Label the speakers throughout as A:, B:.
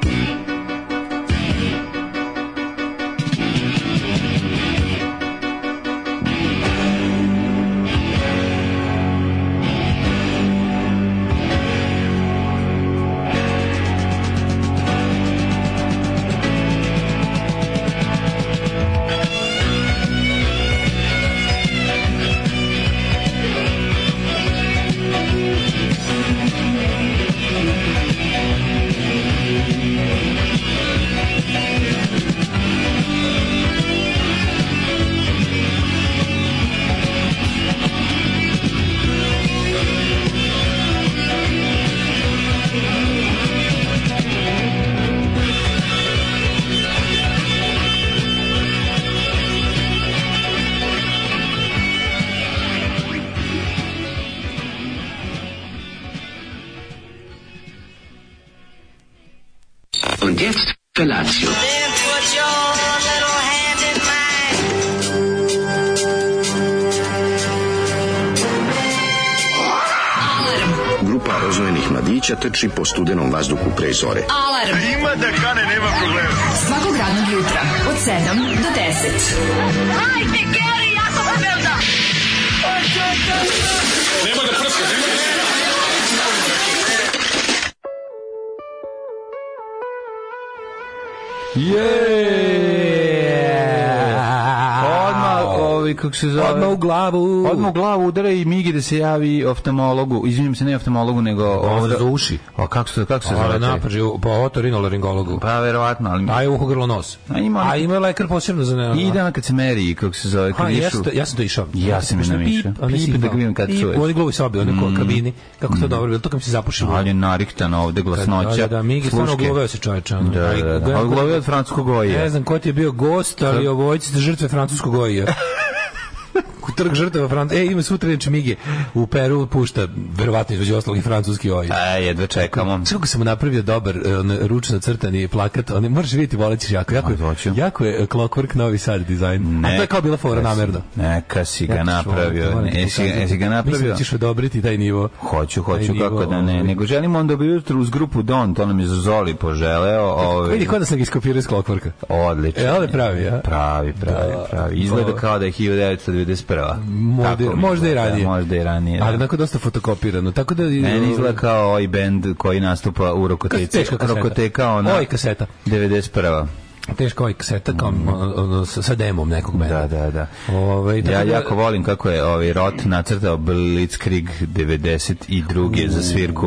A: pa
B: Jetzt Felatio.
C: Then put your little hand in mine.
D: Grupa roznojenih mladića trči po studenom vazduhu pre zore.
A: Alarm.
E: Ima da kane, nema problema.
A: Svakog radnog jutra od 7 do 10.
F: Odmah, ovaj, kako se zove?
G: Odmah u glavu.
F: Odmah u glavu udara i Migi da se javi oftalmologu. Izvinjam se, ne oftalmologu, nego...
G: Ovo
F: ofta-
G: za uši.
F: O, kako se, kako se
G: Ovo
F: zove? taj?
G: napraži u- po otorinolaringologu.
F: Pa, verovatno, ali...
G: A je uho grlo nos.
F: A ima-
G: A ima lekar posebno za ne.
F: I dan kad se meri, kako se zove,
G: Ha,
F: kad
G: ja,
F: išu...
G: sam to- ja sam to išao. Pa
F: Ja sam i
G: Pušta
F: namišao.
G: pip, a ne
F: Pip,
G: signal.
F: da ga vidim kad
G: Pip,
F: čuješ. Mm.
G: U onoj glavoj sobi, onoj ko- kabini. Kako to dobro bilo, to kad mi se zapušilo.
F: Ali je nariktan ovde glasnoća.
G: Da, da, da, Migi stvarno
F: sluške.
G: ogloveo se čoveče. ono.
F: Da,
G: Ali
F: da, da.
G: gledam-
F: Ogloveo od francuskog oja.
G: Ne znam ko ti je bio gost, ali ovojci ste žrtve francuskog oija. Trg žrtava Francuske. E, ima sutra reč Mige. U Peru pušta, verovatno između ostalog i francuski oj.
F: E, jedva čekamo.
G: Sve kako sam mu napravio dobar e, on, ručno crtani plakat, on moraš vidjeti, volit ćeš jako. Jako je,
F: A, hoću.
G: jako je e, Clockwork Novi Sad dizajn. A to je kao bila fora namerno.
F: Neka si ga napravio. Ne, Jesi ga- jesi ga
G: Mislim
F: napravio?
G: da ćeš odobriti taj nivo.
F: Hoću, hoću,
G: Taj nivo,
F: kako da ne.
G: ovaj.
F: Nego želim onda bi jutro uz grupu Don, to nam je Zoli poželeo. Ovaj,
G: Vidi, kod da sam ga iskopirao iz Clockworka.
F: odlično.
G: E, ali pravi, a?
F: Pravi, pravi,
G: Da.
F: pravi. Izgleda
G: Da.
F: kao da je 1991.
G: Možda-
F: Tako mi
G: možda i
F: izgleda,
G: ranije.
F: Možda i ranije.
G: Ali
F: da.
G: onako dosta fotokopirano. Tako da...
F: Meni izgleda kao ovaj bend koji nastupa u Rokoteci.
G: Teška kaseta.
F: Rokoteka, ona...
G: Oj, kaseta.
F: 91.
G: Teška oj kaseta kao, ono, ono, sa, sa demom nekog mena.
F: Mm. Da, da, da.
G: Ovaj, tako
F: Ja
G: da-
F: jako volim kako je ovaj Rot nacrtao Blitzkrieg 92. za svirku.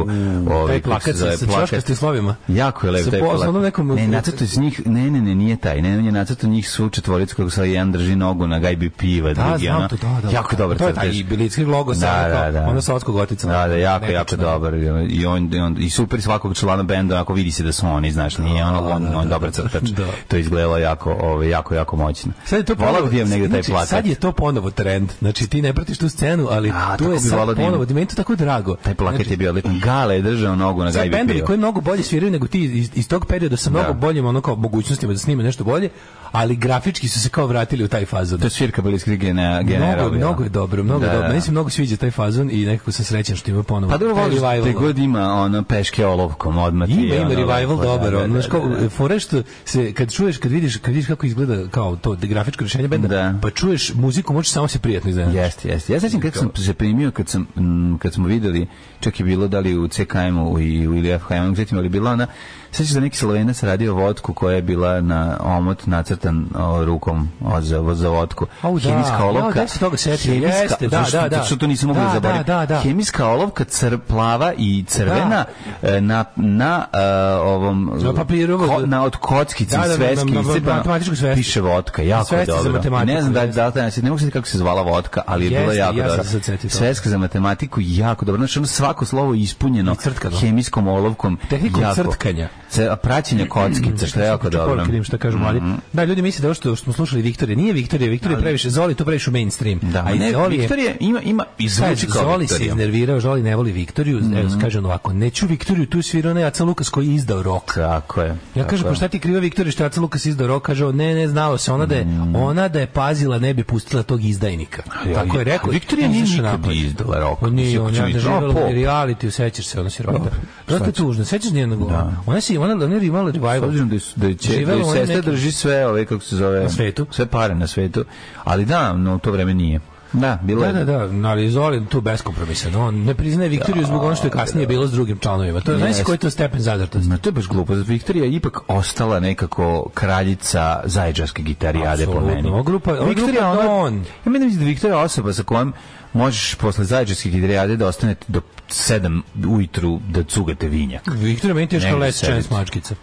F: Ovaj, kako se
G: Taj plakat sa,
F: zove,
G: sa
F: plakat.
G: čoškastim slovima.
F: Jako je lep
G: Sa
F: taj
G: po-
F: plakat.
G: sa onom nekom-
F: Ne, nacrtao je s njih, ne, ne, ne, nije taj. Ne, on je nacrtao njih svu četvoricu kako sa jedan drži nogu na gajbi piva.
G: Da,
F: drugi,
G: znam
F: ono,
G: to, da, da.
F: Jako dobar
G: To je
F: crtež.
G: taj i Blitzkrieg logo sa,
F: Da, da,
G: kao,
F: da.
G: ono sa otskog otica.
F: Da, da, jako, jako
G: Netočno.
F: dobar. ono, I, on, i, on, I super svakog člana benda, onako vidi se da su oni, znaš, nije ono, on, on dobar crtač.
G: Da.
F: To je izgledalo jako, ovaj, jako, jako moćno.
G: Sad je to
F: Volao
G: ponovo,
F: bi da imam negde taj
G: znači,
F: plakat.
G: sad je to ponovo trend. Znači ti ne pratiš tu scenu, ali
F: A, tako
G: tu je
F: bi volao
G: sad
F: da imam.
G: ponovo, meni je to tako drago. Znači,
F: Taj plakat je bio odličan. Gale je držao nogu na
G: Sve
F: gajbi
G: bendovi
F: piva.
G: koji mnogo bolje sviraju nego ti iz, iz tog perioda sa mnogo
F: Da.
G: boljim ono kao mogućnostima da snime nešto bolje, ali grafički su se kao vratili u taj fazon.
F: To je svirka Blitzkrieg gene- generala.
G: Mnogo, mnogo je dobro, mnogo
F: Da,
G: da, dobro.
F: da.
G: Meni se mnogo sviđa taj fazon i nekako sam srećan što ima ponovo.
F: Pa dobro,
G: Taj
F: voliš
G: revival.
F: te god ima ono peške olovkom odmah. ti
G: Ima,
F: je
G: ima
F: ono
G: revival
F: lepo, da,
G: dobar,
F: da,
G: ono,
F: da,
G: znaš, kao,
F: da, da.
G: fore što se, kad čuješ, kad vidiš, kad vidiš kako izgleda kao to de- grafičko rješenje benda,
F: Da.
G: pa čuješ muziku, možeš samo se prijatno iznenadiš.
F: Jeste, jeste. Ja sećam kako sam se primio kad sam mm, kad smo videli, čak je bilo da li u CKM-u i u ili FHM-u, sećam ali bila ona sećam da neki Slovenac radio votku koja je bila na omot nacrtan o, rukom o, za, za votku.
G: Au, da.
F: Hemijska
G: Ja,
F: olovka.
G: da se toga setim.
F: Hemijska-
G: Jeste, da,
F: zašto-
G: da, da.
F: Što to nisam mogao
G: Da,
F: da,
G: da,
F: zaboravim.
G: da, da.
F: Hemijska olovka cr, plava i crvena e, na na e, ovom
G: Na papiru.
F: na od kockice
G: Da,
F: i
G: da, na-
F: sveske
G: na- na-
F: iscepano,
G: matematičku svesku.
F: piše votka, jako je
G: Svesci za
F: dobro.
G: matematiku,
F: Ne znam da
G: jeste.
F: da li taj nasled, ne mogu se sjetiti kako se zvala votka, ali je bilo
G: Jeste,
F: jako
G: ja sam
F: dobro.
G: se sad setio toga.
F: Sveska za matematiku jako dobro. Znači ono svako slovo ispunjeno
G: I crtkano.
F: hemijskom olovkom.
G: Tehnikom
F: jako.
G: crtkanja.
F: Ce- a praćenje kockica, što je jako
G: Čekaj,
F: dobro. Mhm.
G: poruke vidim šta kažu mladi. Da, ljudi misle da ovo što smo slušali Viktorije, nije Viktorije, Viktorije je previše, Zoli je to previše u mainstream.
F: Da,
G: A i
F: ne,
G: Zoli je-
F: Viktorije ima, ima i
G: Sad,
F: zvuči kao Mhm.
G: Zoli se
F: Viktorija.
G: iznervirao, Zoli ne voli Viktoriju, evo kaže on ovako, neću Viktoriju, tu je svirao onaj Aca Lukas koji je izdao rok.
F: Tako je.
G: Ja
F: tako
G: kažem,
F: je.
G: pa šta ti kriva Viktorija što je Aca Lukas izdao rok? Kaže, on, ne, ne, znalo se, ona da je,
F: Mhm.
G: ona da je pazila, ne bi pustila tog izdajnika. Tako je rekao.
F: Viktorija nije
G: Izašao
F: nikad
G: napolje.
F: izdala rok.
G: On nije,
F: Mislim,
G: on
F: ako će
G: je
F: biti,
G: živjela
F: a, pop.
G: reality, sećaš se, ona sirota. Dosta je tužno, sećaš njenog? Ona se, ona, ona je imala
F: S
G: revival.
F: obzirom da je, da je, će- da
G: Živela
F: je
G: u onim
F: sestra
G: nekim-
F: drži sve, ove, kako se zove,
G: Na svetu.
F: sve pare na svetu, ali da, no, u to vreme nije. Da, bilo
G: Da,
F: je.
G: da, da, ali Zoli tu beskompromisan. On ne priznaje Viktoriju zbog onog što je kasnije bilo s drugim članovima. To je, znaš
F: Jeste.
G: koji je to stepen zadartosti?
F: Ma to je baš glupo, zato Viktorija je ipak ostala nekako kraljica zajedžarske gitarijade po
G: Apsolutno.
F: meni.
G: Ova grupa- ova grupa
F: ona-
G: Don.
F: Ja meni mislim da je Viktorija osoba sa kojom možeš posle zajedžarske gitarijade da ostanete do 7 ujutru da cugate vinjak.
G: Viktorija meni teško
F: Negde
G: Les
F: sedeti.
G: Chance mačkica.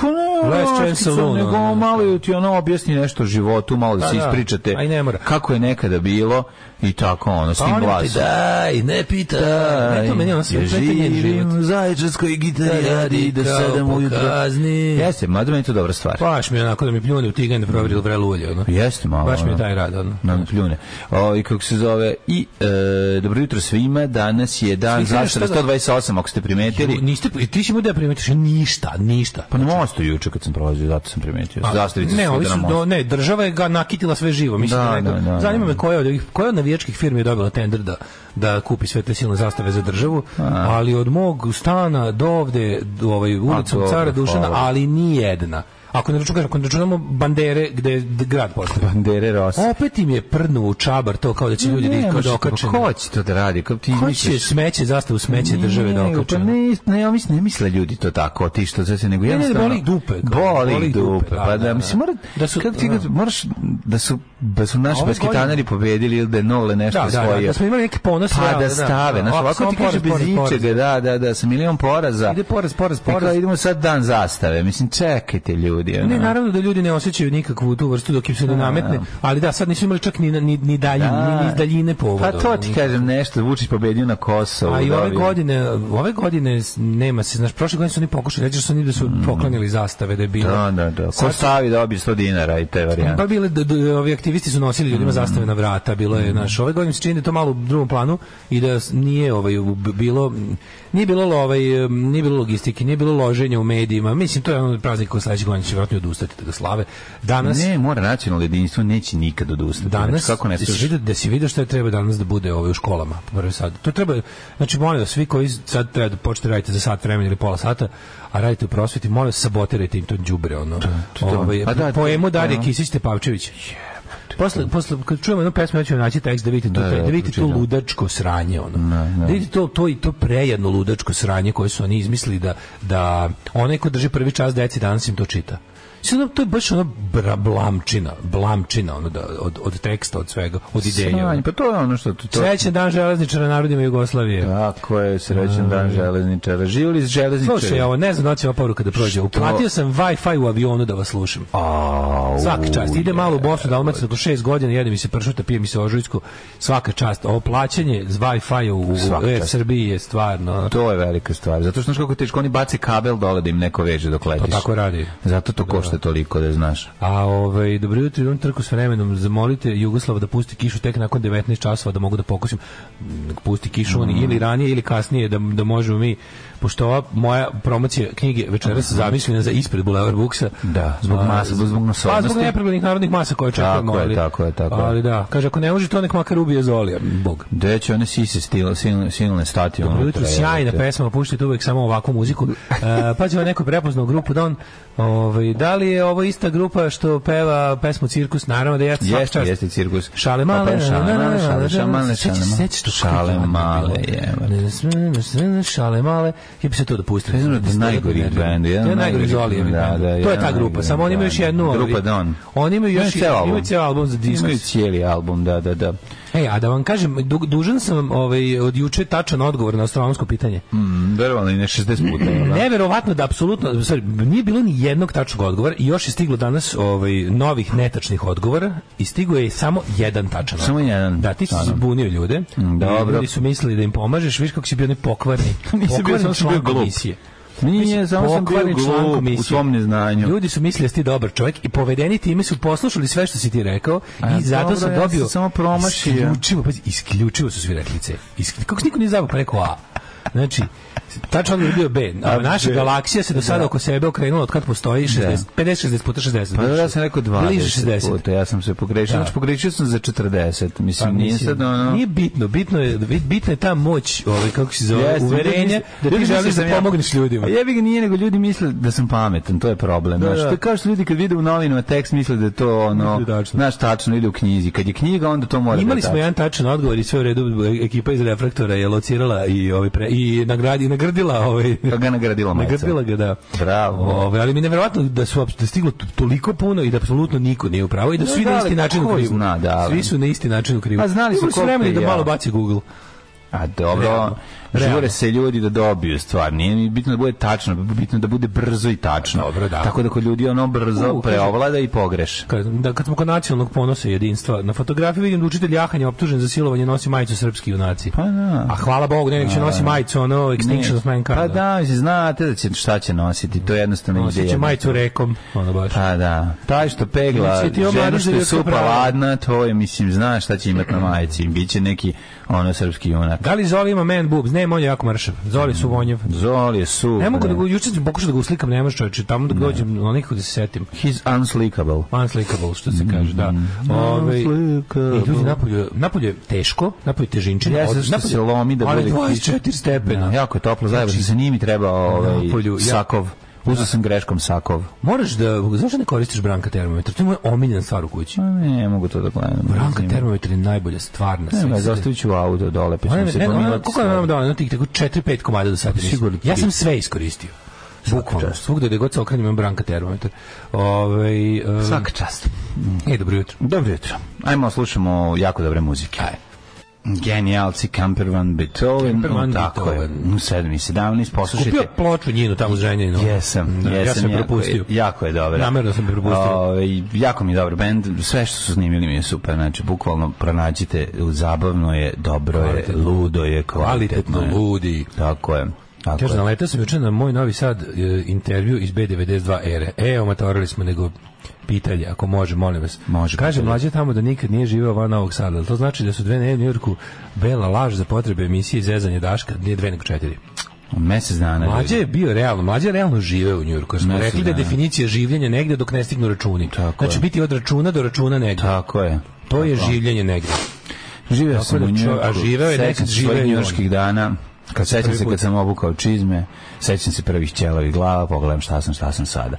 F: Pa ne,
G: Pa, Last
F: ono,
G: Chance
F: Askica,
G: Saloon,
F: nego
G: ono,
F: malo je ti ono objasni nešto o životu, malo da
G: Pa
F: se
G: da,
F: ispričate
G: a i ne mora.
F: kako je nekada bilo i tako ono, s
G: Pa
F: tim
G: oni ti
F: glasom.
G: daj, ne pita. Ne, to meni ono sve
F: Ja
G: plete njen
F: živim
G: život.
F: u zajedžarskoj gitarijadi do
G: Kao
F: 7 ujutru.
G: pokazni. Pa
F: Jeste, mada meni je to dobra stvar.
G: Baš mi je onako da mi pljune u tigan da provjerili vrelo ulje. Ono.
F: Jeste malo.
G: Baš mi je
F: ono,
G: taj rad. Ono.
F: nam pljune. O, I kako se zove, i e, dobro jutro svima, danas je dan
G: Svi znaš
F: zastave
G: šta da-
F: 128, ako ste primetili.
G: Niste, ti si mu da primetiš ništa, ništa.
F: Pa na mostu juče kad sam prolazio, zato sam primetio.
G: A,
F: Zastavice
G: Pa, ne,
F: su
G: ovi
F: na
G: su,
F: mostu.
G: do, ne, država je ga nakitila sve živo. Mislim,
F: Da,
G: da,
F: da, da, da.
G: Zanima me koja od, ovih- koja od navijačkih firmi je dobila tender da, da kupi sve te silne zastave za državu, ali od mog stana do ovde, do ovaj, ulicu
F: dobro,
G: cara Dušana,
F: hvala.
G: ali ni jedna. Ako ne, računamo, ako ne računamo bandere gde je d- grad postavlja.
F: Bandere Rose.
G: Opet im je prnu u čabar to kao da će ljudi da ih kao da okače.
F: pa Ko će to da radi? Kako ti
G: Ko će
F: izmišljaš?
G: smeće, zastavu smeće države da
F: Ne,
G: okače?
F: Pa ne, ne, ja mislim, ne misle ljudi to tako, ti što se nego
G: ne,
F: jednostavno...
G: boli ih dupe, kao,
F: Boli,
G: boli
F: ih
G: ih
F: dupe,
G: dupe,
F: pa
G: da,
F: da,
G: da,
F: mislim, mora,
G: da su-
F: kako ti
G: da.
F: ga- moraš da su, da su naši
G: Ove
F: basketaneri pobedili ili da je Nole nešto
G: Da, da, da,
F: osvojio.
G: da smo imali neki ponos,
F: Pa
G: realno,
F: da
G: da.
F: stave, znaš,
G: Ovako
F: ovako
G: samo
F: ti kaže
G: poraz,
F: bez
G: poraz, poraz.
F: ičega, da, da, da, sa milion poraza.
G: Ide porez, porez,
F: I kao
G: porez.
F: idemo sad dan zastave, mislim, čekajte ljudi. ono.
G: Ne, naravno da ljudi ne osjećaju nikakvu tu vrstu dok im se ne nametne, ali da, sad nisu imali čak ni, ni, ni daljine,
F: Da.
G: ni, ni daljine povoda.
F: Pa to ti kažem nešto, Vučić pobedio na Kosovu.
G: A i
F: da,
G: ove
F: ovi-
G: godine, ove godine s- nema se, znaš, prošle godine su oni pokušali, reći da su oni da su poklanjali zastave, da je bilo.
F: Mm. Da, da, da. Ko
G: Sad-
F: stavi dobije 100 dinara i te
G: Pa
F: varijante.
G: bile, d- d- ovi aktivisti su nosili ljudima
F: Mm.
G: zastave na vrata, bilo je, znaš, ove godine mi se čini da je to malo u drugom planu i da s- nije ovaj, u- b- bilo, nije bilo, lo- ovaj, em, nije bilo logistike, nije bilo loženja u medijima, mislim, to je ono praznik koji sledećeg godine će vjerojatno i odustati da ga slave. Danas,
F: Ne, mora nacionalno jedinstvo, neće nikad odustati.
G: danas
F: Znači, kako ne
G: jesi
F: slušaš?
G: vidio da si vidio šta je treba danas da bude ovaj u školama prvi sad to treba znači molim vas svi koji sad treba da počnete raditi za sat vremena ili pola sata a radite u prosveti molim vas sabotirajte im to đubre ono
F: to- to-
G: ovaj
F: pa da,
G: poemu
F: to-
G: Darije
F: da.
G: Kisić Tepavčević Posle, posle, kad čujemo jednu pesmu, ja ću naći tekst da vidite to,
F: Da,
G: da,
F: da,
G: da vidite to
F: pročitam.
G: ludačko sranje, ono. Da vidite to, to i to prejedno ludačko sranje koje su oni izmislili da, da onaj ko drži prvi čas deci danas im to čita. Mislim, ono, to je baš ono bra, blamčina, blamčina, ono, da, od, od teksta, od svega, od ideje.
F: Sranje,
G: Ono.
F: pa to je ono što... To, to,
G: Srećan dan železničara narodima Jugoslavije.
F: Tako je, srećan dan železničara. Živjeli s železničara.
G: Slušaj, ovo ne znam da li će ova poruka da prođe. Uplatio sam Wi-Fi u avionu da vas slušam.
F: Au,
G: Svaka čast. Ide malo u Bosnu, Dalmaciju, do šest godina, jede mi se pršuta, pije mi se ožujsku. Svaka čast. Ovo plaćanje z Wi-Fi u
F: Svaka
G: e,
F: čast.
G: Srbiji je stvarno...
F: To je velika stvar. Zato što znaš kako je teško, oni bace kabel dole da im neko veže dok letiš.
G: To tako radi.
F: Zato to košta toliko da znaš.
G: A ovaj, dobro jutro, imam trku s vremenom. Zamolite Jugoslava da pusti kišu tek nakon 19 časova da mogu da pokusim. Mm, nek Pusti kišu on ili ranije ili kasnije da, da možemo mi pošto ova moja promocija knjige večeras zamišljena za ispred Bulevar Buksa.
F: Da, zbog
G: A,
F: masa, zbog- zbog
G: Pa
F: nosornosti.
G: zbog nepravilnih narodnih masa koje čekamo.
F: Tako je,
G: ali-
F: tako je, tako je.
G: Ali da, kaže, ako ne može to, nek makar ubije Zolija. Bog.
F: Gde će one sise stile, silne, silne stati?
G: Dobro
F: unutra,
G: jutro,
F: jebote.
G: sjajna pesma, puštite uvek samo ovakvu muziku. E, pa će vam neko prepoznao grupu Don. Ovaj, da li je ovo ista grupa što peva pesmu Cirkus? Naravno da jeste. svaka
F: Jeste,
G: čast.
F: jeste cirkus.
G: Šale male,
F: Pa, pa, šale male, šale, šale male, šale male. Šale male, jebote.
G: je. Šale male, ja bi se to dopustio.
F: Jedan od najgorih bend, jedan
G: To je
F: od najgorih-
G: najgori Zolijevi
F: da,
G: bend.
F: da,
G: To
F: jedan
G: je ta grupa,
F: najgori,
G: samo oni imaju još
F: da,
G: jednu.
F: da.
G: ovaj,
F: Grupa Don.
G: Oni imaju još
F: Imaju ceo album.
G: imaju ceo album za
F: Imaju
G: diskus.
F: cijeli album, da, da, da.
G: Ej, a da vam kažem, du- dužan sam vam, ovaj, od juče tačan odgovor na astronomsko pitanje.
F: Mm, verovalno i ne 60 puta. jel da?
G: Neverovatno da apsolutno, sorry, nije bilo ni jednog tačnog odgovora i još je stiglo danas ovaj novih netačnih odgovora i stigao je samo jedan tačan.
F: Samo
G: odgovor.
F: jedan,
G: Da, ti si
F: stvarno.
G: zbunio ljude.
F: dobro.
G: Ljudi su mislili da im pomažeš, viš kako si bio nepokvarni.
F: bio, samo
G: pokvarni
F: sam bio
G: član
F: glup.
G: komisije.
F: Nije, samo sam bio
G: Pokvarni član
F: glup u
G: komisije.
F: svom neznanju.
G: Ljudi su mislili da si ti dobar čovjek i povedeni time su poslušali sve što si ti rekao i zato
F: dobro,
G: sam
F: ja sam
G: dobio
F: samo promašio.
G: Isključivo, pazi, isključivo su svi rekli C. Isključivo, kako se niko nije zavio pa rekao A. Znači, tačno odgovor je bio B. A naša
F: B.
G: galaksija se do sada oko sebe okrenula od kad postoji 60, 50-60 puta 60.
F: Pa da, ja sam rekao 20
G: Bliže 60.
F: puta, ja sam se pogrešio.
G: Da.
F: Znači, pogrešio sam za 40. Mislim,
G: Pa,
F: nije
G: mislim,
F: sad ono...
G: Nije bitno, bitno je, bitna je ta moć, ovaj, kako se zove,
F: Jeste, ljudi
G: uverenja,
F: misle-
G: da
F: ljudi
G: ti
F: misle
G: želiš
F: sam
G: da
F: ja-
G: pomogneš ljudima.
F: A jebi ga nije, nego ljudi misle da sam pametan, to je problem.
G: Da,
F: znaš,
G: da.
F: to je kao što ljudi kad vide u novinama tekst misle da je to ono,
G: Misle da je tačno.
F: znaš, tačno ide u knjizi. Kad je knjiga, onda to mora
G: Imali
F: Pa, da je
G: smo
F: tačno.
G: jedan tačan odgovor i sve u redu ekipa iz reflektora je locirala i ovaj pre, i nagradi nagradila ovaj
F: Pa ga nagradila majica.
G: nagradila ga da.
F: Bravo.
G: Ovaj, ali mi je neverovatno da su apst- da je stiglo t- toliko puno i da apsolutno niko nije u pravu i da
F: Da,
G: su svi
F: da,
G: na
F: ali
G: isti način u
F: ko
G: krivu.
F: zna, da, ali-
G: Svi su na isti način u krivu.
F: A znali su
G: Imali
F: koliko
G: vremena i da
F: je
G: malo
F: ja.
G: baci Google.
F: A dobro,
G: Realno. Realno.
F: žure se ljudi da dobiju stvar. Nije mi bitno da bude tačno, bitno da bude brzo i tačno.
G: Dobro, da.
F: Tako da kod ljudi ono brzo
G: U, kaže-
F: preovlada i pogreše.
G: Kad, da, kad smo kod nacionalnog ponosa i jedinstva, na fotografiji vidim da učitelj jahanja optužen za silovanje nosi majicu srpski junaci.
F: Pa da.
G: A hvala Bogu, ne, nek će nosi majicu ono Extinction
F: Ne.
G: of Mankind.
F: Pa da, mislim, znate da će, šta će nositi, to je jednostavno ide
G: Nosit će
F: jedno.
G: majicu rekom, ono baš.
F: Pa da, taj što pegla
G: Znači, ti ovo
F: ženu
G: mladić
F: što
G: za
F: je
G: ljudska
F: supa
G: prava.
F: ladna, to je, mislim, znaš šta će imat na majici, bit će neki ono srpski junak.
G: Da li Zoli ima man boobs? Ne, on je jako mršav. Zoli su vonjev.
F: Zoli je super.
G: Ne mogu da ga, juče sam pokušao da ga uslikam, nema čoveče, tamo da dođem, onaj kako da se setim.
F: He's unslickable.
G: Unslikable, što
F: Mm-hmm.
G: se kaže, da. Ove, I ljudi, napolju, napolju je teško, napolju je težinčina.
F: Jeste,
G: od-
F: što
G: napolju-
F: se lomi da
G: ali
F: bude
G: 24 stepena. Znači,
F: Da, jako je toplo, zajedno se sa njimi treba ovaj,
G: Napolju, ja-
F: sakov. Uzeo sam greškom sakov.
G: Moraš da, zašto ne koristiš Branka termometar? To je moja omiljena stvar u kući.
F: A Pa ne, mogu to da gledam.
G: Branka
F: Ne,
G: termometar je najbolja stvar na
F: Ne,
G: svetu.
F: ne, zastavit ću auto dole, pa
G: Ona
F: ću
G: mi-
F: se
G: ne, ona-
F: gomilati
G: Koliko je
F: stvari.
G: nam dala? Ono tih tako 4-5 komada do sada. nisam.
F: Sigurno pa
G: Ja sam
F: tri.
G: sve iskoristio. Bukvalno, svugde gde god se okrenem imam Branka termometar. Ovaj em,
F: Svaka čast.
G: E, dobro jutro.
F: Dobro jutro. Ajmo, slušamo jako dobre muzike. Aj. Genijalci Campervan Beethoven,
G: Campervan
F: Campervan tako
G: Beethoven.
F: je, u 7 i 17, poslušajte.
G: Kupio ploču njinu tamo ženjenu.
F: Jesam, jesam.
G: Ja sam je
F: jako je-
G: propustio.
F: Jako je dobro.
G: Namerno sam propustio.
F: jako mi je dobar bend. Sve što su snimili mi je super. Znači, bukvalno pronađite, zabavno je, dobro je,
G: Kvalitetno.
F: ludo je, kvalitetno
G: Kvalitetno
F: je.
G: ludi.
F: Tako je. Tako
G: Kaže,
F: je.
G: naletao sam juče na moj Novi Sad e, intervju iz B92 ere. E, omatorali smo nego pitanje, ako može, molim vas.
F: Može,
G: Kaže,
F: pitanje.
G: mlađe tamo da nikad nije živeo van Novog Sada. Jel To znači da su dve na jednu Jurku bela laž za potrebe emisije Zezanje Daška, nije dve nego četiri.
F: Mesec dana.
G: Mlađe je bio realno, mlađe je realno živeo u Njurku. Smo
F: Mesec
G: rekli da je
F: dana.
G: definicija življenja negde dok ne stignu računi.
F: Tako
G: znači
F: je.
G: biti od računa do računa negde.
F: Tako je.
G: To je življenje negde.
F: Živeo
G: Tako
F: sam
G: da
F: u
G: čo-
F: Njujorku.
G: a živeo je
F: Sećam
G: nekad,
F: se
G: živeo
F: svojih
G: je i on.
F: njujorških dana. Kad sećam
G: Prvi
F: se
G: put.
F: kad sam obukao čizme, sećam se prvih ćelavih glava, pogledam šta sam, šta sam sada.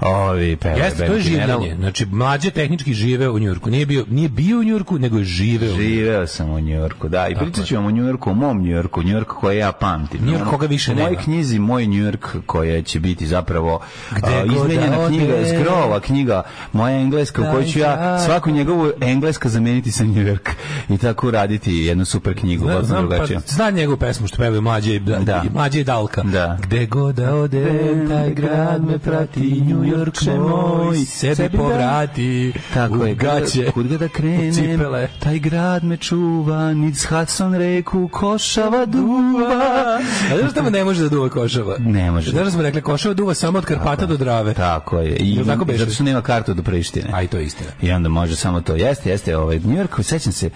F: Ovi, peva,
G: Jeste, to je življenje. Znači, mlađe tehnički žive u Njurku. Nije bio, nije bio u Njurku, nego je živeo.
F: Živeo sam u Njujorku, da. I pričat ću vam o Njujorku, o mom Njujorku, Njujorku koje ja pamtim.
G: Njujork
F: Ono,
G: koga više
F: u mojoj
G: nema.
F: knjizi, moj Njujork koja će biti zapravo a,
G: god
F: izmenjena
G: da
F: knjiga,
G: ode.
F: skrova knjiga, moja engleska u kojoj ću ja svaku njegovu engleska zameniti sa Njujork i tako raditi jednu super knjigu.
G: Znam,
F: potpuno
G: znam, pa,
F: drugačiju.
G: znam njegovu pesmu što pevaju mlađe i, da,
F: Da.
G: i mlađe i Dalka.
F: Da.
G: Gde god da ode, taj grad me prati, New Yorkče moj, sebi,
F: Sebi
G: povrati,
F: Tako
G: u
F: je,
G: gaće,
F: kud ga da
G: u cipele.
F: krenem, taj grad me čuva, nic Hudson reku, košava duva.
G: A znaš tamo ne može da duva košava?
F: Ne može.
G: Znaš smo rekli, košava duva samo od Karpata do Drave.
F: Znači, Tako je, i
G: Jel tako beše?
F: zato što nema kartu do Prištine.
G: A i to je istina.
F: I onda može samo to. Jeste, jeste, ovaj, New York, sećam se,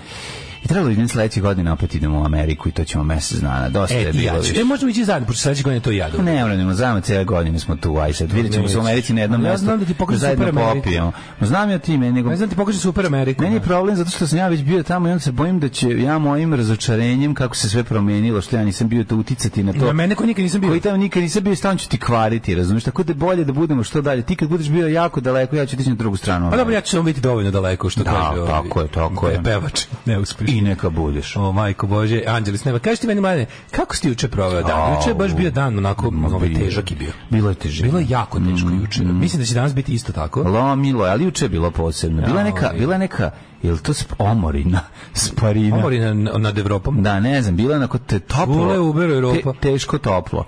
F: i trebalo bi mi sledeće godine opet idemo u Ameriku i to ćemo mesec dana. Dosta
G: E,
F: je
G: ti
F: bilo
G: ja ću.
F: više.
G: E, možemo ići zajedno, pošto sledeće godine to i ja dobro.
F: Ne, ne, ne, znamo, cijele godine smo tu, aj sad, vidjet ćemo se u Americi na jednom
G: Ali ja
F: mjestu,
G: znam da ti pokažem
F: zajedno
G: super Ameriku.
F: popijemo. Ma Znam ja ti, meni, nego
G: Ne znam ti pokaže Super Ameriku.
F: Meni je problem zato što sam ja već bio tamo i onda se bojim da će ja mojim razočarenjem kako se sve promijenilo, što ja nisam bio to uticati na to.
G: Na mene koji nikad nisam bio.
F: Koji tamo nikad nisam bio, stalno ću ti kvariti, razumiješ? Tako da je bolje da budemo što dalje. Ti kad budeš bio jako daleko, ja ću otići na drugu stranu.
G: Pa dobro, ja ću samo biti dovoljno daleko, što
F: Da,
G: kaže ovaj.
F: tako je, tako je.
G: Pevač, neuspešno.
F: I neka budeš.
G: O, majko Bože, Anđelis Neva. Kaži ti meni, mlade, kako si ti juče proveo dan? Juče je baš bio dan, onako, ovaj težak je bio.
F: Bilo je Mm. težina.
G: Bilo je jako teško juče. Mislim da će danas biti isto tako.
F: Lomilo je, ali juče je bilo posebno. Bila je neka, bila je neka, je li to sp- omorina, sparina?
G: Omori na, nad Evropom.
F: Da, ne znam, bilo je onako te toplo.
G: Čule, Uber, Europa.
F: Te- teško toplo.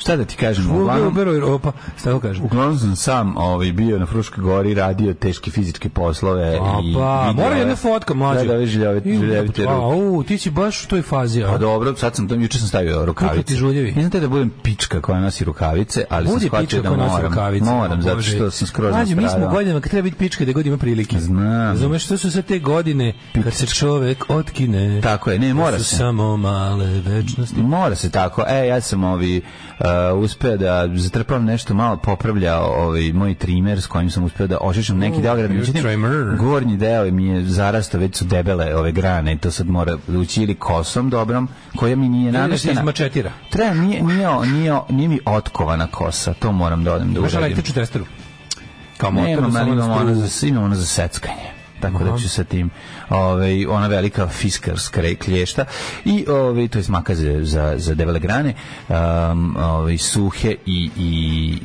F: Šta da ti kažem?
G: Uber,
F: uglavnom-
G: Uber, Europa. Šta to kažem?
F: Uglavnom sam sam ovaj, bio na Fruškoj gori, radio teške fizičke poslove.
G: A
F: i
G: pa,
F: video
G: mora
F: je-
G: jedna fotka mlađa.
F: Da, da, viš žljave,
G: Ju,
F: žljavite
G: a,
F: ruke.
G: u, ti si baš u toj fazi, a?
F: Pa dobro, sad sam, juče sam stavio rukavice.
G: Kako ti žuljevi?
F: Nisam te da budem pička koja nosi rukavice, ali
G: Budi
F: sam shvatio
G: pička
F: da
G: koja nosi
F: moram.
G: rukavice.
F: Moram,
G: O,
F: zato
G: Bože.
F: što sam skroz
G: Mlađe, mi smo
F: nastradao.
G: godinama kad treba biti pička da god ima prilike.
F: Znam.
G: Razumeš, što su sve te godine kad se čovek otkine.
F: Tako je, ne,
G: To
F: mora
G: su
F: se.
G: samo male večnosti.
F: Mora se tako. E, ja sam ovi uh, uspeo da zatrpam nešto malo popravlja ovaj moj trimer s kojim sam uspeo da očišćam neki deo grada.
G: your
F: Međutim,
G: trimmer.
F: gornji deo mi je zarastao, već su debele ove grane i to sad mora ući ili kosom dobrom koja mi nije
G: Ili da se
F: nameštena.
G: izmačetira.
F: Treba, nije, nije, nije, nije mi otkovana kosa, to moram da odem da
G: Imaš
F: uradim.
G: električnu testeru? Kao motor,
F: Nemam,
G: samo
F: ali
G: na
F: imam
G: struju.
F: ona za, imam ona za seckanje. Tako da ću sa tim, ovaj, ona velika fiskarska re- klješta i ovaj, to je makaze za, za debele grane, um, ovaj, suhe i, i,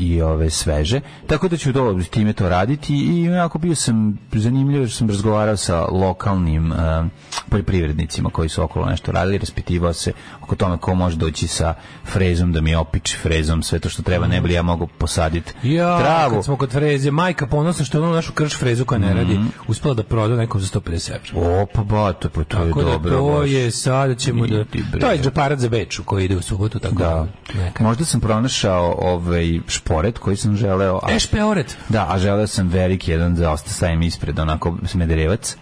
F: i ove sveže. Tako da ću to, time to raditi i onako bio sam zanimljiv jer sam razgovarao sa lokalnim um, poljoprivrednicima koji su okolo nešto radili, raspitivao se oko tome ko može doći sa frezom da mi opiči frezom sve to što treba, ne bi li ja mogu posaditi
G: Ja,
F: travu.
G: kad smo kod freze, majka ponosna što je ono našu krš frezu koja ne
F: Mhm.
G: radi, uspela da proda nekom za 150 evra.
F: O, pa bato, pa to
G: Tako
F: je
G: da
F: dobro.
G: to
F: baš.
G: je sad ćemo da...
F: Idi bre.
G: To je džaparat za Beču koji ide u subotu, tako
F: Da.
G: Neka.
F: Možda sam pronašao ovaj šporet koji sam želeo. A,
G: Ešpeoret.
F: da, a želeo sam velik jedan da ostavim ispred, onako smederevac.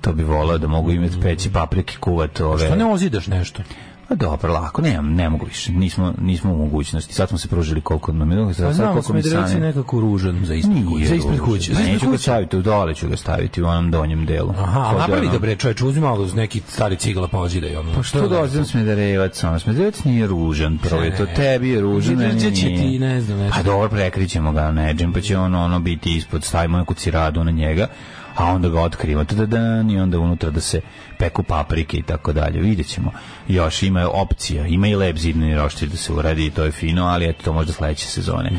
F: To bi voleo da mogu imati peći paprike, kuvat ove...
G: Što ne ozidaš nešto?
F: Pa dobro, lako, ne, ne mogu više, nismo, nismo u mogućnosti. Sad smo se pružili koliko nam je, sad, sad
G: Znamo,
F: koliko mi
G: Smederevac je
F: sami...
G: nekako ružan za ispred kuće. Za ispred kuće. Za ispred
F: Neću ga
G: kuće.
F: staviti, u dole ću ga staviti u onom donjem delu.
G: Aha,
F: Kod
G: ali napravi
F: ono-
G: ga bre, čoveče, uzmi malo uz neki stari cigala pa ozidaj ono.
F: Pa što dolazim Smederevac, ono, Smederevac nije ružan, prvo je to tebi je ružan, meni
G: E, Smederevac će
F: nije.
G: ti, ne znam, nešto.
F: Pa dobro, prekrićemo ga neđem, pa će ono, ono biti ispod, stavimo neku ciradu na njega, a onda ga otkrivamo, tada dan, i onda unutra da se peku paprike i tako dalje, vidjet ćemo. Još ima opcija, ima i lep zidni roštilj da se uradi i to je fino, ali eto, to možda sledeće sezone.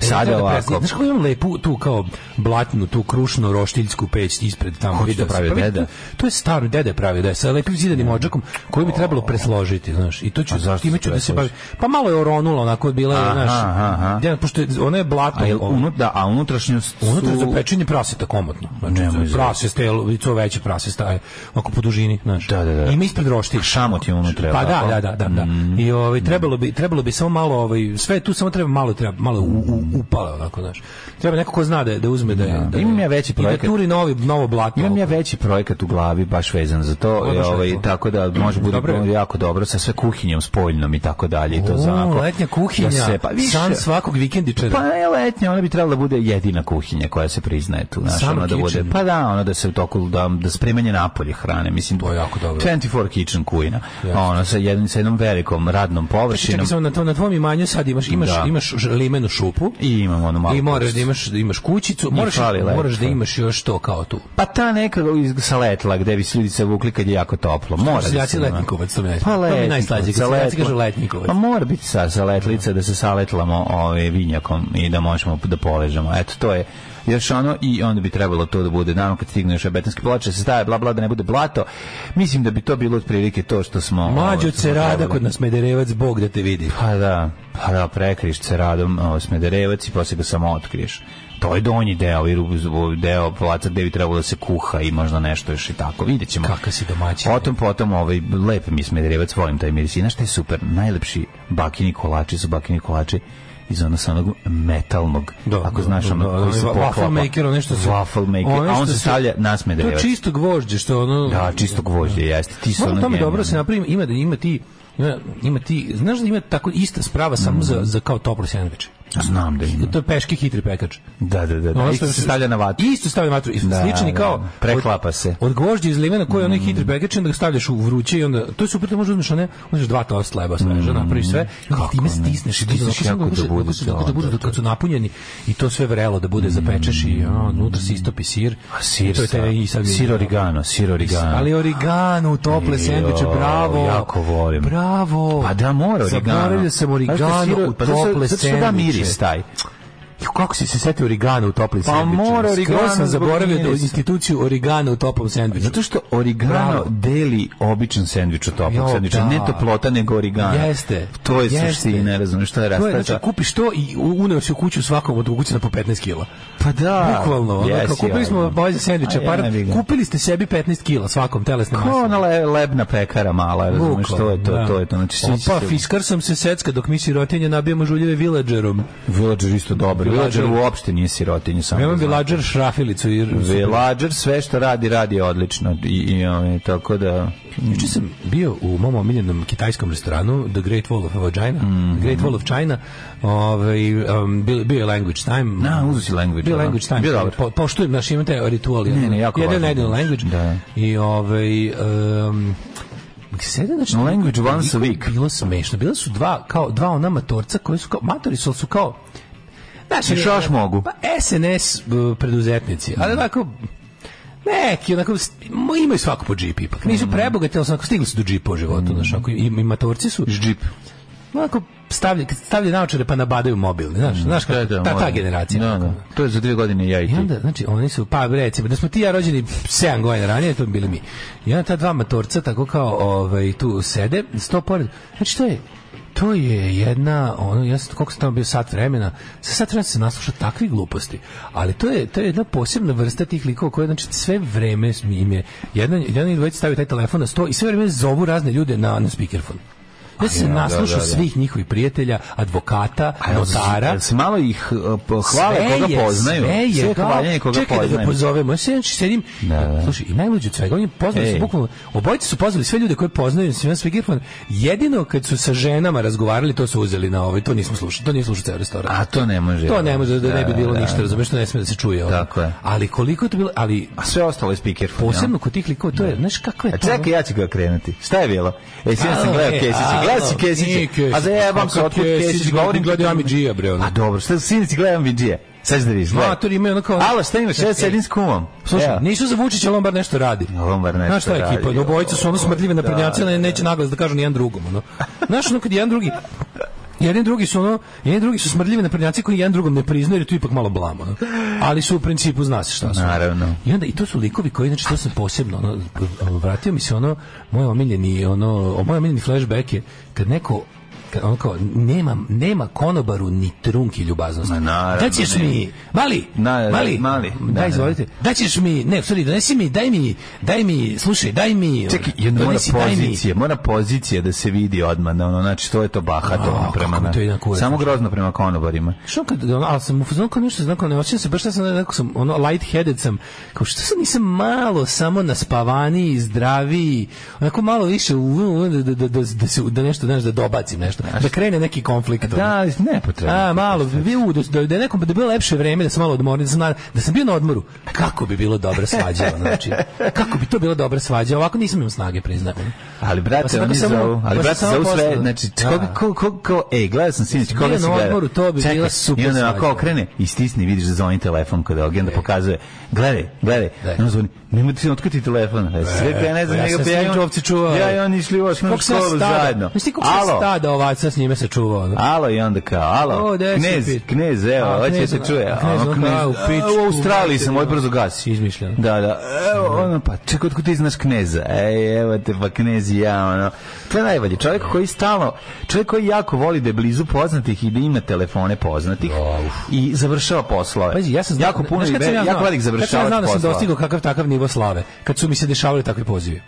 G: E,
F: Sada
G: treba da
F: ovako,
G: presne- Znaš kako imam lepu tu kao blatnu, tu krušno roštiljsku peć ispred tamo.
F: Ko ti
G: video
F: to pravio,
G: sam. Pa vidi,
F: deda? Mm.
G: To je staro deda je pravio, da je sa lepim zidanim odžakom koji bi trebalo presložiti, znaš. I to ću,
F: A zašto
G: time
F: se
G: ću da se
F: presloži?
G: bavim. Pa malo je oronula, onako bila je,
F: Aha,
G: znaš.
F: aha.
G: ja, pošto je, ona je
F: a, jel,
G: blatom. ovo.
F: unut, da, a unutrašnjost su...
G: Unutra Ono za pečenje praseta komotno. Znači,
F: Nemoj
G: za
F: zezati.
G: prase stelo, i to veće prase staje, oko po dužini, znaš.
F: Da, da, da.
G: Ima ispred roštilj.
F: Šamot je unutra,
G: Pa
F: jel
G: da,
F: tako? Mm.
G: da, da, da, da. I ovaj trebalo bi trebalo bi samo malo ovaj sve tu samo treba malo treba malo u, u, upale onako, znaš. Treba neko ko zna da je- da uzme da, je- da, je-
F: Imam ja veći
G: i da
F: projekat.
G: turi novi novo blato.
F: Imam ja veći projekat u glavi baš vezan za to,
G: je
F: e,
G: baš
F: ovaj,
G: lepo.
F: tako da može bude
G: Dobro je.
F: jako dobro sa sve kuhinjom spoljnom i tako dalje i to
G: O,
F: za
G: letnja kuhinja.
F: Da se, pa više,
G: san svakog vikendičara.
F: pa ne letnja, ona bi trebala da bude jedina kuhinja koja se priznaje tu, znaš,
G: Summer
F: ona da bude.
G: kitchen.
F: Pa da, ona da se u toku da da spremanje napolje hrane, mislim
G: To je jako dobro.
F: 24 kitchen kuina. Ona sa jednim sa jednom velikom radnom površinom
G: Čekaj, samo na to na tvom imanju sad imaš imaš
F: Da.
G: imaš ž- limenu šupu.
F: i imamo ono malo.
G: I moraš da imaš da imaš kućicu, moraš
F: fali lep,
G: moraš da
F: fali.
G: imaš još to kao tu.
F: pa ta neka iz saletla gde bi se ljudi se vukli kad je jako toplo. Mora da
G: Seljaci
F: se ima.
G: letnikovac, to mi je
F: Pa
G: to mi je najslađe,
F: letnikovac,
G: kad seljaci
F: letla-
G: kažu letnikovac.
F: Pa mora biti sa, sa letlica da se saletlamo ovaj, vinjakom i da možemo da povežemo. Eto, to je još ono i onda bi trebalo to da bude naravno kad stigne još betonski ploče da se staje bla bla da ne bude blato mislim da bi to bilo otprilike to što smo
G: Mlađo
F: ovaj,
G: od
F: smo
G: Cerada
F: trebali.
G: kod nas Mederevac, Bog da te vidi.
F: pa da pa da prekriš ceradom ovaj, smederevac i posle ga samo otkriješ to je donji deo i rub- deo placa gde bi trebalo da se kuha i možda nešto još i tako vidjet ćemo
G: Kakav si domaćin.
F: Potom, potom, ovaj, lep mi smederevac, volim taj miris. I znaš šta je super? Najlepši bakini kolači su bakini kolači iz ono sa onog metalnog,
G: Da,
F: ako
G: da,
F: znaš
G: da,
F: ono
G: da,
F: koji
G: da,
F: se
G: wa-
F: poklapa.
G: waffle maker, ono nešto se-
F: Waffle maker,
G: ono
F: a on
G: što
F: se
G: se-
F: stavlja na
G: To je
F: smederevac.
G: čisto gvožđe što ono...
F: Da, čisto gvožđe, jeste. Ti su
G: Mora
F: ono
G: tamo dobro
F: genijalni.
G: se napravi, ima da ima ti ima, ima ti, znaš da ima tako ista sprava samo
F: Mm.
G: za, za kao toplo sendviče.
F: Znam da ima.
G: To je peški hitri pekač.
F: Da, da, da. da.
G: Ono
F: Isto se stavlja na vatru.
G: Isto stavlja na vatru. Da,
F: Da,
G: slični
F: da,
G: kao...
F: da. Preklapa se.
G: Od, od gvožđa iz limena koji je onaj hitri pekač, i onda ga stavljaš u vruće i onda... To je super, to možeš uzmeš one, uzmeš dva tost leba sveža, napraviš sve, i onda
F: Kako
G: time
F: ne?
G: stisneš i
F: Stisneš
G: stisneš
F: jako da bude to,
G: da budu
F: da,
G: kad su napunjeni i to sve vrelo da bude zapečeš i ono, unutra se istopi sir.
F: A sir,
G: I E, to je taj i sad-
F: sir origano, sir origano.
G: Ali origano u tople
F: Jo,
G: sendviče, bravo.
F: jako volim.
G: Bravo.
F: Pa da, mora origano.
G: Zaboravio sam
F: Znaš
G: origano
F: šta, sir-
G: u
F: pa zato-
G: tople
F: zato što da
G: sendviče.
F: miris taj.
G: Ju, Kako si se setio origana u toplom
F: Pa
G: sendviču?
F: mora
G: Skroz
F: origano
G: sam
F: zbog
G: zaboravio da
F: mirisa.
G: instituciju origana u toplom sendviču.
F: Zato što origano
G: Bravo.
F: deli običan sendvič od toplog
G: Jo,
F: sendviča,
G: da.
F: ne toplota nego origano.
G: Jeste.
F: To je
G: Jeste.
F: suština, razumiješ, to je
G: To je,
F: rastača.
G: znači, kupiš to i u- uneo si u kuću svakom od kućana po 15 kila.
F: pa da,
G: Bukvalno, ono,
F: jesi,
G: kao kupili smo
F: ono.
G: boje za sendviče,
F: A
G: par,
F: jebi ga.
G: kupili ste sebi 15 kila svakom telesne
F: Ko
G: mase.
F: Pa ona le, lebna pekara mala, razumiješ, to je to,
G: Bukvalno,
F: to je
G: da.
F: to. Znači, svi
G: Opa,
F: se-
G: fiskar sam se secka dok mi sirotinje nabijamo žuljeve villagerom.
F: Villager isto dobro. Villager
G: Villager-
F: uopšte nije sirotinje, samo
G: Imam
F: da znaš.
G: villager šrafilicu i...
F: Villager sve što radi, radi odlično. I, i, ovaj, tako da...
G: Juče sam bio u mom omiljenom kitajskom restoranu The Great Wall of China, The Great Wall of China. Ovaj um, bio, bio je language time.
F: Na, uzeo si language,
G: Bio
F: ono.
G: language time.
F: Bio dobro.
G: Po, poštujem naš imam taj ritual.
F: Ne, ne, jako
G: Jedan
F: važno.
G: jedan language.
F: Da.
G: I ovaj um, Sada, znači,
F: Language once a week.
G: Bilo smešno. Bila su dva, kao, dva ona matorca koji su kao, matori su, ali su kao, znači,
F: I šaš mogu.
G: Pa SNS b- e, preduzetnici, ali onako, neki, onako, s- mo- imaju svako po džip ipak. Nisu
F: Mm.
G: prebogati, ali su onako stigli su do džipa u životu, znaš, onako, i, i matorci su. Džip. Onako, stavlja, stavlja naočare pa nabadaju mobilni, znaš, znaš kako,
F: Mm. Da, da,
G: ta, ta
F: moram.
G: generacija.
F: Da,
G: onako.
F: da. To je za dvije godine ja i
G: I
F: ti.
G: onda, znači, oni su, pa recimo, da smo ti i ja rođeni 7 godina ranije, to bi bili mi. I onda ta dva matorca tako kao ovaj, tu sede, sto pored. Znači, to je, to je jedna, ono, ja sam, koliko sam tamo bio sat vremena, sa sat vremena sam se naslušao takvih gluposti, ali to je, to je jedna posebna vrsta tih likova koja, znači, sve vreme im je, jedan, jedan i dvojica stavi taj telefon na sto i sve vreme zovu razne ljude na, na speakerfon. Ja se
F: Ja, da,
G: naslušao
F: da, da.
G: svih njihovih prijatelja, advokata,
F: A jel se-
G: notara.
F: jel se malo ih uh, po- hvale koga poznaju.
G: Sve je,
F: Sve je
G: da.
F: hvaljenje koga
G: Čekaj da ga
F: poznaju.
G: pozovemo. Ja se znači sedim.
F: Da, da.
G: Slušaj, i najluđe od svega, on je pozvao
F: Ej.
G: se bukvalno. Obojice su pozvali sve ljude koje poznaju, sve sve girfan. Jedino kad su sa ženama razgovarali, to su uzeli na ovaj, to nismo slušali, to nije slušao ceo restoran.
F: A to ne može.
G: To ne može da ne bi
F: Da,
G: bilo
F: da.
G: ništa, razumeš, to ne sme da se čuje. ovo.
F: Tako je.
G: Ali koliko je to bilo, ali
F: A sve ostalo je speaker.
G: posebno kod tih likova, to je, znaš kako je
F: A
G: to?
F: čekaj, ja ću ga krenuti. Šta je bilo? E, sinoć sam
G: Alo,
F: gledao
G: e,
F: Kesića.
G: alo,
F: Gledao si
G: nije
F: Kesića.
G: Kesić.
F: A zajebam se,
G: Kakav
F: otkud
G: Kesić,
F: Kesić,
G: gledaj,
F: govorim.
G: gledaj Amidžija, bre, ono.
F: A dobro, šta sinoć gledam Amidžija. Sad ćeš da vidiš, gledaj.
G: Matori imaju ono kao...
F: Alo, šta imaš? Ja sedim s kumom.
G: Slušaj,
F: Evo.
G: nisu za Vučića, ali on bar nešto radi.
F: On bar nešto
G: Znaš šta je
F: radi,
G: ekipa? Da Obojica su ono smrdljive naprednjaci, ali neće naglas da kažu ni jedan drugom. Ono. Znaš ono kad jedan drugi... Jedni i drugi su ono, jedni i drugi su smrdljivi naprednjaci koji jedan drugom ne priznaju, jer je tu ipak malo blamo. Ono. Ali su u principu zna se šta su.
F: Naravno.
G: I onda i to su likovi koji znači to sam posebno ono, vratio mi se ono moj omiljeni ono o moj omiljeni flashback je kad neko kad ono kao, nema, nema konobaru ni trunki ljubaznosti.
F: Ma, naravno,
G: da ćeš
F: ne.
G: mi, mali,
F: Na,
G: mali,
F: mali, da, da.
G: da, izvolite, da ćeš mi, ne, sorry, donesi mi, daj mi, daj mi, slušaj, daj mi, ono,
F: Čekaj, i onda mora
G: donesi, daj mi.
F: pozicija, mora pozicija da se vidi odmah, da ono, znači to je to bahato
G: A,
F: ono, prema
G: kako
F: na,
G: to ide na kurac,
F: samo
G: znači.
F: grozno prema konobarima.
G: Što kad ono, ali sam u fazonu kao nešto znam kao ne osjećam se baš šta sam neko sam ono light headed sam kao što sam nisam malo samo naspavaniji zdraviji onako malo više u, u- da, da, da, da, da, se, da nešto znaš da dobacim nešto da krene neki konflikt ono.
F: Da, ne potrebno.
G: A, malo, bi, u, da, da, da, je nekom, da je bilo lepše vreme, da sam malo odmorio, da sam, na, da sam bio na odmoru, kako bi bilo dobra svađa, ono, znači, kako bi to bila dobra svađa, ovako nisam imao snage, priznajem. ono.
F: Ali
G: Pa se
F: brate,
G: tako
F: oni
G: samo-
F: zovu, ali
G: pa se
F: brate
G: samo
F: zovu sve,
G: poslao.
F: znači,
G: Da.
F: koga, ko, ko, ko, ej, gledao sam sinoć, koga
G: bio
F: si
G: na
F: gledao?
G: odmoru, to bi
F: Čekaj,
G: bila super
F: I onda
G: svađa.
F: ako okrene i stisni, vidiš da zvoni telefon kod Agenda pokazuje, gledaj, gledaj,
G: Da.
F: on zvoni, nemoj ti otkriti telefon, E, sve krene, ne znam,
G: ja
F: njega,
G: sam
F: pa
G: s
F: ja i
G: njim
F: on-
G: čovci čuvao.
F: Ja i on išli u osnovnu
G: Koliko sam ja
F: školu
G: stada-
F: Pa zajedno.
G: Misli, koliko sam ja
F: Alo.
G: stada ovaca s njime se čuvao, ono.
F: Alo i onda kao, alo,
G: O, gde si,
F: knez,
G: pit?
F: knez, evo,
G: A,
F: hoće da
G: knez,
F: se čuje.
G: a,
F: A
G: knez,
F: ono,
G: ono, a, u
F: "A,
G: pičku,
F: u Australiji sam, moj
G: materinu."
F: brzo gasi.
G: Izmišljeno.
F: Da, da, evo, ono, pa, čekaj, otkud ti znaš kneza? Ej, evo te, pa knez i ja, ono. To je najbolje, čovjek koji stalno, čovjek koji jako voli da je blizu poznatih i da ima telefone poznatih i završava poslove.
G: Pazi, ja sam znao,
F: jako puno,
G: znaš
F: i
G: kad sam
F: ve-
G: ja znao-
F: jako velik
G: kad sam ja
F: završavač
G: znao da sam
F: poslova.
G: dostigao kakav takav nivo slave, kad su mi se dešavali takvi pozivi.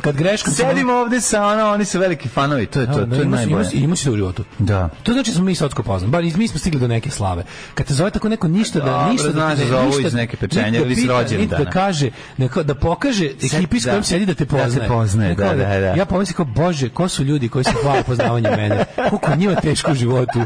G: Kad greškom sam-
F: Sedimo ovde sa, ono, oni su veliki fanovi, to je to,
G: Da,
F: to je
G: ima se- ima se-
F: najbolje.
G: Ima se to u životu.
F: Da.
G: To znači da smo mi sotsko poznam. Bar iz- mi smo stigli do neke slave. Kad te zove tako neko ništa da
F: Dobro,
G: ništa da
F: znaš
G: te-
F: da zovu
G: ništa-
F: iz neke pečenjare
G: niti da
F: ili s
G: pita,
F: rođendana.
G: niti Da kaže, neko, da pokaže ekipi s
F: da.
G: kojom sedi da te
F: Da te
G: poznaje.
F: poznaje,
G: Neko,
F: da, da, da.
G: Ja pomislim kao, bože, ko su ljudi koji se hvale poznavanjem mene? Koliko njima teško u životu.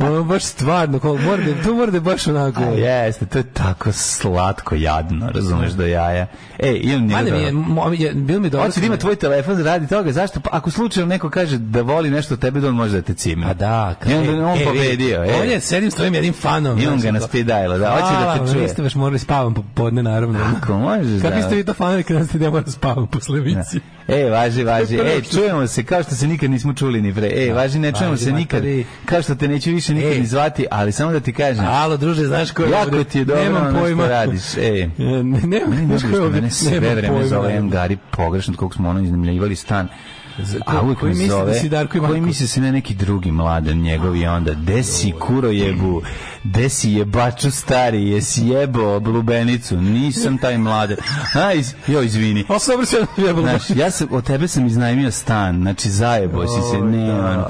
G: Ono, baš stvarno, kao, mora da, to mora da je baš onako.
F: A Jeste, to je tako slatko, jadno, razumeš do jaja. E, imam njega
G: Mada mi je,
F: dobro.
G: mo- je, bilo mi je dobro.
F: Hoće da ima tvoj telefon radi toga, zašto? Pa ako slučajno neko kaže da voli nešto od tebe, da on može da te cimi.
G: A Pa da,
F: I onda on
G: vidi,
F: pobedio, e.
G: Ovdje sedim s tvojim jednim fanom.
F: I on
G: znaš, ono-
F: ga na
G: kao,
F: speed dial, da, hoće da
G: Hvala,
F: te čuje.
G: Vi ste baš morali spavam popodne, naravno.
F: Ako možeš,
G: Kad
F: da.
G: biste vi to fanali kad ste ja moram spavam posle vici?
F: E, važi, važi.
G: Prvo
F: E,
G: što-
F: čujemo se kao što se nikad nismo čuli ni pre. E, važi, ne čujemo
G: važi,
F: se nikad.
G: materi.
F: Kao što te neću više nikad
G: E.
F: ni zvati, ali samo da ti kažem.
G: Alo, druže, znaš ko je
F: Jako
G: ovde?
F: ti je dobro
G: Nemam
F: ono što
G: pojma.
F: radiš. E,
G: Ne,
F: Meni
G: nemam,
F: ne
G: znaš ko
F: što
G: je ovde?
F: mene sve vreme
G: pojma,
F: zove M.
G: naravno.
F: Gari pogrešno od kog smo ono iznajmljivali stan.
G: ko-
F: a uvijek
G: koji
F: me
G: misli da
F: zove,
G: si Darko
F: koji
G: i Marko?
F: misli se ne neki drugi mladen njegov i onda desi kuro jebu, desi jebaču stari, jesi jebo blubenicu, nisam taj mladen. Aj, jo, izvini.
G: A dobro se jebalo.
F: Znaš, ja sam, od tebe sam iznajmio stan, znači zajebo si se, ne, ono,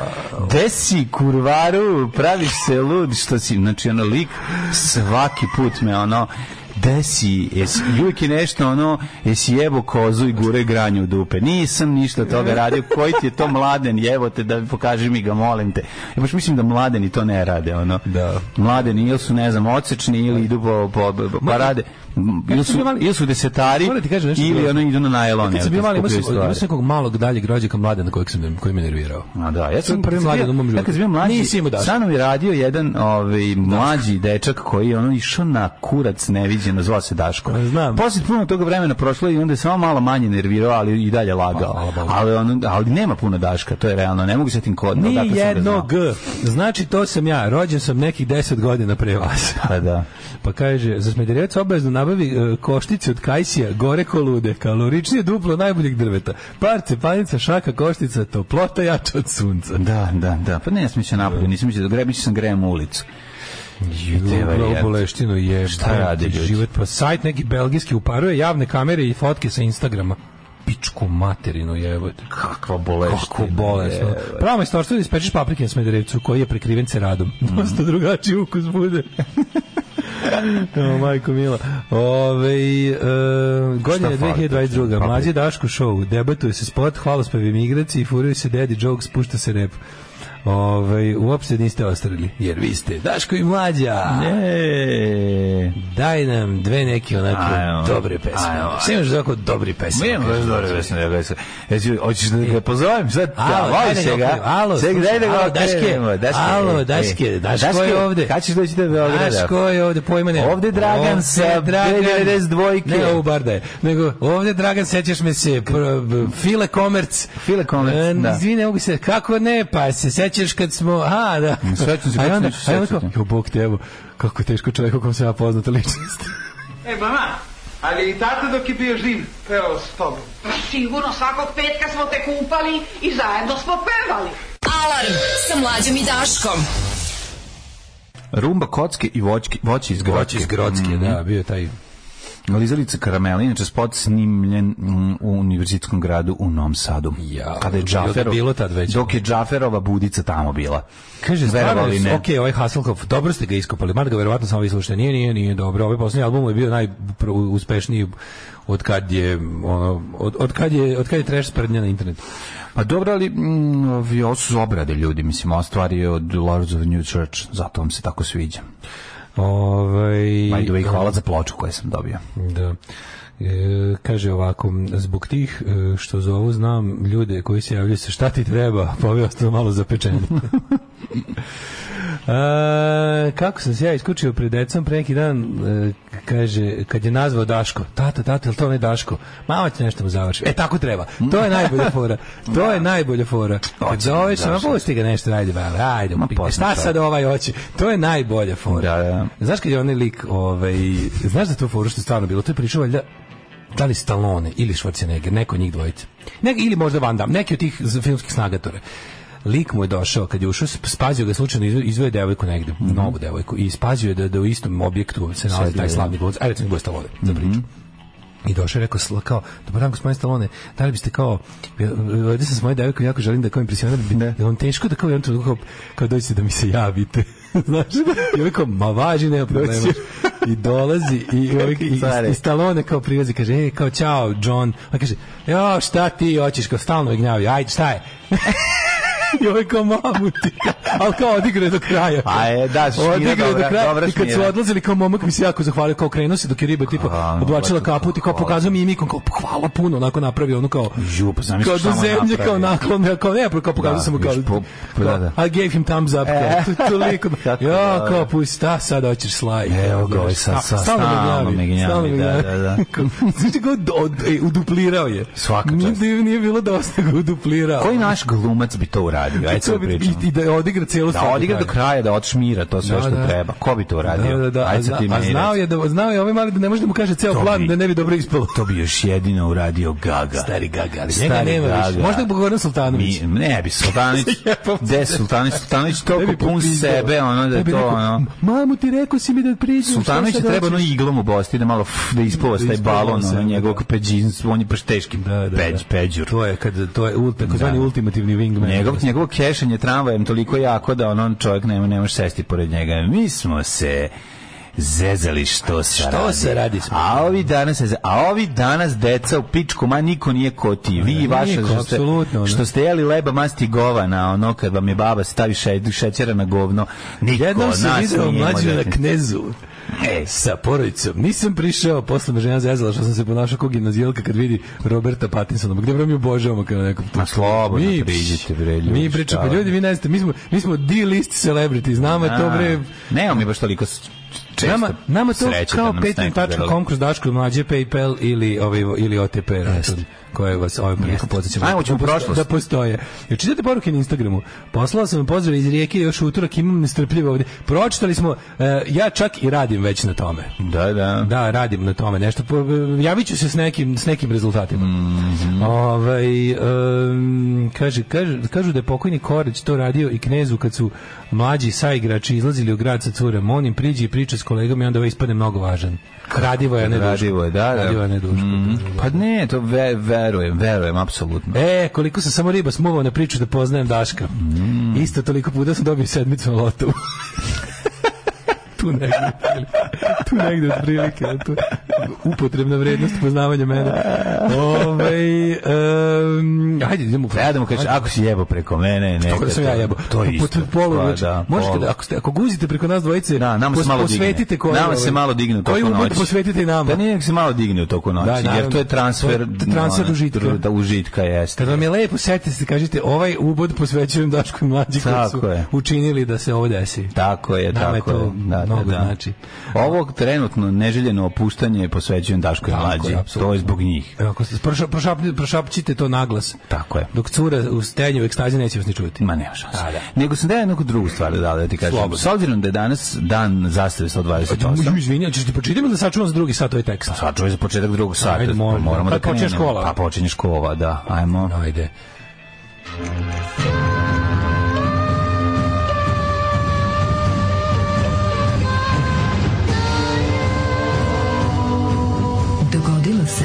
F: desi kurvaru, praviš se lud, što si, znači ono, lik svaki put me, ono, desi, jesi, i uvijek je nešto, ono, jesi jebo kozu i gure granju u dupe, nisam ništa od toga radio, koji ti je to mladen, jevo te, da pokaži mi ga, molim te. Ja baš mislim da mladeni to ne rade, ono,
G: Da.
F: mladeni ili su, ne znam, odsečni ili idu po, po, po parade, ili su, ili su desetari,
G: Moram ti kažem nešto
F: ili
G: grozno.
F: ono idu na najlon.
G: Kad sam bio mali, imao sam
F: Skupljaju
G: imao sam
F: stvari.
G: nekog malog daljeg rođaka mladena kojeg sam, koji me nervirao.
F: A da, ja sam
G: Prvi
F: kad sam
G: mladen
F: bio-
G: u mom životu.
F: Ja kad sam bio mlađi,
G: Nisi imao daška.
F: sa mnom je radio jedan ovaj, mlađi dečak koji je ono išao na kurac neviđeno, zvao se Daško.
G: A, znam.
F: Poslije puno toga vremena prošlo i onda je samo malo manje nervirao, ali i dalje lagao.
G: Hvala Bogu.
F: Ali, ono, ali nema puno Daška, to je realno. Ne mogu se tim kod.
G: Ni
F: odakle sam ga
G: jedno
F: znao.
G: G. Znači, to sam ja. Rođen sam nekih 10 godina pre vas.
F: Pa da.
G: Pa kaže, za Smederevac obavezno nabavi e, koštice od kajsija, gore kolude, kaloričnije duplo najboljeg drveta, par cepanica, šaka, koštica, toplota jača od sunca.
F: Da, da, da. Pa ne, ja sam mislio napolje, nisam mislio da grem, mislio sam grem u ulicu. varijanta.
G: Globoleštino je
F: Šta rade ljudi?
G: pa život pa sajt neki belgijski uparuje javne kamere i fotke sa Instagrama. pičku materinu jebote.
F: Kakva bolest.
G: Kako bolesno. Pravo majstorstvo je da ispečeš paprike na smederevcu koji je prekriven ceradom.
F: Mhm.
G: Dosta drugačiji ukus bude. o, majko mila. Ove, e, godina je
F: Šta fali?
G: 2022.
F: Paprika.
G: Mlađe Daško show. Debatuje se spot, hvalospevi migraci, furaju se daddy jokes, pušta se rep. Ove, uopšte niste ostarili, jer vi ste Daško i Mlađa.
F: E,
G: Daj nam dve neke onako
F: Ajmo.
G: dobre pesme.
F: Ajmo.
G: Sve imaš tako dobri pesme.
F: Mijem ono. baš dobro vesno da ga se. Jesi hoćeš da ga pozovem sad?
G: Alo,
F: Da, voli
G: daj da
F: se
G: ga
F: ga.
G: okrenemo. Alo,
F: Ček,
G: slušaj,
F: daj da ga
G: alo, Daške.
F: okrenemo,
G: Alo,
F: e,
G: Daške,
F: e.
G: Daško je ovde.
F: Kad ćeš doći do Beograda?
G: Znaš ko je ovde, pojma nema.
F: Ovde Dragan
G: Ovde
F: sa B92.
G: Ne, ovo bar da je. Nego, ovde Dragan, sećaš me se, pr- b- File Komerc.
F: File Komerc,
G: E,
F: da.
G: Izvini, ne mogu se, kako ne, pa se sećaš kad smo, a, da.
F: Sećam se,
G: A
F: kako
G: onda-
F: se neću
G: a onda kao,
F: sećati.
G: Jo, Bog te, evo, kako teško čovjek u kom se ja poznata ličnost.
B: E, mama, ali i tata dok je bio živ, peo s tobom.
H: Pa Sigurno svakog petka smo te kupali i zajedno smo pevali.
A: Alarm sa mlađom i Daškom.
F: Rumba kocke i voćke, voći iz gročke.
G: Voći iz Grodske, da, bio je taj
F: Lizalica Karamela, inače spot snimljen mm, u univerzitskom gradu u Novom Sadu.
G: Ja,
F: kada je
G: bilo da
F: Džaferov,
G: bilo tad već.
F: Dok je Džaferova budica tamo bila.
G: Kaže, stvarno,
F: Verovali ne.
G: ok, ovaj Hasselhoff, dobro ste ga iskopali, mada ga verovatno samo vi slušate, nije, nije, nije dobro, ovaj poslednji album mu je bio najuspešniji od kad je, ono, od, od kad je, od kad je trash sprednja na internetu.
F: Pa dobro, ali mm, ovi, ovo su obrade ljudi, mislim, ova stvar je od Lords of the New Church, zato vam se tako sviđa.
G: Ovaj,
F: By the way, Pa hvala za ploču koju sam dobio.
G: Da. E, kaže ovako, zbog tih e, što zovu znam ljude koji se javljaju sa šta ti treba, pa ovi ostalo malo zapečeni. E, kako sam se ja iskučio pred decom pre neki dan, e, kaže, kad je nazvao Daško, tata, tata, je li to ne Daško? Mama će nešto mu završi. E, tako treba. To je najbolja fora. To je najbolja fora. Kad zoveš, ma pusti ga nešto, ajde, bale, ajde,
F: Ma,
G: pika.
F: poznat
G: šta
F: čovjek.
G: sad ovaj hoće? To je najbolja fora.
F: Da, da.
G: Znaš kad je onaj lik, ovaj, znaš da je to foru što je stvarno bilo, to je pričao valjda da li Stallone ili Schwarzenegger, neko od njih dvojice. Ne, ili možda Van Damme, neki od tih z- filmskih snagatora. Lik mu je došao, kad je ušao, sp- spazio ga slučajno, izve- izveo je devojku negde,
F: Mhm.
G: novu devojku, i spazio je da, da u istom objektu se nalazi taj slavni glumac, a recimo nek bude Stallone, za
F: Mhm.
G: priču. I došao i rekao, sl- kao, dobar dan, gospodin Stallone, da li biste kao, ja, ovdje sam s mojoj devojkom, jako želim da kao impresioniram, bi, je vam teško da kao, jedan trenutku kao, kao dođete da mi se javite. Znaš, i ovaj kao, ma važi, nema problema. I dolazi, i, ovaj, i,
F: care.
G: i Stallone kao prilazi, kaže, e, kao, čao, John. A kaže, jo, šta ti hoćeš, kao, stalno me gnjavi, ajde, šta je? I ovaj kao mamu ti, ali kao odigrao je do kraja.
F: A je, da, šmira,
G: Odigrao je do
F: dobra-
G: kraja.
F: dobra
G: I kad su
F: šmira.
G: odlazili kao momak mi se jako zahvalio kao krenuo se dok je riba tipa
F: Hvala,
G: oblačila
F: hvala,
G: kaput i kao
F: pa hvala.
G: pokazao mi imikom kao pa hvala puno onako napravio ono kao
F: Ju, pa zamisli
G: kao
F: šta
G: do
F: mu je
G: zemlje
F: napravio.
G: kao naklon ja kao ne pa kao pokazao
F: Da,
G: sam mu kao
F: još po- po- da, da.
G: kao, I gave him thumbs up
F: E,
G: kao to- toliko
F: kako
G: ja
F: dobro.
G: kao pusti šta sad hoćeš slaj
F: Evo ga, ovaj sad- sad stalno me gnjavi, da, da, da.
G: znači kao od- od- e, uduplirao je
F: Svaka
G: Nije-
F: čast.
G: nije bilo dosta ga uduplirao
F: Koji naš glumac bi to uradio? Ajde
G: To
F: sad
G: bi-
F: pričamo.
G: i, i da je odigra celu
F: Da
G: stvar
F: odigra do kraja, da odšmira to sve
G: Da,
F: što
G: da.
F: treba. Ko bi to uradio?
G: Da, da, da. A,
F: Ajde sad
G: zna,
F: ti
G: a
F: meni
G: znao
F: reci.
G: je da znao je ovaj mali da ne može da mu kaže ceo
F: To
G: plan
F: bi-
G: da ne bi dobro ispalo.
F: To bi još jedino uradio Gaga.
G: Stari Gaga, ali
F: Stari
G: njega nema više.
F: Gaga.
G: Možda bi Goran Sultanović.
F: Mi, ne bi Sultanić,
G: Jebam
F: gde Sultanić, Sultanić toliko
G: Ne bi
F: pun
G: popizdeo.
F: sebe, ono da
G: Ne
F: je
G: bi
F: to,
G: rekao,
F: ono...
G: Mamu ti rekao si mi da priđem.
F: Sultanović
G: šta
F: je
G: sad
F: trebao ono
G: hoćeš?"
F: iglom u bosti da malo ff, da ispovas
G: Da
F: taj
G: ispovas
F: balon,
G: sebe,
F: ono
G: da.
F: njegovog peđinstva, on je baš teški
G: Da, da,
F: peđ,
G: da.
F: peđur.
G: To je kad to je ult, takozvani
F: Da.
G: ultimativni wingman.
F: Njegov, njegovo kešenje tramvajem toliko jako da ono, on, on čovjek nema, ne može sesti pored njega. Mi smo se zezali što se
G: Što
F: radi.
G: se radi smo.
F: A ovi danas, se ze- a ovi danas deca u pičku, ma niko nije ko ti. Vi i vaša
G: niko,
F: što ste,
G: apsolutno, ne.
F: što ste jeli leba masti govana, ono kad vam je baba stavi še, šećera na govno. Niko
G: Jednom sam
F: nas
G: video
F: nije
G: mlađu na
F: moderni.
G: knezu
F: E,
G: sa porodicom. Nisam prišao, posle me žena zezala što sam se ponašao kao gimnazijalka kad vidi Roberta Pattinsona. Ma Gde vreme obožavamo kao nekom.
F: Ma slobodno
G: Mi,
F: priđite, bre, ljudi,
G: Mi pričamo,
F: šta
G: pa
F: je?
G: ljudi, vi ne znate, mi smo, mi smo D-list celebrity, znamo je to bre,
F: Nemamo mi baš toliko s- često
G: nama, nama to
F: sreće da
G: kao
F: nam snajper deluje.
G: patreon.com kroz Daško mlađe PayPal ili, ovaj, ili OTP račun koje vas ovaj priliku podsjećamo.
F: Ajmo, ćemo
G: da,
F: u
G: posto-
F: prošlost.
G: Da postoje. Jer čitate poruke na Instagramu. Poslala sam vam pozdrav iz rijeke još utorak, imam nestrpljivo ovdje. Pročitali smo, e, ja čak i radim već na tome.
F: Da, da.
G: Da, radim na tome nešto. Po- Javit ću se s nekim, s nekim rezultatima.
F: Mhm.
G: Ovaj, em, kaže, kaže, kažu da je pokojni Korać to radio i Knezu kad su mlađi saigrači izlazili u grad sa curem. On im priđe i priča s kolegom i onda ovaj ispadne mnogo važan. Radivo je, a ne duško.
F: Radivo je, da, da.
G: Radivo je, a ne duško.
F: Mm, pa ne, to ve, verujem, verujem, apsolutno.
G: E, koliko sam samo riba smuvao na priču da poznajem Daška.
F: Mm.
G: Isto toliko puta sam dobio sedmicu na lotu. tu negde, otprilike. tu negde otprilike. Tu. Upotrebna vrednost poznavanja mene. Ovaj um, ajde, idemo.
F: Ja da mu kažeš, ako si jebo preko mene, ne.
G: Tako da sam ja jebo.
F: To je isto.
G: Pod polu,
F: Pa
G: znači,
F: da,
G: možete
F: polu.
G: da, ako, ste, ako guzite preko nas dvojice,
F: Da, nama se
G: pos-
F: malo digne.
G: posvetite koji, ovaj-
F: Nama se malo digne u toku
G: koji mu
F: noći.
G: posvetite i nama.
F: Da nije se malo digne u toku noći,
G: Da,
F: jer
G: naravno.
F: to je transfer...
G: To je transfer
F: ono,
G: užitka.
F: dru- Da, užitka
G: Kad
F: jeste.
G: vam je lepo, setite se, kažete, ovaj ubod posvećujem Dašku i mlađi koji su
F: Tako je.
G: učinili da se ovo desi.
F: Tako je,
G: Nama je
F: tako
G: to
F: je.
G: mnogo znači.
F: Ovo trenutno neželjeno opuštanje posvećujem Daškoj
G: Tako je,
F: mlađi.
G: apsolutno.
F: to je zbog njih.
G: Evo, Ako se proša, prošap- prošapćite to naglas.
F: Tako je.
G: Dok cura u stenju ekstazi neće vas ni čuti.
F: Ma nema šanse.
G: Da, da.
F: Nego sam da jednu drugu stvar da, da ti kažem.
G: Slobodno.
F: S obzirom da je danas dan zastave 128.
G: Ju, Izvini, ćeš ti pročitam ili da sačuvam za drugi sat ovaj tekst?
F: Sad čuje za početak drugog sata.
G: Ajde, molim.
F: pa moramo da
G: Kad počinje
F: krenemo.
G: škola?
F: Pa počinje škola, da. Ajmo.
G: Ajde.
A: Dogodilo se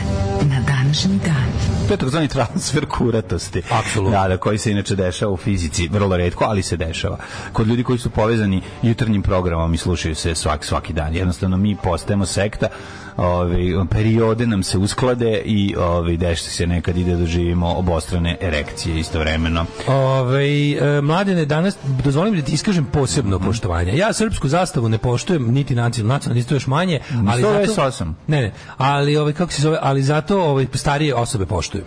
A: na današnji dan.
F: To je takozvani transfer kuratosti.
G: Apsolutno.
F: Da, da, koji se inače dešava u fizici, vrlo redko, ali se dešava. Kod ljudi koji su povezani jutarnjim programom i slušaju se svaki, svaki dan. Jednostavno, mi postajemo sekta, ove, periode nam se usklade i ove, dešte se nekad i da doživimo obostrane erekcije istovremeno.
G: Ove, e, mladene, danas dozvolim da ti iskažem posebno
F: Mhm.
G: poštovanje. Ja srpsku zastavu ne poštujem, niti nacionalnu, nacionalnu isto još manje, ali zato...
F: 128.
G: Ne, ne, ali ovaj, kako se zove, ali zato ovaj, starije osobe poštuju.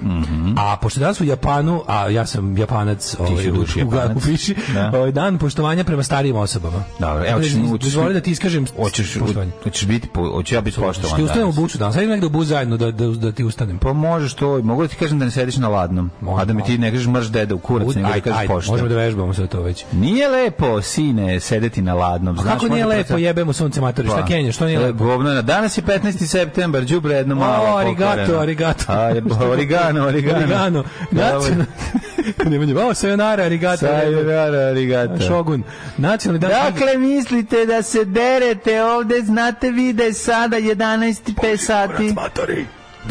G: A pošto danas u Japanu, a ja sam japanac, ovaj,
F: Mhm. si
G: u,
F: duši
G: u, ga- u
F: Japanac.
G: piši,
F: Da.
G: ovaj, dan poštovanja prema starijim osobama.
F: Dobro, evo, ćeš mi ući-
G: Dozvoli da ti iskažem
F: Hoćeš,
G: poštovanje.
F: hoćeš biti, po- hoću ja biti
G: Što ti
F: poštovan
G: ustanem u
F: danas.
G: buću danas, ajde negde u buć zajedno da, da, da ti ustanem.
F: Pa možeš to, mogu da ti kažem da ne sediš na ladnom,
G: Može,
F: a da mi ti ne kažeš mrš deda u kurac, nego da
G: Ajde,
F: kažeš
G: ajde,
F: pošten.
G: možemo da vežbamo sve to već.
F: Nije lepo, sine, sedeti na ladnom.
G: Znaš, kako nije
F: možda
G: lepo,
F: proces-
G: jebemo sunce matori, šta Kenja, što nije
F: E,
G: lepo?
F: govno, na- danas je 15. septembar, đubre jedno malo.
G: O, arigato,
F: pokoreno.
G: arigato.
F: A, je, origano, origano.
G: Origano.
F: Dobro.
G: Nacionalno... Nema nje, vao, sayonara, arigato.
F: Sayonara, arigato.
G: Šogun. Nacionalni dan...
F: Dakle, mislite da se derete ovde, znate vi da je sada 11.5 sati.
G: matori.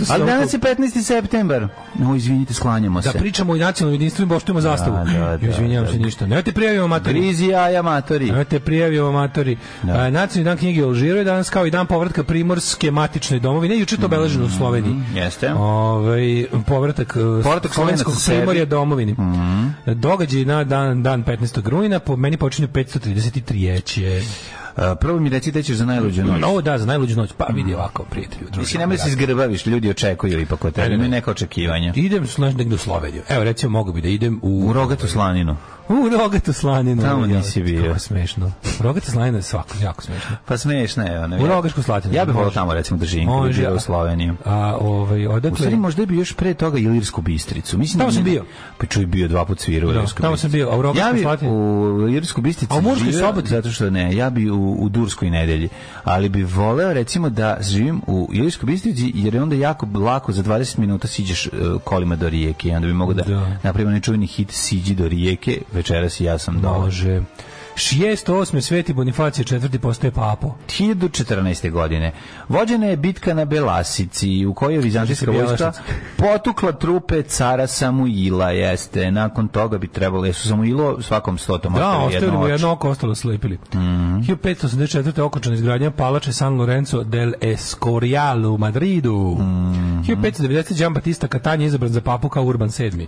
F: Ali danas je 15. septembar. No, izvinite, sklanjamo se.
G: Da pričamo o nacionalnom jedinstvu i poštujemo zastavu.
F: Da, da, da,
G: Izvinjavam
F: da.
G: se ništa. Nemojte prijavimo matori.
F: Grizi jaja, matori.
G: Imate prijavio amatori. Da. Nacionalni dan knjige u Alžiru je danas kao i dan povratka primorske matične domovine. Juče je to obeleženo
F: Mm,
G: u Sloveniji.
F: Jeste.
G: Ovaj povratak, eh,
F: Povratak
G: slovenskog
F: Slovenaca Mhm. sebi.
G: primorja domovini. Događaj na dan, dan 15. rujna po meni počinju 533.
F: A, E, Prvo mi reci da ćeš za najluđu noć. Mhm.
G: O da, za najluđu noć. Pa vidi ovako, prijatelju. druže.
F: Mislim, nemoj da se izgrbaviš, ljudi očekuju ipak od tebe, imaju neka očekivanja.
G: Idem s negde u Sloveniju. Evo, recimo, mogu bi da idem u...
F: U rogatu slaninu.
G: U Rogatu Slaninu.
F: Tamo nisi
G: Kako
F: bio.
G: smešno. Rogata Slanina je svako, jako smešno.
F: Pa smešna je ona.
G: U Rogašku Slatinu.
F: Ja bih volao tamo recimo da živim, kada
G: Može,
F: živio
G: a-
F: u Sloveniji.
G: A, ovaj,
F: U
G: odakle...
F: stvari možda bi još pre toga Ilirsku Bistricu. Mislim
G: Tamo
F: da
G: sam
F: ne-
G: bio.
F: Pa čuj bio je dva puta svirao u
G: Da,
F: Ilirsku.
G: tamo sam bio, a u Rogačkoj
F: ja bi
G: Slatini?
F: u Ilirsku Bistricu.
G: A u Murskoj
F: živeo
G: Soboti?
F: Zato što ne, ja bi u, u Durskoj nedelji, ali bi voleo recimo da živim u Ilirskoj Bistrici jer je onda jako lako za 20 minuta siđeš e, kolima do rijeke i onda bi mogao da,
G: Da.
F: napravimo nečuveni hit Siđi do rijeke, večeras i ja sam dole.
G: Može. 608. Sveti Bonifacije četvrti postaje papo.
F: 1014. godine. Vođena je bitka na Belasici u kojoj je vizantijska
G: Znači,
F: vojska
G: Bjelašac.
F: potukla trupe cara Samuila, jeste. Nakon toga bi trebalo, jesu Samuilo svakom stotom
G: Da,
F: ostavili Mhm.
G: ostavili mu
F: jedno
G: jedno
F: oči.
G: oko, ostalo slepili. 1584. okončana izgradnja palače San Lorenzo del Escorial u Madridu.
F: Mhm.
G: 1590. Gian Batista Catania je izabran za papu kao Urban VII.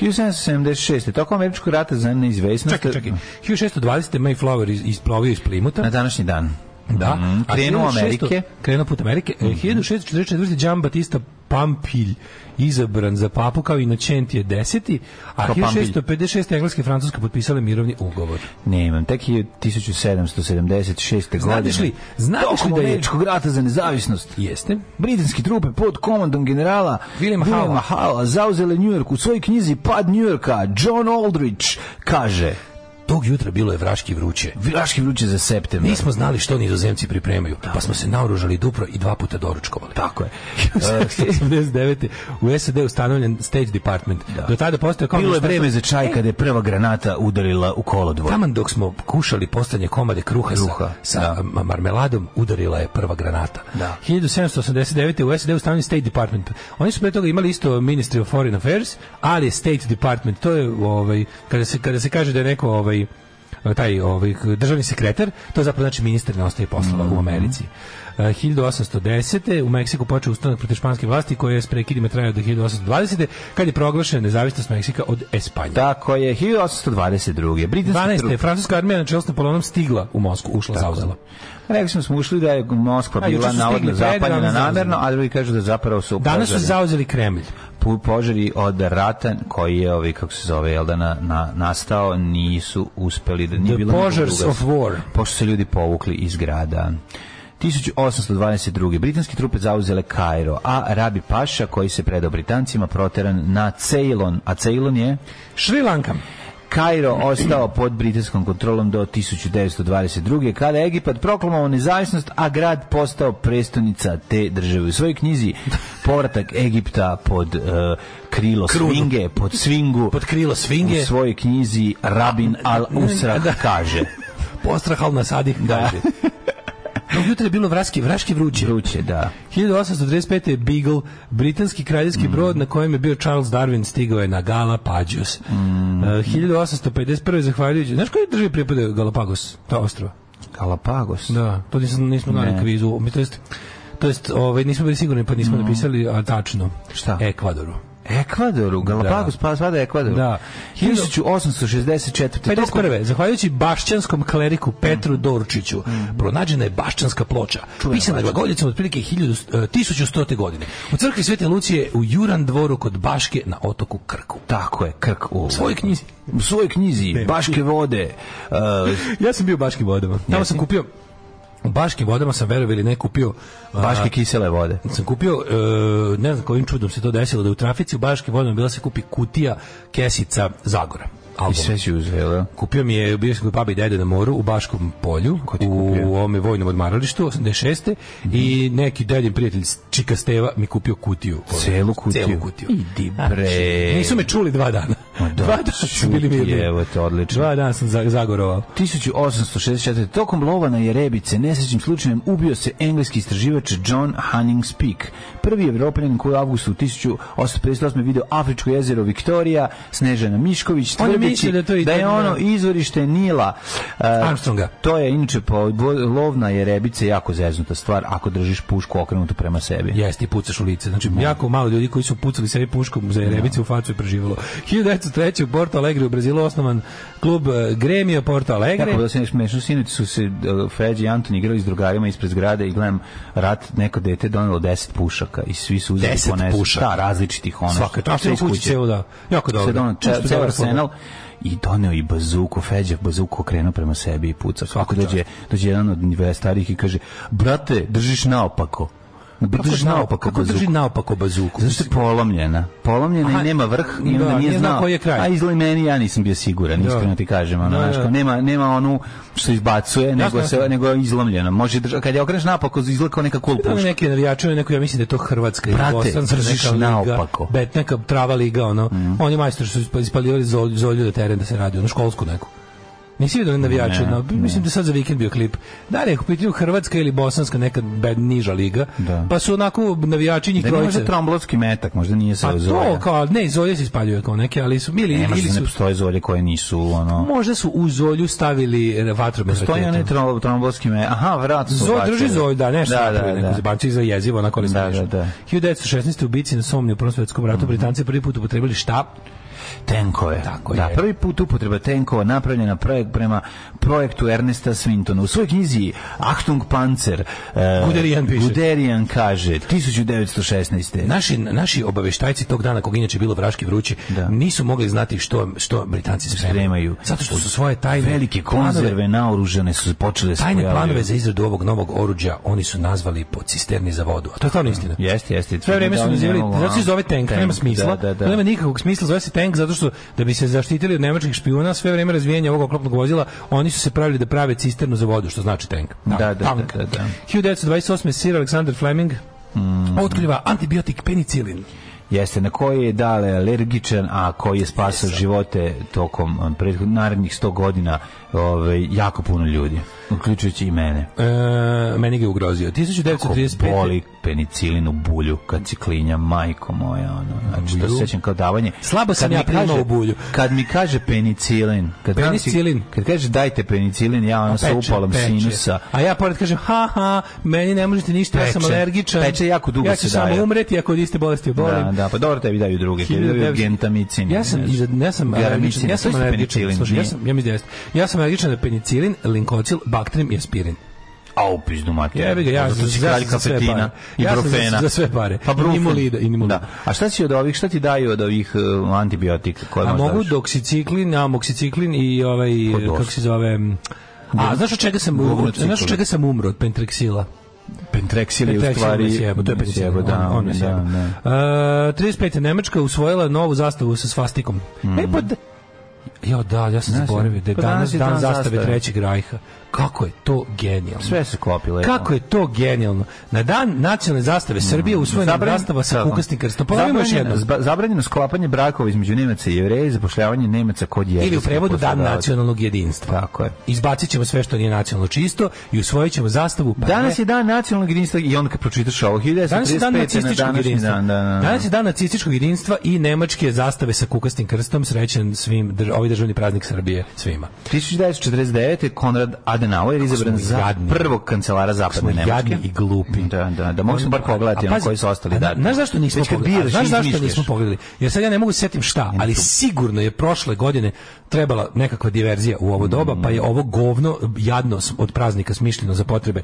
F: 1776. Tokom američkog rata za neizvesnost.
G: Čekaj, čekaj. 1620. Mayflower iz, isplovio iz Plimuta.
F: Na današnji dan.
G: Da.
F: Mm,
G: A
F: krenuo
G: 1600
F: Amerike. Mhm.
G: Krenuo put Amerike. E, 1644. Gian Batista Pampilj izabran za papu kao Inocentije 10. A
F: Kao Pampilj.
G: 1656. Engleska i Francuska potpisale mirovni ugovor.
F: Nemam, tek je 1776. godine.
G: Znadeš li- znadeš li
F: Tokom
G: da je-
F: američkog rata za nezavisnost.
G: Jeste.
F: Britanske trupe pod komandom generala
G: Williama Halla.
F: Williama Halla zauzele New York. U svojoj knjizi Pad New Yorka John Aldrich kaže
G: Tog jutra bilo je vraški vruće.
F: Vilaški vruće za septembar.
G: Nismo znali što nizozemci pripremaju, pa smo se naoružali dupro i dva puta doručkovali.
F: Tako je.
G: 1989. u SAD ustanovljen State Department. Do tada postoje kao
F: Bilo je
G: ministarstvo-
F: vreme za
G: E.
F: čaj kada je prva granata udarila u kolodvor.
G: Taman dok smo kušali poslednje komade kruha,
F: Kruha,
G: sa,
F: da.
G: sa ma- marmeladom, udarila je prva granata.
F: Da.
G: 1789. u SAD ustavljen State Department. Oni su pre toga imali isto Ministry of Foreign Affairs, ali je State Department. To je, ovaj, kada, se, kada se kaže da je neko ovaj, taj ovaj, državni sekretar, to zapravo znači ministar ne ostaje poslova
F: Mhm.
G: u Americi. E, 1810. u Meksiku počeo ustanak protiv španske vlasti koji je s prekidima trajao do 1820. kad je proglašena nezavisnost Meksika od Espanje.
F: Tako je, 1822. Britanski
G: 12.
F: trup-
G: je francuska armija na čelu s Napoleonom stigla u Moskvu, ušla, zauzela.
F: Rekli smo, smo ušli da je Moskva
G: A, juče
F: bila
G: su
F: navodno
G: stigli pred,
F: zapaljena
G: danas
F: namerno, a
G: zauzeli.
F: drugi kažu da zapravo su
G: Danas su
F: požari.
G: zauzeli Kremlj.
F: po- požari od rata koji je ovaj kako se zove jel da na, na, nastao nisu uspeli da nije
G: The
F: bilo nikog
G: Požars
F: druga.
G: of War.
F: pošto su se ljudi povukli iz grada 1822. Britanske trupe zauzele Kairo, a Rabi Paša, koji se predao Britancima, proteran na Ceylon, a Ceylon je...
G: Šri Lanka.
F: Kairo ostao pod britanskom kontrolom do 1922. kada je Egipat proklamovao nezavisnost, a grad postao prestonica te države. U svojoj knjizi Povratak Egipta pod eh, krilo
G: Krunu.
F: svinge, pod svingu,
G: Pod krilo svinge.
F: u svojoj knjizi Rabin al-Usrah
G: Da.
F: kaže
G: Postrahal na sadih da. jutro je bilo vraški, vraški vruće.
F: Vruće, da.
G: 1835. je Beagle, britanski
F: Mm.
G: kraljevski brod na kojem je bio Charles Darwin, stigao je na Galapagos. Mm. 1851. zahvaljujući... Znaš koji državi pripada Galapagos, ta ostrava?
F: Galapagos.
G: Da, to nismo, nismo dali
F: Ne. Mm.
G: kvizu. mi To jest, to jest ovaj, nismo bili sigurni, pa nismo napisali, a tačno.
F: Šta?
G: Ekvadoru.
F: Ekvadoru, Galapagos pa spada Ekvadoru.
G: Da.
F: 1864. Tokom-
G: 51. Zahvaljujući bašćanskom kleriku Petru Dorčiću,
F: Mhm.
G: pronađena je bašćanska ploča, pisana glagoljicom otprilike 1000, eh, 1100. godine. U crkvi Svete Lucije u Juran dvoru kod Baške na otoku Krku.
F: Tako je, Krk u...
G: svojoj knjizi.
F: U svojoj knjizi, Baške vode, eh,
G: Ja sam bio u Baškim vodama. Tamo sam kupio u Baškim vodama sam verovali ili ne kupio a,
F: Baške kisele vode.
G: sam kupio, e, ne znam kojim čudom se to desilo, da u trafici u Baškim vodama bila se kupi kutija kesica Zagora.
F: I
G: Album.
F: sve si uzeo, da?
G: Kupio mi je, bio sam kod babi i dede na moru u Baškom polju, u ovome vojnom odmaralištu, 86.
F: Mhm.
G: I neki dedin prijatelj Čika Steva mi kupio kutiju. Ovaj,
F: Celu kutiju.
G: Celu kutiju.
F: Idi
G: Znači,
F: bre.
G: Nisu me čuli dva dana.
F: Ma da,
G: dva dana su bili
F: čuti,
G: mirni.
F: evo te, odlično.
G: Dva dana sam za- zagorovao.
F: 1864. Tokom lova na jerebice, nesrećnim slučajem, ubio se engleski istraživač John Hannings Peake. Prvi evropljanin koji je u avgustu 1858. video Afričko jezero Viktorija, Snežana Mišković,
G: On je
F: tvrdeći
G: mislio
F: da,
G: da to ide
F: je
G: na-
F: ono izvorište Nila. E,
G: Armstronga.
F: To je inače po lov na jerebice jako zeznuta stvar ako držiš pušku okrenutu prema sebi.
G: Jeste, i pucaš u lice. Znači, jako malo ljudi koji su pucali sebi puškom za jerebice u facu je preživalo. 1903. u Porto Alegre u Brazilu osnovan klub eh, Gremio Porto Alegre.
F: Kako bilo se smešno, sinoć su se uh, Feđi i Anton igrali s drugarima ispred zgrade i gledam rat, neko dete donelo 10 pušaka i svi su uzeli
G: Deset
F: po ne znam
G: pušaka?
F: šta različitih ono.
G: Svaka
F: što-
G: čast,
F: sve iz
G: kući
F: kuće.
G: celu, da. Jako dobro.
F: Sve doneo
G: Pusti
F: ce- ceo
G: dobar
F: ono, arsenal i doneo i bazuku, Feđa bazuku okrenuo prema sebi i puca. Kako dođe, dođe jedan od starih i kaže, brate, držiš naopako. Držiš naopako
G: Kako
F: bazuku.
G: drži naopako bazuku?
F: Zašto je polomljena? Polomljena
G: Aha,
F: i nema vrh i onda
G: da,
F: nije,
G: nije znao
F: znao
G: koji je kraj.
F: A izli meni ja nisam bio siguran,
G: Da.
F: iskreno ti kažem, ono,
G: Da,
F: znaš,
G: da.
F: kao nema nema onu što izbacuje, nego
G: jasno.
F: se nego je izlomljena. Može drž- kad je okreneš napako izgleda kao neka kul
G: Tamo
F: puška.
G: neki navijači, ono neko ja mislim da je to Hrvatska ili
F: Brate,
G: Bosanska
F: držiš
G: neka liga,
F: naopako. Mhm.
G: bet neka trava liga, ono. Oni majstori su ispa- ispaljivali zolju, zolju da teren da se radi, ono školsku neku. Nisi vidio navijače,
F: Ne,
G: no,
F: ne.
G: mislim da je sad za vikend bio klip. Da li je u pitanju Hrvatska ili Bosanska neka be- niža liga,
F: Da.
G: pa su onako navijači njih
F: Da nije možda
G: trojice.
F: tromblovski metak, možda nije
G: Pa
F: sa
G: to
F: zolja.
G: kao, ne, zolje se ispaljuje kao neke, ali su bili,
F: Nema
G: ili
F: što ne
G: su,
F: postoje zolje koje nisu ono.
G: možda su u zolju stavili e, vatrome
F: Postoji onaj trom- tromblovski metak. Aha, vrat su.
G: Zoj,
F: ubacili.
G: drži zoj, da, nešto
F: Da,
G: da,
F: da, da.
G: za jezivo, onako li
F: Da,
G: smiješno.
F: da, Mhm. da.
G: 1916. u bici na Somni u Prvom svjetskom ratu Britanci prvi put upotrebili štap.
F: Tenkove.
G: Tako
F: da,
G: je.
F: prvi put upotreba tenkova napravljena projekt prema projektu Ernesta Swintona. U svojoj knjizi Achtung Panzer e,
G: Guderian piše.
F: Guderian kaže 1916.
G: Naši, naši obaveštajci tog dana, kog inače bilo vraški vrući,
F: Da.
G: nisu mogli znati što, što Britanci
F: Spremaju.
G: spremaju. Zato što su svoje tajne
F: velike
G: planove-
F: konzerve naoružane su počele se
G: Tajne
F: pojavljaju.
G: planove za izradu ovog novog oruđa oni su nazvali po cisterni za vodu. A to je stvarno istina.
F: Jeste, jeste.
G: Sve vreme su
F: Da,
G: nazivali,
F: nemamo,
G: zato se
F: ono,
G: zove tank, nema smisla.
F: Da, da, da.
G: Nema nikakvog smisla, zove se tank zato što da bi se zaštitili od nemačkih špijuna sve vreme razvijanja ovog oklopnog vozila oni su se pravili da prave cisternu za vodu što znači tank. Tank,
F: Da, da,
G: tank.
F: da, Mhm. da, da.
G: 1928. Sir Alexander Fleming otkriva antibiotik penicilin.
F: Jeste, na koji je dale alergičan, a koji je spasao živote tokom um, prethod- narednih 100 godina ovaj, jako puno ljudi, uključujući i mene.
G: E, meni ga je ugrozio.
F: Ko
G: 1935.
F: boli penicilin u bulju kad si klinja, majko moja, ono, znači to se sećam kao davanje.
G: Slabo sam
F: Kad mi
G: ja primao
F: kaže-
G: u bulju.
F: Kad mi kaže penicilin, kad,
G: Penicilin.
F: Kad kaže dajte penicilin, ja ono sa
G: Peče,
F: upalom
G: peče.
F: sinusa.
G: A ja pored kažem, ha, ha, meni ne možete ništa, ja sam
F: Peče.
G: alergičan.
F: Peče jako dugo
G: ja ću
F: se
G: samo
F: daje.
G: umreti ako od iste bolesti obolim.
F: Da, da, pa dobro tebi daju druge, tebi daju
G: 1900
F: gentamicin.
G: Ja sam,
F: ne znam.
G: ja sam alergičan,
F: Garamicin,
G: ja
F: to
G: sam
F: isto
G: alergičan,
F: penicilin,
G: slušaj, ja
F: nije?
G: sam, ja mislim da jeste. Ja sam alergičan na penicilin, linkocil, bakterim i aspirin.
F: A u pizdu mater.
G: Jebi ga, ja
F: Zato
G: sam
F: si
G: ja
F: kralj
G: sam za sve pare.
F: kafetina i
G: Ja sam za-
F: brofena.
G: za sve pare.
F: Pa
G: I
F: brufen.
G: Nimolida, i Nimolida.
F: Da. A šta si od ovih, šta ti daju od ovih uh, antibiotika koje
G: A
F: možda
G: mogu
F: daš?
G: doksiciklin, amoksiciklin i ovaj,
F: Kod dosta.
G: kako se zove, A, znaš od čega sam, umro?
F: Govnocikl.
G: znaš od čega sam umro od pentraksila?
F: Pentrexil je u
G: Pentraxil
F: stvari...
G: me sjebo, to je
F: me
G: Pentraxil,
F: sjebo, da,
G: on- on me
F: da,
G: sjebo.
F: da.
G: E, 35. Nemačka usvojila novu zastavu sa svastikom. E, pa da- Jo, da, ja sam zaboravio da je
F: Mhm. pa
G: danas
F: danas je
G: dan,
F: dan
G: zastave
F: zastave.
G: Trećeg rajha. Kako je to genijalno.
F: Sve se klopi lepo.
G: Kako je to genijalno. Na dan nacionalne zastave Srbije usvojena je
F: Zabranjen-
G: zastava sa
F: Tako.
G: kukasnim krstom. Ponovimo još
F: Mhm. Zabranjeno-
G: jednom.
F: zba- Zabranjeno sklapanje brakova između Nemaca i Jevreja i zapošljavanje Nemaca kod Jevreja.
G: Ili u prevodu dan Pa nacionalnog jedinstva.
F: Tako je.
G: Izbacit ćemo sve što nije nacionalno čisto i usvojit ćemo zastavu. pa ne-
F: Danas je dan nacionalnog jedinstva i onda kad pročitaš ovo 1935
G: Danas je dan
F: na
G: nacističkog
F: današnji
G: jedinstva.
F: dan, da, da, da.
G: Danas je dan nacističkog jedinstva i nemačke zastave sa kukastim krstom. Srećan svim drž, ovaj državni praznik Srbije svima.
F: 1949. Konrad Adenauer je izabran
G: smo
F: za
G: jadni.
F: prvog kancelara zapadne
G: smo
F: Nemačke.
G: jadni i glupi.
F: Da, da, da mogu se bar pogledati
G: A
F: ono
G: pazi,
F: koji su ostali.
G: a
F: Da,
G: na- Znaš zašto nismo
F: Već kad
G: pogledali? A
F: biraš,
G: Znaš zašto
F: izmišljaš.
G: nismo pogledali? Jer sad ja ne mogu se setim šta, ali sigurno je prošle godine trebala nekakva diverzija u ovo doba, pa je ovo govno jadno s- od praznika smišljeno za potrebe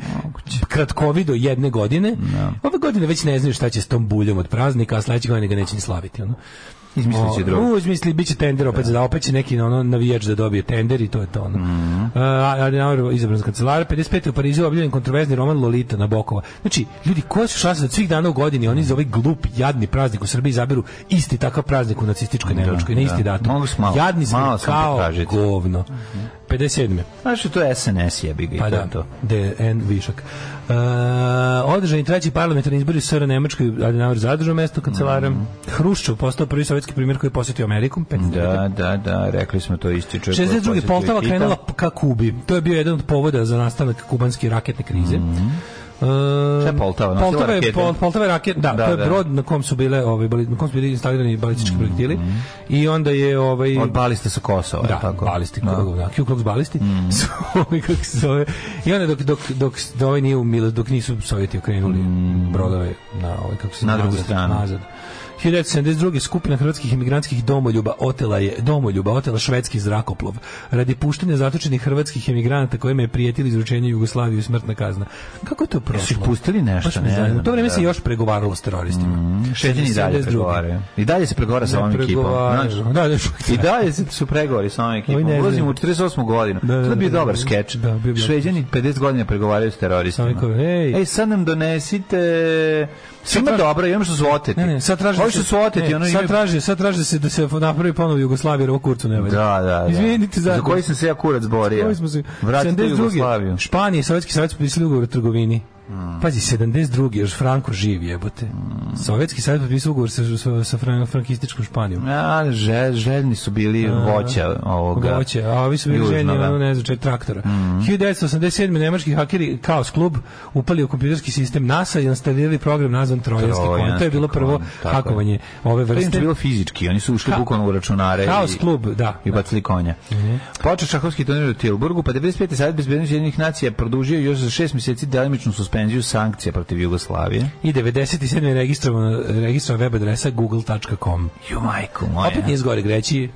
G: kratkovido jedne godine. Ove godine već ne znaju šta će s tom buljom od praznika, a sledeće godine ga neće ni slaviti. Ono.
F: Izmislit će
G: O,
F: drugo.
G: u, izmisli, bit će tender opet, da. opet će neki ono, navijač da dobije tender i to je to. Ono.
F: Mhm.
G: Mm -hmm. izabran za kancelara, 55. u Parizu objavljen kontroverzni roman Lolita na Bokova. Znači, ljudi, koja su šanse da od svih dana u godini oni za ovaj glup, jadni praznik u Srbiji izaberu isti takav praznik u nacističkoj Nemačkoj, na
F: da.
G: isti datum.
F: Mogu smo malo-
G: Jadni smo
F: malo sam
G: kao
F: pretražiti.
G: govno. 57.
F: Znaš što je to SNS jebi ga i
G: Pa
F: to
G: da,
F: je to.
G: DN Višak. E, održan je treći parlamentarni izbori u SR Nemačkoj, Adenauer zadržao mesto kancelara.
F: Mhm.
G: Hruščov postao prvi sovjetski primjer koji je posjetio Ameriku. 55.
F: Da, da, da, rekli smo to isti čovjek. koji je
G: 62.
F: posjetio
G: Poltava
F: Tita.
G: krenula ka Kubi. To je bio jedan od povoda za nastanak kubanske raketne krize. E,
F: Mhm. Šta je Poltava? Nosila
G: Poltava je,
F: rakete?
G: Pol- Poltava je raket, da,
F: Da,
G: to je
F: da.
G: brod na kom su bile ovaj bali- na kom su bili instalirani balistički projektili i onda je ovaj
F: Mhm. Od balista sa Kosova,
G: da,
F: Pa je tako? Mm.
G: balisti, kako da, Ku Klux balisti. su ovi, kako se zove. I onda dok dok dok do ovaj nije umilo, dok nisu Sovjeti okrenuli brodove na ovaj kako se
F: Mm. Na drugu
G: nazad,
F: stranu.
G: Nazad. 1972. skupina hrvatskih imigrantskih domoljuba otela je domoljuba otela švedski zrakoplov radi puštanja zatočenih hrvatskih emigranata kojima je prijetili izručenje Jugoslavije i smrtna kazna. Kako je to prošlo?
F: ih pustili nešto?
G: Baš me
F: Ne
G: zanima.
F: znam,
G: U to vreme
F: da.
G: se još pregovaralo s teroristima.
F: Šetin i dalje
G: 72..
F: pregovaraju. I dalje se pregovara sa
G: Ne
F: ovom ekipom.
G: pregovaraju.
F: znaš.
G: Da, da, još uvijek
F: I dalje se- su pregovori sa ovom ekipom.
G: Ovi ne znaju.
F: Ulazimo u 48. godinu.
G: Da, da,
F: To je bio
G: da,
F: dobar
G: da,
F: skeč.
G: da, bio bi dobar
F: Šveđani 50 godina pregovaraju s
G: Sa
F: teroristima.
G: ovi koji, ej.
F: Ej, sad nam donesite... Svima
G: traži-
F: dobro, imam što su oteti.
G: Ne, ne, sad traži
F: Ovi što su oteti,
G: ne,
F: ono
G: sad
F: imaju-
G: traži, sad traži da se da se napravi ponovo Jugoslavija, jer ovo Kurcu ne valja.
F: Da, da, da.
G: Izvinite za
F: Za koji sam se ja kurac borio.
G: koji smo se
F: Vratite
G: 72..
F: Jugoslaviju. Hmm.
G: Španija i Sovjetski savez potpisali ugovor o trgovini. Pazi, 72. još Franko živ jebote. Sovjetski savez potpisao ugovor sa, sa, sa fran- frankističkom Španijom.
F: A, žel, željni su bili voća ovoga.
G: Voće, a ovi su bili
F: južnoga. Hmm.
G: ženi, ono ne znam, čet traktora. 1987. nemački hakeri Kaos klub upali u kompjuterski sistem NASA i instalirali program nazvan Trojanski konj. To je
F: Trojanski
G: bilo prvo
F: konj, tako je.
G: hakovanje ove
F: To je
G: vrste.
F: inače bilo fizički, oni su ušli
G: Ka-
F: bukvalno u računare.
G: Kaos
F: i-
G: klub, Mhm. da.
F: i pa- bacili konja. Počeo šahovski turnir u Tilburgu, pa 95. savjet bezbednosti jedinih nacija je produžio još za šest mjeseci delimičnu suspenziju sankcija protiv Jugoslavije.
G: I 97. je registrovana, registrovana web adresa google.com.
F: Ju majko moja.
G: Opet nije zgoreg reći,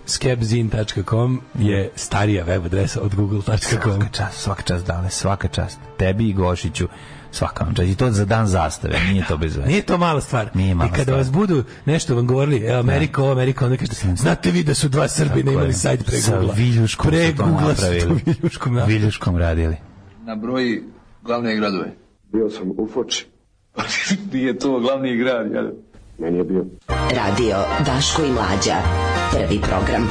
G: skepzin.com
F: Mm.
G: je starija web adresa od google.com.
F: Svaka čast, svaka čast dale, svaka čast. Tebi i Gošiću, svaka vam čast. I to za dan zastave, nije to bez veze.
G: Nije to mala stvar.
F: Nije mala
G: I kada
F: stvar.
G: vas budu nešto vam govorili, e, Amerika, ovo, Amerika, onda kažete, znate vi da su dva Srbina
F: Tako je.
G: imali sajt pre
F: Sa
G: Google-a.
F: viljuškom
G: pre
F: su to
G: Google-a su to
F: napravili.
G: viljuškom napravili.
F: Viljuškom radili.
I: na broji glavne gradove.
J: Bio sam u Foči.
I: Nije to glavni grad, jel?
J: Meni je bio
A: Radio Daško i Mlađa.
K: Prvi program.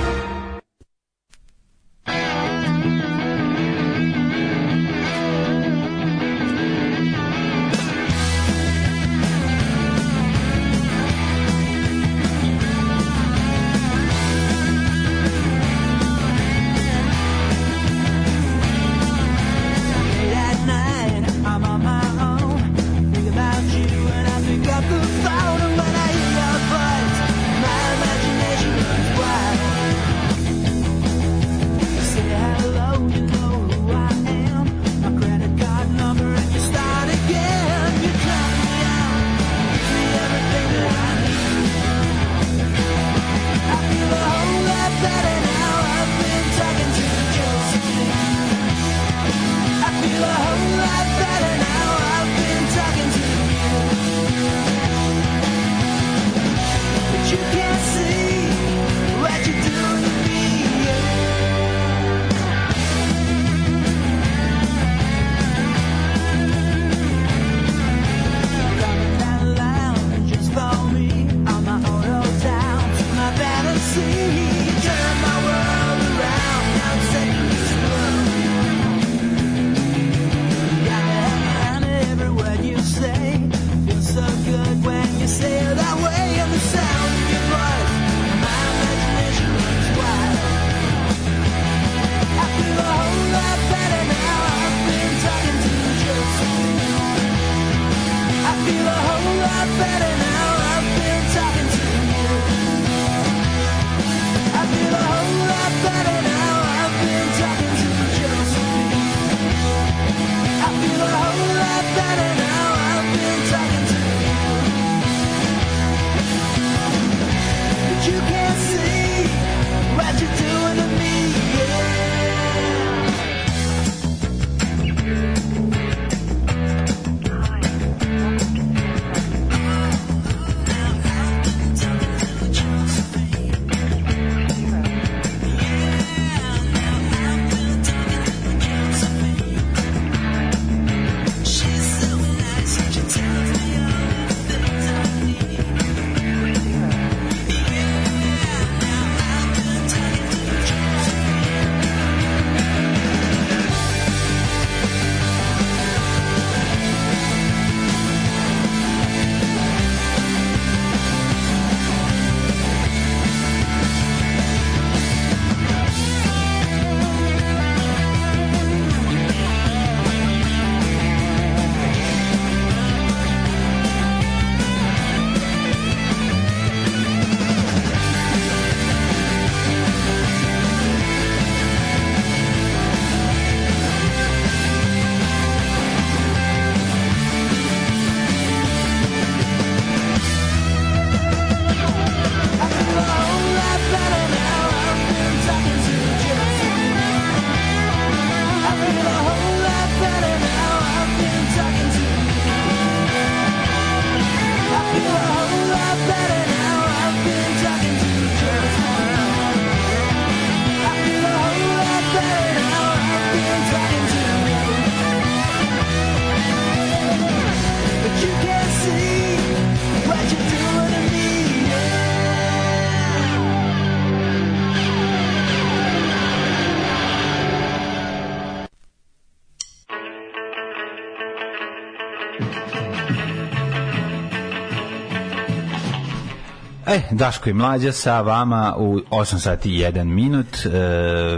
C: E, Daško i Mlađa sa vama u 8 sati i 1 minut. E,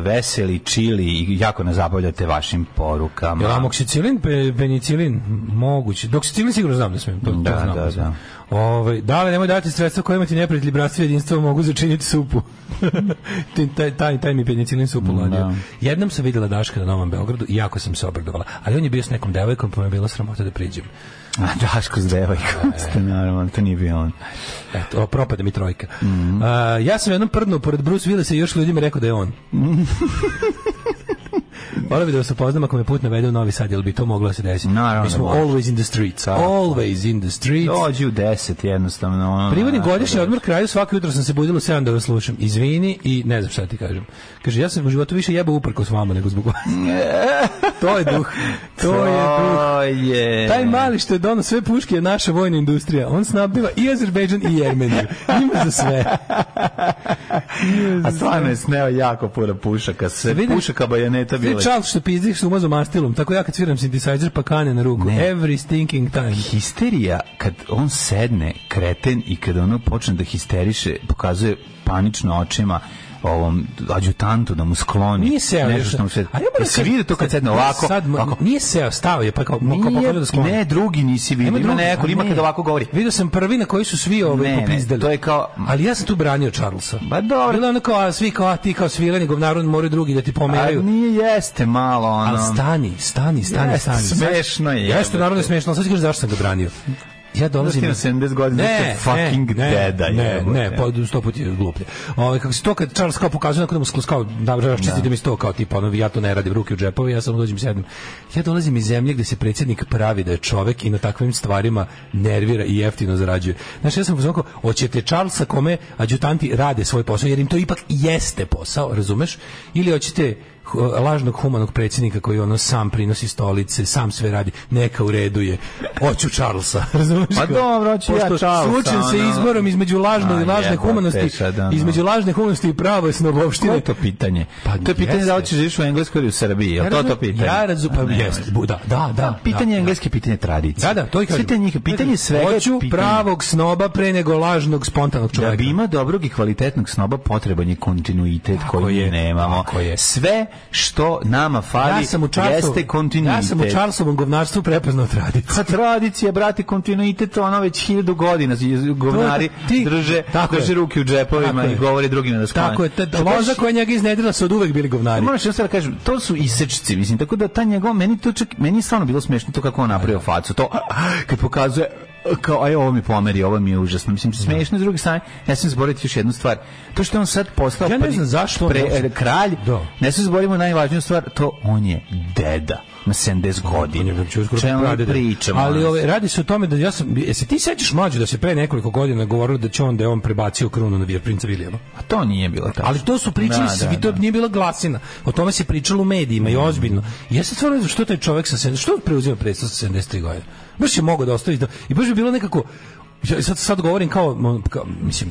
C: veseli, čili i jako nas zabavljate vašim porukama.
G: Jel amoksicilin, pe, penicilin? Moguće. Doksicilin sigurno znam da smijem. To,
C: Da,
G: to znam
C: da,
G: smijem. Ovaj, dale, nemoj dati sredstva kojima ti neprijatelji bratstva i jedinstva mogu začiniti supu. Ti- taj, taj, taj mi penicilin supu ladio. Jednom sam vidjela Daška na Novom Beogradu i jako sam se obradovala. Ali on je bio s nekom devojkom pa me je bila sramota da priđem.
C: A Daško s devojkom
G: E.
C: ste, naravno, to nije bio on.
G: Eto, o, propada mi trojka. A, ja sam jednom prdnuo pored Bruce Willisa i još ljudima rekao da je on. Moram bi da vas upoznam ako me put navede u Novi Sad, jel bi to moglo da se desiti?
C: Naravno
G: Mi smo
C: da može.
G: always in the streets.
C: Tako.
G: Always in the streets.
C: Dođi u 10 jednostavno. ono,
G: Privodim
C: znaš,
G: godišnji
C: da-
G: odmor kraju, svako jutro sam se budila u 7 da vas slušam. Izvini i ne znam šta ti kažem. Kaže, ja sam u životu više jebao uprko s vama nego zbog vas. to je duh. To je duh.
C: To je.
G: Taj mali što je dono sve puške je naša vojna industrija. On snabdeva i Azerbejdžan i Jermeniju. Ima za sve.
F: A stvarno je sneo jako puno pušaka. Se
G: Vidim-
F: pušaka bajaneta
G: Svi
F: bila.
G: čal što pizdiš su mazom mastilom, tako ja kad sviram synthesizer pa kane na ruku.
F: Ne.
G: Every stinking time.
F: Histerija, kad on sedne, kreten, i kad ono počne da histeriše, pokazuje panično očima ovom adjutantu da mu skloni.
G: Nije seo.
F: Nešto što mu se...
G: A ja moram
F: Jesi
G: kažem-
F: vidio to kad sedne
G: sad-
F: ovako?
G: Sad, mo-
F: ovako?
G: nije seo, stao je, pa kao, mo- kao
F: Nije-
G: pokazuje da skloni.
F: Ne, drugi nisi vidio. Ima,
G: drugi,
F: neko,
G: a
F: ima
G: ne.
F: kad ovako govori.
G: Vidio sam prvi na koji su svi
F: Ne,
G: ovaj
F: ne,
G: popizdali.
F: to je kao-
G: Ali ja sam tu branio Charlesa.
F: Ba Pa dobro.
G: Bilo je ono kao, a svi kao, a ti kao svirani govnaru, moraju drugi da ti
F: A
G: pomeraju.
F: nije jeste malo ono.
G: Ali stani, stani, stani,
F: Jeste,
G: stani.
F: smešno je,
G: Jeste,
F: jebote.
G: naravno je smešno, ali sad ću kažem zašto sam ga branio. Ja
F: Znaš
G: dolazim...
F: ti na 70 godina,
G: ne,
F: znaš te fucking
G: ne,
F: deda,
G: Ne,
F: jebote.
G: ne, pa sto puta je gluplje. Ovaj kako se to kad Charles kao pokazuje kako da mu sklos kao da raščisti da mi sto kao tipa ono ja to ne radim ruke u džepove, ja samo dođem i sednem. Ja dolazim iz zemlje gde se predsjednik pravi da je čovek i na takvim stvarima nervira i jeftino zarađuje. Znaš, ja sam pozvao hoćete Charlesa kome adjutanti rade svoj posao jer im to ipak jeste posao, razumeš? Ili hoćete hu- lažnog humanog predsjednika koji ono sam prinosi stolice, sam sve radi, neka u redu je. Hoću Charlesa, razumeš?
F: Pa dobro, hoću ja
G: Pošto
F: Charlesa,
G: Suočen se
F: ono.
G: izborom između lažno
F: A,
G: i lažne
F: jebote,
G: humanosti,
F: sad, ono.
G: između lažne humanosti i prave
F: Koje
G: snobovštine.
F: je to pitanje?
G: Pa
F: to je pitanje da
G: jeste.
F: li ćeš živjeti u Engleskoj ili u Srbiji. Je
G: Ja
F: li to to
G: razumem-
F: pitanje?
G: Ja razum,
F: A
G: pa
F: ne,
G: jeste, bu- da, da, da.
F: Pitanje
G: da,
F: engleske, pitanje tradicije.
G: Da, da, to i kažem.
F: Sve te njih, pitanje svega je
G: Hoću
F: pitanje.
G: pravog snoba pre nego lažnog spontanog čoveka.
F: Da bi ima dobrog i kvalitetnog snoba potreban je kontinuitet
G: Tako
F: koji mi
G: je,
F: nemamo.
G: tako je.
F: Sve što nama fali
G: ja sam u Charlesu,
F: jeste kontinuitet.
G: Ja sam u Charlesovom govnarstvu prepoznao tradiciju.
F: Pa tradicija, brate, kontinuitet, ono već hiljadu godina govnari
G: To je- ti-
F: drže,
G: tako je.
F: drže ruke u džepovima
G: Tako
F: i
G: je.
F: govore drugima da sklone.
G: Tako je, ta
F: Što
G: loza
F: baš-
G: koja njega iznedrila su od uvek bili govnari.
F: Moraš jednostavno da kažem, to su isečci, mislim, tako da ta njegov, meni to čak, meni je stvarno bilo smešno to kako on napravio facu, to a, a, kad pokazuje, a, kao, aj, ovo mi pomeri, ovo mi je užasno, mislim, smešno s druge strane, ja sam zaboraviti još jednu stvar, to što je on sad postao
G: Ja ne
F: pri-
G: znam zašto on
F: pre-
G: došao.
F: kralj,
G: Da.
F: ne se zaboravimo najvažniju stvar, to on je deda, na 70 godina, čemu mi pričamo,
G: Ali
F: ono?
G: ove, radi se o tome da ja sam, jesi ti sećaš mlađu da se pre nekoliko godina govorilo da će on da je on prebacio krunu na Vir- princa Vilijama?
F: a to nije bilo tako.
G: Ali to su pričali
F: Da,
G: svi,
F: da, Mm.
G: to
F: da.
G: nije bila glasina. O tome se pričalo u medijima i ozbiljno. I ja se stvarno ne znam što taj čovjek sa 70, što preuzima predstav sa 73 godina. Baš je mogao da ostavi da, i baš bi bilo nekako ja sad, sad govorim kao, mo- kao, mislim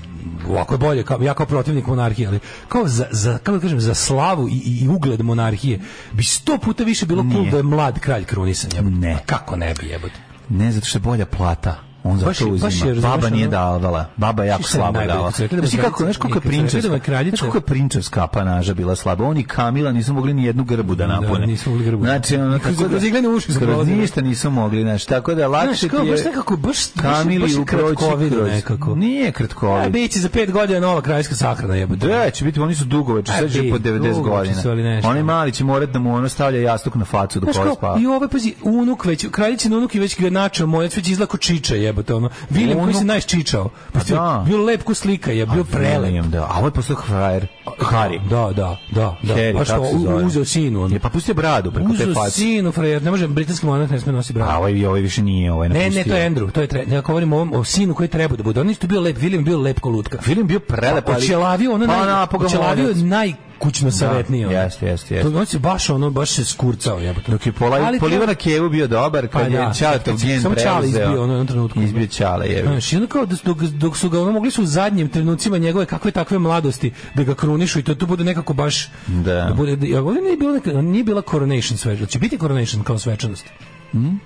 G: ovako je bolje, kao, ja kao protivnik monarhije ali kao za, za, kako da kažem, za slavu i, i, i ugled monarhije bi sto puta više bilo cool da je mlad kralj krunisan jebote.
F: Ne.
G: A kako ne bi jebote
F: Ne, zato što je bolja plata. On zato
G: Baš je- baš
F: uzima.
G: je, razumeš,
F: Baba nije
G: ono-
F: davala. Baba je jako
G: Šta je
F: slabo
G: najbolje,
F: dala.
G: kad su rekli da mu
F: Znaš ti kako,
G: kraljica-
F: znaš koliko je
G: kad su rekli da mu
F: prinčevska,
G: je kraljica-
F: znaš koliko je prinčevska apanaža bila slaba. Oni Kamila nisu mogli ni jednu grbu da napune.
G: nisu mogli grbu.
F: Znači, ono,
G: Ni kroz- kroz iglene uši su
F: kroz
G: prolazili.
F: ništa nisu mogli, znaš, tako da lakše
G: Znaš, kao,
F: ti je...
G: baš nekako, baš- baš-
F: Kamili
G: baš je
F: uproći
G: kratkovidno
F: kroz-
G: nekako. E,
F: Nije
G: a
F: kratkovid.
G: biće za pet godina nova kraljska sahrana jebote
F: Da, će biti, oni su dugoveče,
G: A,
F: sve će
G: E, bi,
F: po 90
G: dugoveče
F: godina.
G: su, ali nešto.
F: Oni mali će morat da mu ono stavlja jastuk na facu dok
G: Znaš
F: on
G: kao,
F: spava.
G: i ovaj, pazi, unuk već, kraljićin unuk je već granačao, mojac već izlako čiča jebote, ono, William koji
F: Unuk-
G: se najščičao, pa
F: A da.
G: bio lep ko slika je, bio prelep.
F: Da, a ovo je postao frajer. Hari.
G: Da, da, da, da.
F: Harry,
G: pa što,
F: kako se
G: u-
F: zove?
G: uzeo sinu, ono.
F: Je pa pusti bradu preko te
G: uzeo
F: face.
G: sinu, frajer, ne može, britanski monarh ne sme nosi bravo.
F: A ovaj, ovaj više nije ovaj
G: Ne,
F: napustio.
G: ne, to je Andrew, to je tre... ja govorim o, ovom, o sinu koji treba da bude. On isto bio lep, William bio lep ko lutka.
F: Film bio prelep, ali...
G: Očelavio, ono
F: Pa
G: naj,
F: napoga
G: očelavio
F: morac.
G: najkućno savjetnije. ono.
F: jeste, jeste, jeste.
G: To, on se baš, ono, baš se skurcao, jebote.
F: Dok je pola,
G: Ali to-
F: Polivana Kevu bio dobar, kad
G: Pa da.
F: je Čaletov gen
G: Samo
F: preuzeo.
G: Čale izbio, ono, u jednom trenutku.
F: Izbio Čale, je.
G: Znaš, i ono kao da- dok, dok su ga ono mogli su u zadnjim trenucima njegove kakve takve mladosti da ga krunišu i to, to bude nekako baš
F: Da.
G: bude, da- ovdje nije, bilo neka, nije bila coronation svečanost. Će biti coronation kao svečanost?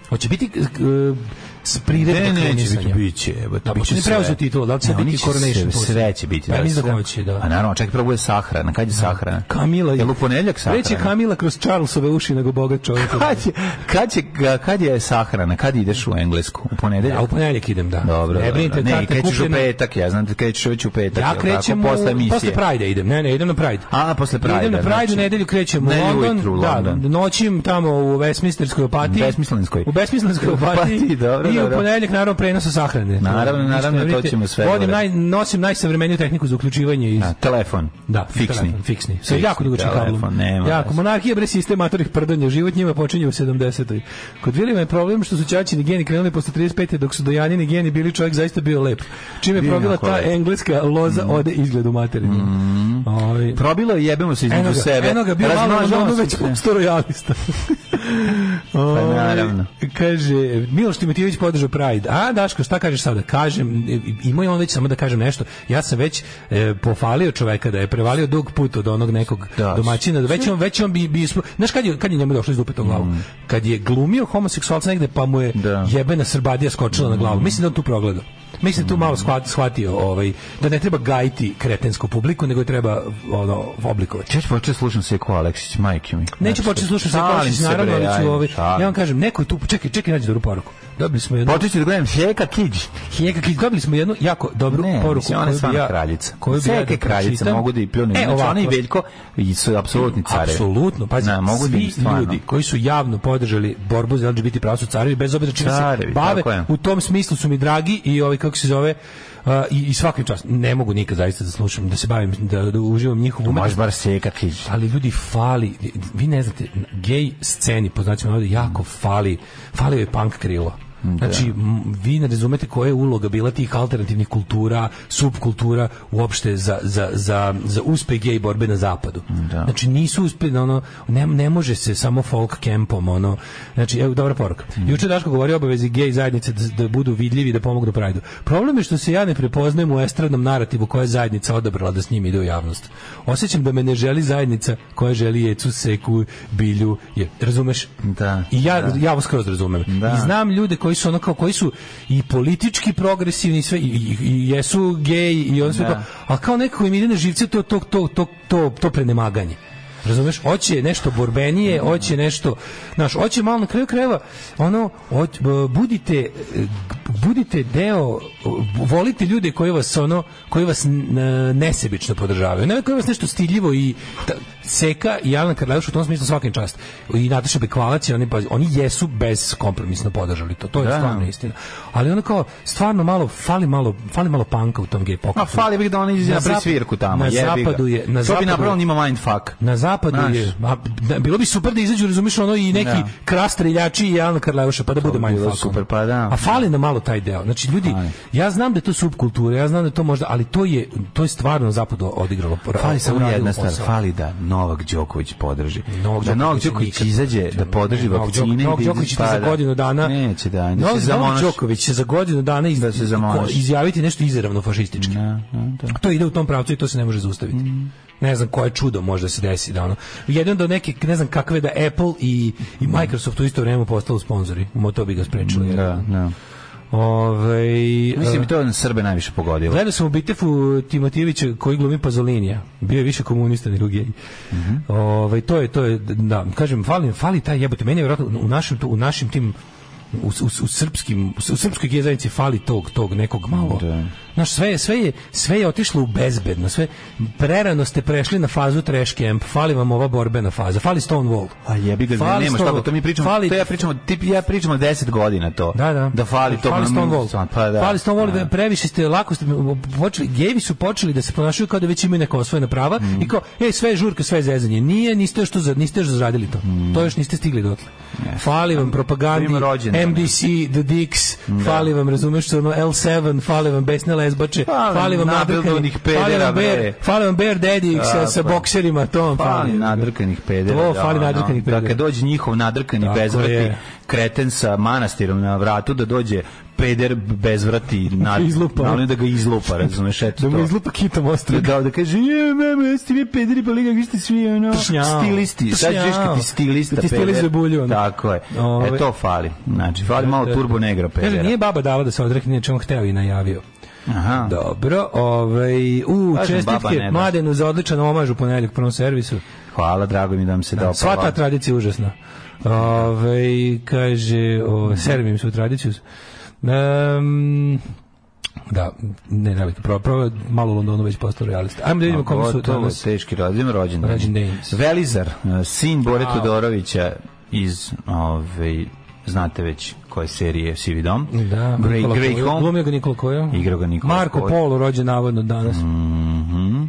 G: Hoće biti uh, s priredba
F: Hm? Ne, neće
G: krunisanja?
F: biti, bit će, jebote,
G: Da,
F: bit će
G: Pa ne preuzeo
F: sve.
G: titulu, da li će
F: Ne,
G: biti
F: oni će
G: coronation
F: sve-
G: posle?
F: Sve će biti.
G: Pa mislim da
F: sve.
G: hoće, da.
F: A naravno, čekaj, prvo je sahrana. Kad je sahrana?
G: Kamila
F: Jel u ponedjeljak sahrana?
G: Reći Kamila kroz Charlesove uši nego bogat čovjek.
F: Kad je, kad je, kad je sahrana? Kad ideš u Englesku? U ponedeljak?
G: Ja u ponedjeljak idem, da.
F: Dobro,
G: ne brinite,
F: dobro. ne,
G: karte
F: krećeš u
G: kupljene.
F: petak, ja znam da krećeš već u petak.
G: Ja
F: jel tako?
G: krećem u-
F: posle
G: posle,
F: emisije.
G: Pride idem. Ne, ne, idem na Pride.
F: A, posle Pride,
G: Idem na Pride,
F: znači.
G: u nedelju krećem u
F: Ne,
G: London.
F: ujutru u
G: Da,
F: London.
G: noćim tamo u Westminsterskoj opatiji.
F: Besmislenskoj.
G: U Besmislenskoj opatiji.
F: Opatiji, dobro,
G: I u
F: dobro.
G: ponedeljak naravno prenosa sahrane.
F: Naravno,
G: Ništa
F: naravno,
G: ne
F: to
G: vidite.
F: ćemo sve
G: Vodim
F: gore.
G: naj, nosim najsavremeniju tehniku za uključivanje iz
F: A, telefon.
G: Da,
F: fiksni.
G: telefon, fiksni. Sa jako dugačkim kablom.
F: telefon, nema
G: Jako,
F: veze.
G: monarhija bre sistem matorih prdanja. Život njima počinje u 70. Kod Vilima je problem što su ćaćini geni krenuli posle 35. dok su dojanjini geni bili čovjek zaista bio lep. Čime je
F: Bio je
G: probila
F: jako
G: ta
F: lep. Mm.
G: engleska loza ode izgled u materinu. Ovaj,
F: Probilo je, jebemo se
G: Eno
F: između
G: ga,
F: sebe.
G: eno ga, bio malo
F: Razmažemo
G: ono
F: se.
G: već postorojalista. Ovaj,
F: Pa naravno.
G: Kaže, Miloš Timotijević podržao Pride. A, Daško, šta kažeš sada? Kažem, imao je on već samo da kažem nešto. Ja sam već e, pofalio čoveka da je prevalio dug put od onog nekog
F: Da.
G: domaćina. Da već on, već on bi... bi ispro- Znaš kad je, kad je njemu došlo iz dupe to u glavu? Kad je glumio homoseksualca negde pa mu je
F: Mm. Da. Mm.
G: jebena srbadija skočila na glavu. Mislim da on tu progledao. Mislim da tu malo shvat- shvatio ovaj, da ne treba gajiti kretensku publiku, nego je treba ono, oblikovati.
F: Ja ću početi slušam Seko Aleksić, majke mi.
G: Neću početi slušati sve
F: Znači, Šalim
G: Kovačić,
F: se,
G: naravno,
F: bre,
G: ali ću
F: ajde,
G: ovaj,
F: šalim.
G: ja vam kažem, neko je tu, čekaj, čekaj, nađi dobru poruku. Dobili smo jednu,
F: Početi da gledam Sjeka Kiđ.
G: Hijeka Kid, dobili smo jednu jako dobru
F: Ne,
G: poruku.
F: mislim, ona je
G: koju bi
F: stvarno
G: ja-
F: kraljica.
G: koju bi ja
F: Sjeka
G: da
F: je kraljica,
G: pročitam.
F: mogu da i pljunu.
G: E,
F: Znači,
G: ovako,
F: ona i Veljko i su apsolutni care.
G: Apsolutno, pazi,
F: Ne, mogu da im
G: svi
F: stvarno.
G: ljudi koji su javno podržali borbu za LGBT prava su carevi, bez obzira čime se
F: Carevi,
G: bave,
F: tako je.
G: u tom smislu su mi dragi i ovaj, kako se zove, a, i, i svakim čast, ne mogu nikad zaista da slušam, da se bavim, da, da uživam njihovu umetnost,
F: Možeš bar Sjeka Kiđ.
G: ali ljudi fali, vi ne znate, gej sceni, po znacima navoda, jako fali, fali je punk krilo. Znači, m, vi ne razumete koja je uloga bila tih alternativnih kultura, subkultura uopšte za, za, za, za uspeh gej borbe na zapadu. Znači, nisu uspeli, ono, ne, ne može se samo folk kempom, ono, znači, evo, dobra poruka.
F: Mhm.
G: Juče Daško govori o obavezi gej zajednice da, da budu vidljivi i da pomognu Prajdu. Problem je što se ja ne prepoznajem u estradnom narativu koja je zajednica odabrala da s njim ide u javnost. Osjećam da me ne želi zajednica koja želi jecu, seku, bilju, je, razumeš?
F: Da,
G: I ja,
F: da.
G: ja vas skroz razumem.
F: Da.
G: I znam ljude koji su ono kao, koji su i politički progresivni i sve, i, i, i jesu geji i on sve
F: Da.
G: to, ali kao nekako im ide na živce to, to, to, to, to, to prenemaganje. Razumeš, hoće nešto borbenije, hoće nešto, znaš, hoće malo na kraju krajeva, ono, hoć- b- budite, e, budite deo, volite ljude koji vas, ono, koji vas n- n- nesebično podržavaju, ne koji vas nešto stiljivo i ta- Seka i Alan Karlajuš u tom smislu svakim čast. I Nataša Bekvalac, i oni, pa, oni jesu beskompromisno podržali to, to je
F: Da.
G: stvarno istina. Ali ono kao, stvarno malo, fali malo, fali malo panka u tom gej
F: A
G: pokretu.
F: Pa fali bih da ona izađe
G: Na
F: na
G: zap-
F: prisvirku tamo,
G: na
F: jebi ga.
G: zapadu je- na
F: To
G: zapadu
F: bi
G: je-
F: napravilo njima mindfuck.
G: Na zapadu
F: Znaš.
G: je, a, da, bilo bi super da izađu, razumiješ, ono i neki
F: Da.
G: krastreljači i Alan Karlajuša, pa da bude
F: bi
G: manje
F: bilo super, pa da.
G: A fali nam malo taj deo. Znači, ljudi,
F: Fali.
G: ja znam da je to subkultura, ja znam da je to možda, ali to je, to je stvarno na zapadu odigralo.
F: Fali samo
G: uradilo
F: jedna stvar,
G: posao.
F: fali da Novak Đoković podrži.
G: Novak
F: da Novak
G: Đoković
F: Đoković
G: nikad
F: izađe
G: neće.
F: da podrži
G: Ne, Novak Djok-
F: vakcine. i
G: Novak
F: da
G: Đoković će
F: izađe-
G: za
F: pa da.
G: godinu dana
F: Neće da, da
G: Novak
F: se zamonaš.
G: Novak Đoković će za godinu dana iz,
F: Da se zamonaš.
G: izjaviti nešto izravno fašistički.
F: Da, da, da. Mm.
G: To ide u tom pravcu i to se ne može zaustaviti. Ne znam koje čudo može da se desi da ono. Jedino da neki ne znam kakve da Apple i, i Microsoft u isto vrijeme postali sponzori. Mo to bi ga sprečilo.
F: Mm. Da, da.
G: Ovaj
F: Mislim
G: e,
F: i to je na Srbe najviše pogodilo.
G: Gledao sam u Bitefu Timotijevića koji glumi Pazolinija. Bio je više komunista nego gej.
F: Mhm.
G: Ovaj, to je to je da kažem fali fali taj jebote meni je verovatno u našem tu- u našim tim u, u, u srpskim u srpskoj gej zajednici fali tog tog nekog malo.
F: Da.
G: Znaš, sve je sve je sve je otišlo u bezbedno, sve prerano ste prešli na fazu trash camp. Fali vam ova borbena faza. Fali Stonewall.
F: A jebi ga,
G: Pa Fali
F: nema
G: Stonewall.
F: šta, to mi pričamo,
G: Fali-
F: to ja pričamo, ti, ja pričamo 10 godina to.
G: Da, da.
F: Da fali to.
G: Fali Stonewall.
F: Pa da.
G: Fali Stonewall,
F: Da.
G: previše ste lako ste počeli, gejevi su počeli da se ponašaju kao da već imaju neka osvojena prava
F: Mhm.
G: i kao, ej, sve je žurka, sve je zezanje. Nije, niste još, to, za- niste još zaradili to.
F: Mhm.
G: To još niste stigli dotle. Fali vam propagandi,
F: Ima rođendan.
G: MBC, The Dicks, fali vam, razumeš, što ono, L7, fali vam besne lesbače,
F: Fali
G: fali vam
F: nabildovanih
G: nadrkani, fali
F: pedera,
G: vam bear,
F: bre.
G: fali vam bear daddy
F: Da,
G: sa, sa
F: pa.
G: bokserima, to vam fali.
F: Fali nadrkanih pedera.
G: To
F: da,
G: fali
F: ono.
G: nadrkanih pedera.
F: Da kad dođe njihov nadrkani
G: Tako
F: bezvrati
G: je.
F: kreten sa manastirom na vratu, da dođe peder bezvrati na,
G: Izlupa.
F: na ono da ga izlupa, razumeš, eto
G: Da mu
F: to.
G: izlupa kitom ostrog.
F: Da, da kaže, je, mama, jeste vi pederi, pa liga, vi ste svi, ono,
G: Tržnjao.
F: stilisti. Sad ćeš kad ti stilista
G: Da ti stilist
F: peder.
G: zabulju, ono.
F: Tako je.
G: Ove-
F: E, to fali. Znači, fali malo turbo negra
G: Kaže,
F: pedera.
G: nije baba dala da se odrekne nečemu hteo i najavio.
F: Aha.
G: Dobro, ovaj, u,
F: Kažem, baba ne
G: čestitke
F: da.
G: Mladenu za odličan omaž u ponedjeljak u prvom servisu.
F: Hvala, drago mi da vam se dao.
G: Sva ta
F: pa-
G: tradicija je užasna. Ovaj, kaže, o, servim se u tradiciju. Em, da, ne nemojte, prvo, prvo je malo u Londonu već postao realista. Ajmo da vidimo kome su
F: Gotovo,
G: danas.
F: teški rođen, rođen.
G: Rođen Danes.
F: Velizar, eh, sin Bore Todorovića iz, ove, znate već koje serije Sivi dom.
G: Da,
F: Grey,
G: Nikola Kojo.
F: Grey Home.
G: Glumio ga Nikola Kojo. Mm.
F: Igrao ga Nikola
G: Marko
F: Kojo.
G: Polo rođen navodno danas.
F: Mhm.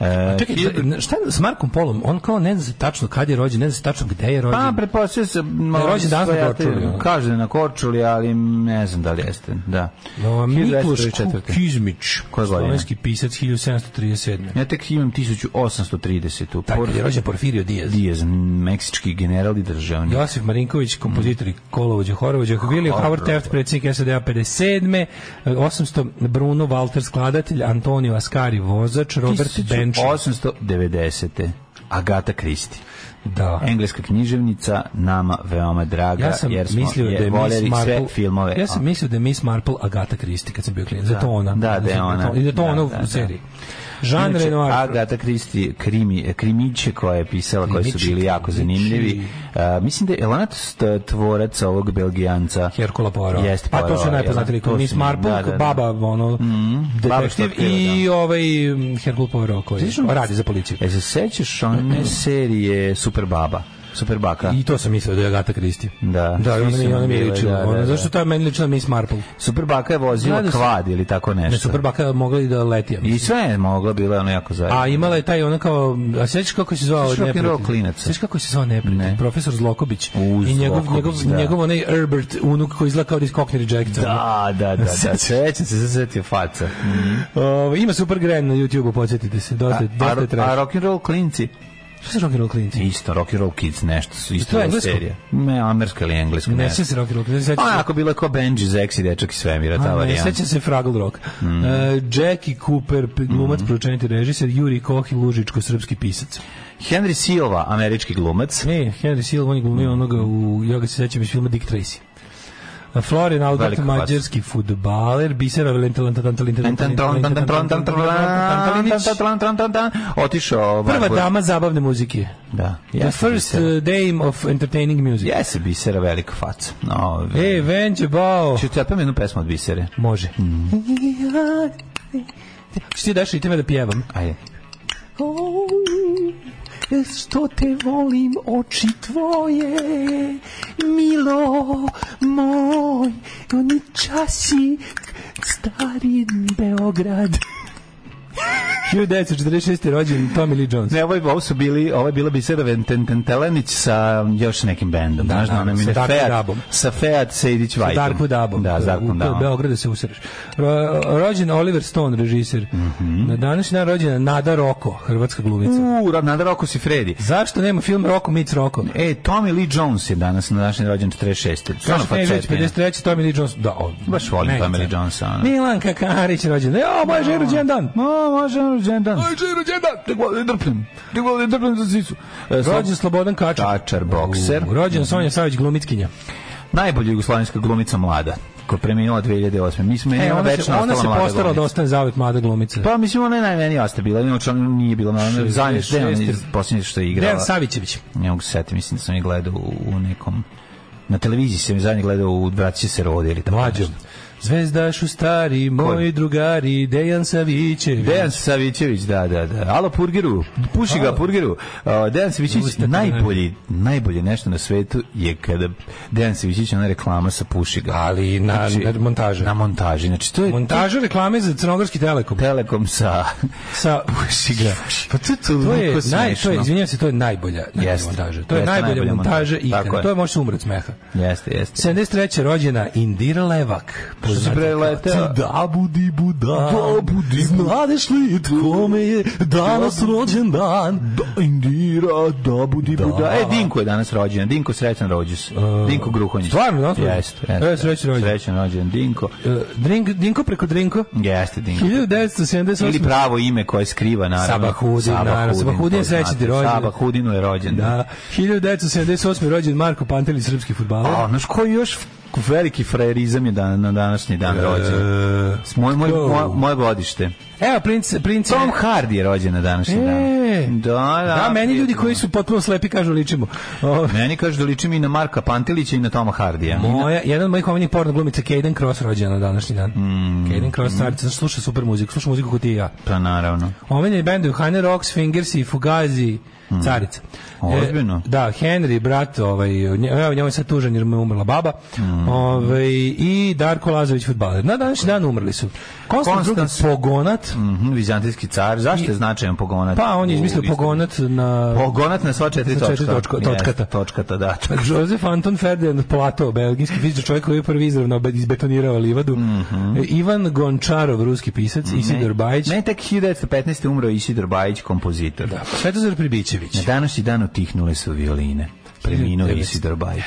F: E,
G: Čekaj, čekaj, šta je s Markom Polom? On kao ne zna se tačno kad je rođen, ne zna se tačno gde je rođen.
F: pa, pretpostavlja se... malo
G: rođen danas na
F: svojatelj-
G: Korčuli. ono.
F: Kaže da je na Korčuli, ali ne znam da li jeste. Da.
G: No, Mikloš
F: 1934..
G: Kuzmić,
F: Koje godine?
G: slovenski pisac 1737.
F: Ja tek imam 1830.
G: Tako
F: Por-
G: je rođen Porfirio Diaz.
F: Diaz, meksički general i državnik.
G: Josif Marinković, kompozitor i kolovođe Horovođe, William Howard Taft, predsjednik SAD-a 57. 800 Bruno Walter, skladatelj, Antonio Ascari, vozač, Robert Bench.
F: 1890. Agata Kristi.
G: Da.
F: Engleska književnica nama veoma draga
G: Ja sam
F: jer smo
G: mislio da je
F: voljeli
G: Miss Marple,
F: sve filmove.
G: Ja sam mislio da je Miss Marple Agata Christie kad sam bio klijent. Da, zato ona.
F: da, da je ona.
G: I da je to
F: Da,
G: ona
F: da,
G: u
F: da.
G: seriji. Jean
F: Inače,
G: Renoir.
F: Agata Kristi, krimi, krimiće koja je pisala, koji su
G: Krimići,
F: bili jako
G: krimići.
F: zanimljivi. A, mislim da je Elanat st- tvorac ovog Belgijanca.
G: Herkula Poirot.
F: Jeste,
G: pa to
F: Poirot,
G: su
F: jel?
G: najpoznatiji
F: To
G: likovi.
F: su-
G: Miss Marple,
F: da, da, da.
G: baba, ono,
F: Baba što
G: detektiv
F: otkriva,
G: i ovaj Herkul Poirot koji
F: Sjećaš ono-
G: radi za policiju.
F: E, se sećaš one serije Superbaba? Superbaka?
G: I to sam mislio da je Agata Kristi.
F: Da.
G: Da, ona mi,
F: Mislim,
G: ona mi je
F: bila je,
G: ličila.
F: da, da,
G: Ona-
F: da.
G: Zašto ta meni ličila Miss Marple?
F: Superbaka je vozila
G: Gledao sam-
F: kvad ili tako nešto.
G: Ne, Superbaka je mogla i da leti. ja mislim.
F: I sve je mogla, bila je ono jako zajedno.
G: A imala je taj ono kao, a sjećaš kako se zvao
F: Sjećaš rock and
G: neprijatelj?
F: roll klinaca?
G: Sjećaš kako se zvao neprijatelj?
F: Ne.
G: Profesor Zlokobić.
F: U,
G: I njegov,
F: Zlokobić,
G: njegov,
F: da.
G: njegov onaj Herbert, unuk koji izgleda kao da iz Cockney Rejecta.
F: Da, da, da, da.
G: Sjećaš?
F: Sećam se, se setio faca.
G: Ovo, Ovaj, ima super grand na YouTube-u, podsjetite se.
F: A,
G: Dosta, je-
F: a,
G: dosta je
F: a
G: trash.
F: rock'n'roll klinci?
G: Šta se rock and roll klinci?
F: Isto, rock'n'roll kids, nešto su isto.
G: To je
F: bila
G: englesko?
F: serija. Ne, amerska ili engleska, ne.
G: Ne sjećam se rock and roll klinci. sjećam se-
F: Onako bilo je kao Benji, Zeksi, dečak iz svemira, ta
G: A, Ne,
F: varijanta.
G: sećam se Fraggle Rock.
F: Mm.
G: E, Jackie Cooper, p- glumac, producent i režiser, Juri Koh i Lužičko-srpski pisac.
F: Henry Silva, američki glumac.
G: Ne, Henry Silva, on je glumio onoga u, ja ga se sećam iz filma Dick Tracy. A Florian Albert,
F: Velika klasa.
G: mađarski futbaler, Bisera
F: Otišao
G: Prva
F: Barbara-
G: dama zabavne muzike.
F: Da.
G: The
F: jeste
G: first
F: Bisera.
G: uh, dame of entertaining music.
F: Jesi bisera velika faca. No,
G: Ej, Venge Bao.
F: Ču ti ja pevam jednu pesmu od bisere.
G: Može. Što ti daš i teme da pjevam?
F: Ajde.
G: O, Oh, što te volim, oči tvoje, milo moj, oni časi, stari Beograd. 1946. je rođen Tommy Lee Jones.
F: Ne, ovo, je- ovo su bili, ovo je bila bisera Vententelenić sa još nekim bendom. Znaš da
G: da,
F: ona mi
G: sa
F: ne
G: Darko
F: Feat,
G: Dabom.
F: sa Feat Sejdić Vajtom.
G: Darko Dabom.
F: Da, s Darko
G: U- U
F: Dabom.
G: Beogradu se usreš. Ro, rođen Oliver Stone, režiser.
F: Mhm.
G: Na današnji dan rođena Nada Roko, hrvatska glumica.
F: U, Ra- Nada Roko si Fredi.
G: Zašto nema film Roko meets Roko?
F: E, Tommy Lee Jones je danas na današnji rođen 46. Stvarno
G: Kaš Knežević,
F: facetina.
G: 53. Tommy Lee Jones. Da, o,
F: Baš volim
G: Menica.
F: Tommy Lee Jonesa, ono.
G: Milan Kakarić rođen. Jo, moj je E, rođen dan.
F: Ma, može on rođen dan.
G: Moj je rođen dan.
F: Tek volim da drpnem. Tek volim da drpnem za sisu. E, Slob-
G: Rođen Slobodan Kačar.
F: Kačar, bokser.
G: U, Rođen Sonja Savić, glumitkinja.
F: najbolja jugoslovenska glumica mlada koja je preminula 2008. Mi smo
G: E,
F: e,
G: ona se,
F: večno
G: ona se postarala da ostane zavet mlada glumica.
F: Pa mislim ona je najmeni ostala bila, inače ona nije bila na onoj zadnjoj
G: 66.
F: sceni posljednje što je igrala.
G: Dejan Savićević.
F: Ne mogu se setiti, mislim da sam je gledao u, u nekom na televiziji sam je zadnje gledao u Vraći se rode ili tako.
G: Mlađo.
F: nešto.
G: Zvezdašu stari, moji drugari, Dejan Savićević.
F: Dejan Savićević, da, da, da. Alo Purgiru, puši ga Purgiru. Uh, Dejan Savićević,
G: Ustati
F: najbolji, najbolje nešto na svetu je kada Dejan Savićević, ona reklama sa puši ga.
G: Ali na,
F: Znači,
G: na montaže.
F: Na montaži, znači to je
G: Montažu reklame za Crnogorski Telekom.
F: Telekom sa
G: Sa
F: puši ga. Pa to je
G: To je
F: toliko
G: naj, to je,
F: smešno.
G: izvinjavam se, to je najbolja, najbolja
F: Jeste.
G: montaža. To je
F: Jeste
G: najbolja,
F: najbolja
G: montaža
F: montaža. Tako
G: ikada.
F: je.
G: To je možda umret smeha.
F: Jeste, jeste.
G: 73. rođena Indira Levak.
F: Što si preletela?
G: Da budi buda. Da budi Znadeš li kome je danas rođen dan? Da, Indira, da budi E,
F: Da, e, Dinko je danas rođen. Dinko srećan rođus. Dinko Gruhonjić.
G: stvarno je danas rođen?
F: Jeste.
G: E, srećan rođen.
F: Srećan rođen Dinko.
G: Drink, Dinko preko E, Drinko.
F: Jeste Dinko.
G: 1978.
F: Ili pravo ime koje skriva, naravno.
G: Sabahudin, naravno. Sabahudin je
F: to znate.
G: srećan ti rođen.
F: Sabahudinu je rođen, da.
G: Da. 1978. rođen Marko Pantelić, srpski futbaler.
F: A, znaš, koji još veliki frajerizam je dan, na današnji dan rođen?
G: E,
F: Moje, moje,
G: go.
F: moje, moje godište.
G: E, Evo, princ, princ
F: Tom Hardy je rođen na današnji dan.
G: bre.
F: Da, da,
G: E. Da, meni ljudi
F: prijatno.
G: koji su potpuno slepi kažu ličimo. O,
F: Meni kažu da ličim i na Marka Pantelića i na Toma Hardija.
G: Moja, jedan od mojih omiljenih porno glumica Caden Cross rođena na današnji dan. Mm. Caden Cross starica, znaš, sluša super muziku, sluša muziku kao ti i ja.
F: Pa naravno.
G: Omenjeni bendovi Hane Rocks, Fingers i Fugazi, carica.
F: Ozbiljno?
G: E, da, Henry, brat, ovaj, nje- evo, njemu je sad tužan jer mu je umrla baba. Ovaj, I Darko Lazović, futbaler. Na današnji dan umrli su. Konstant,
F: Konstans-
G: drugi pogonat,
F: Mhm, vizantijski car, zašto je značajan pogonat?
G: pa on
F: u
G: je izmislio
F: istoriji?
G: pogonat na...
F: Pogonat na sva četiri
G: Na četiri
F: točka.
G: točka- točkata.
F: Jeste, točkata, da. točka.
G: Josef Anton Ferdinand Plato, belgijski fizičar, čovjek koji je prvi izravno obe- izbetonirao livadu. E, Ivan Gončarov, ruski pisac, Isidor Bajić.
F: Meni tek 1915. umro Isidor Bajić, kompozitor.
G: Da, Svetozar Pribićević.
F: Na današnji dan utihnule su violine. Preminuo je Isidor Bajić.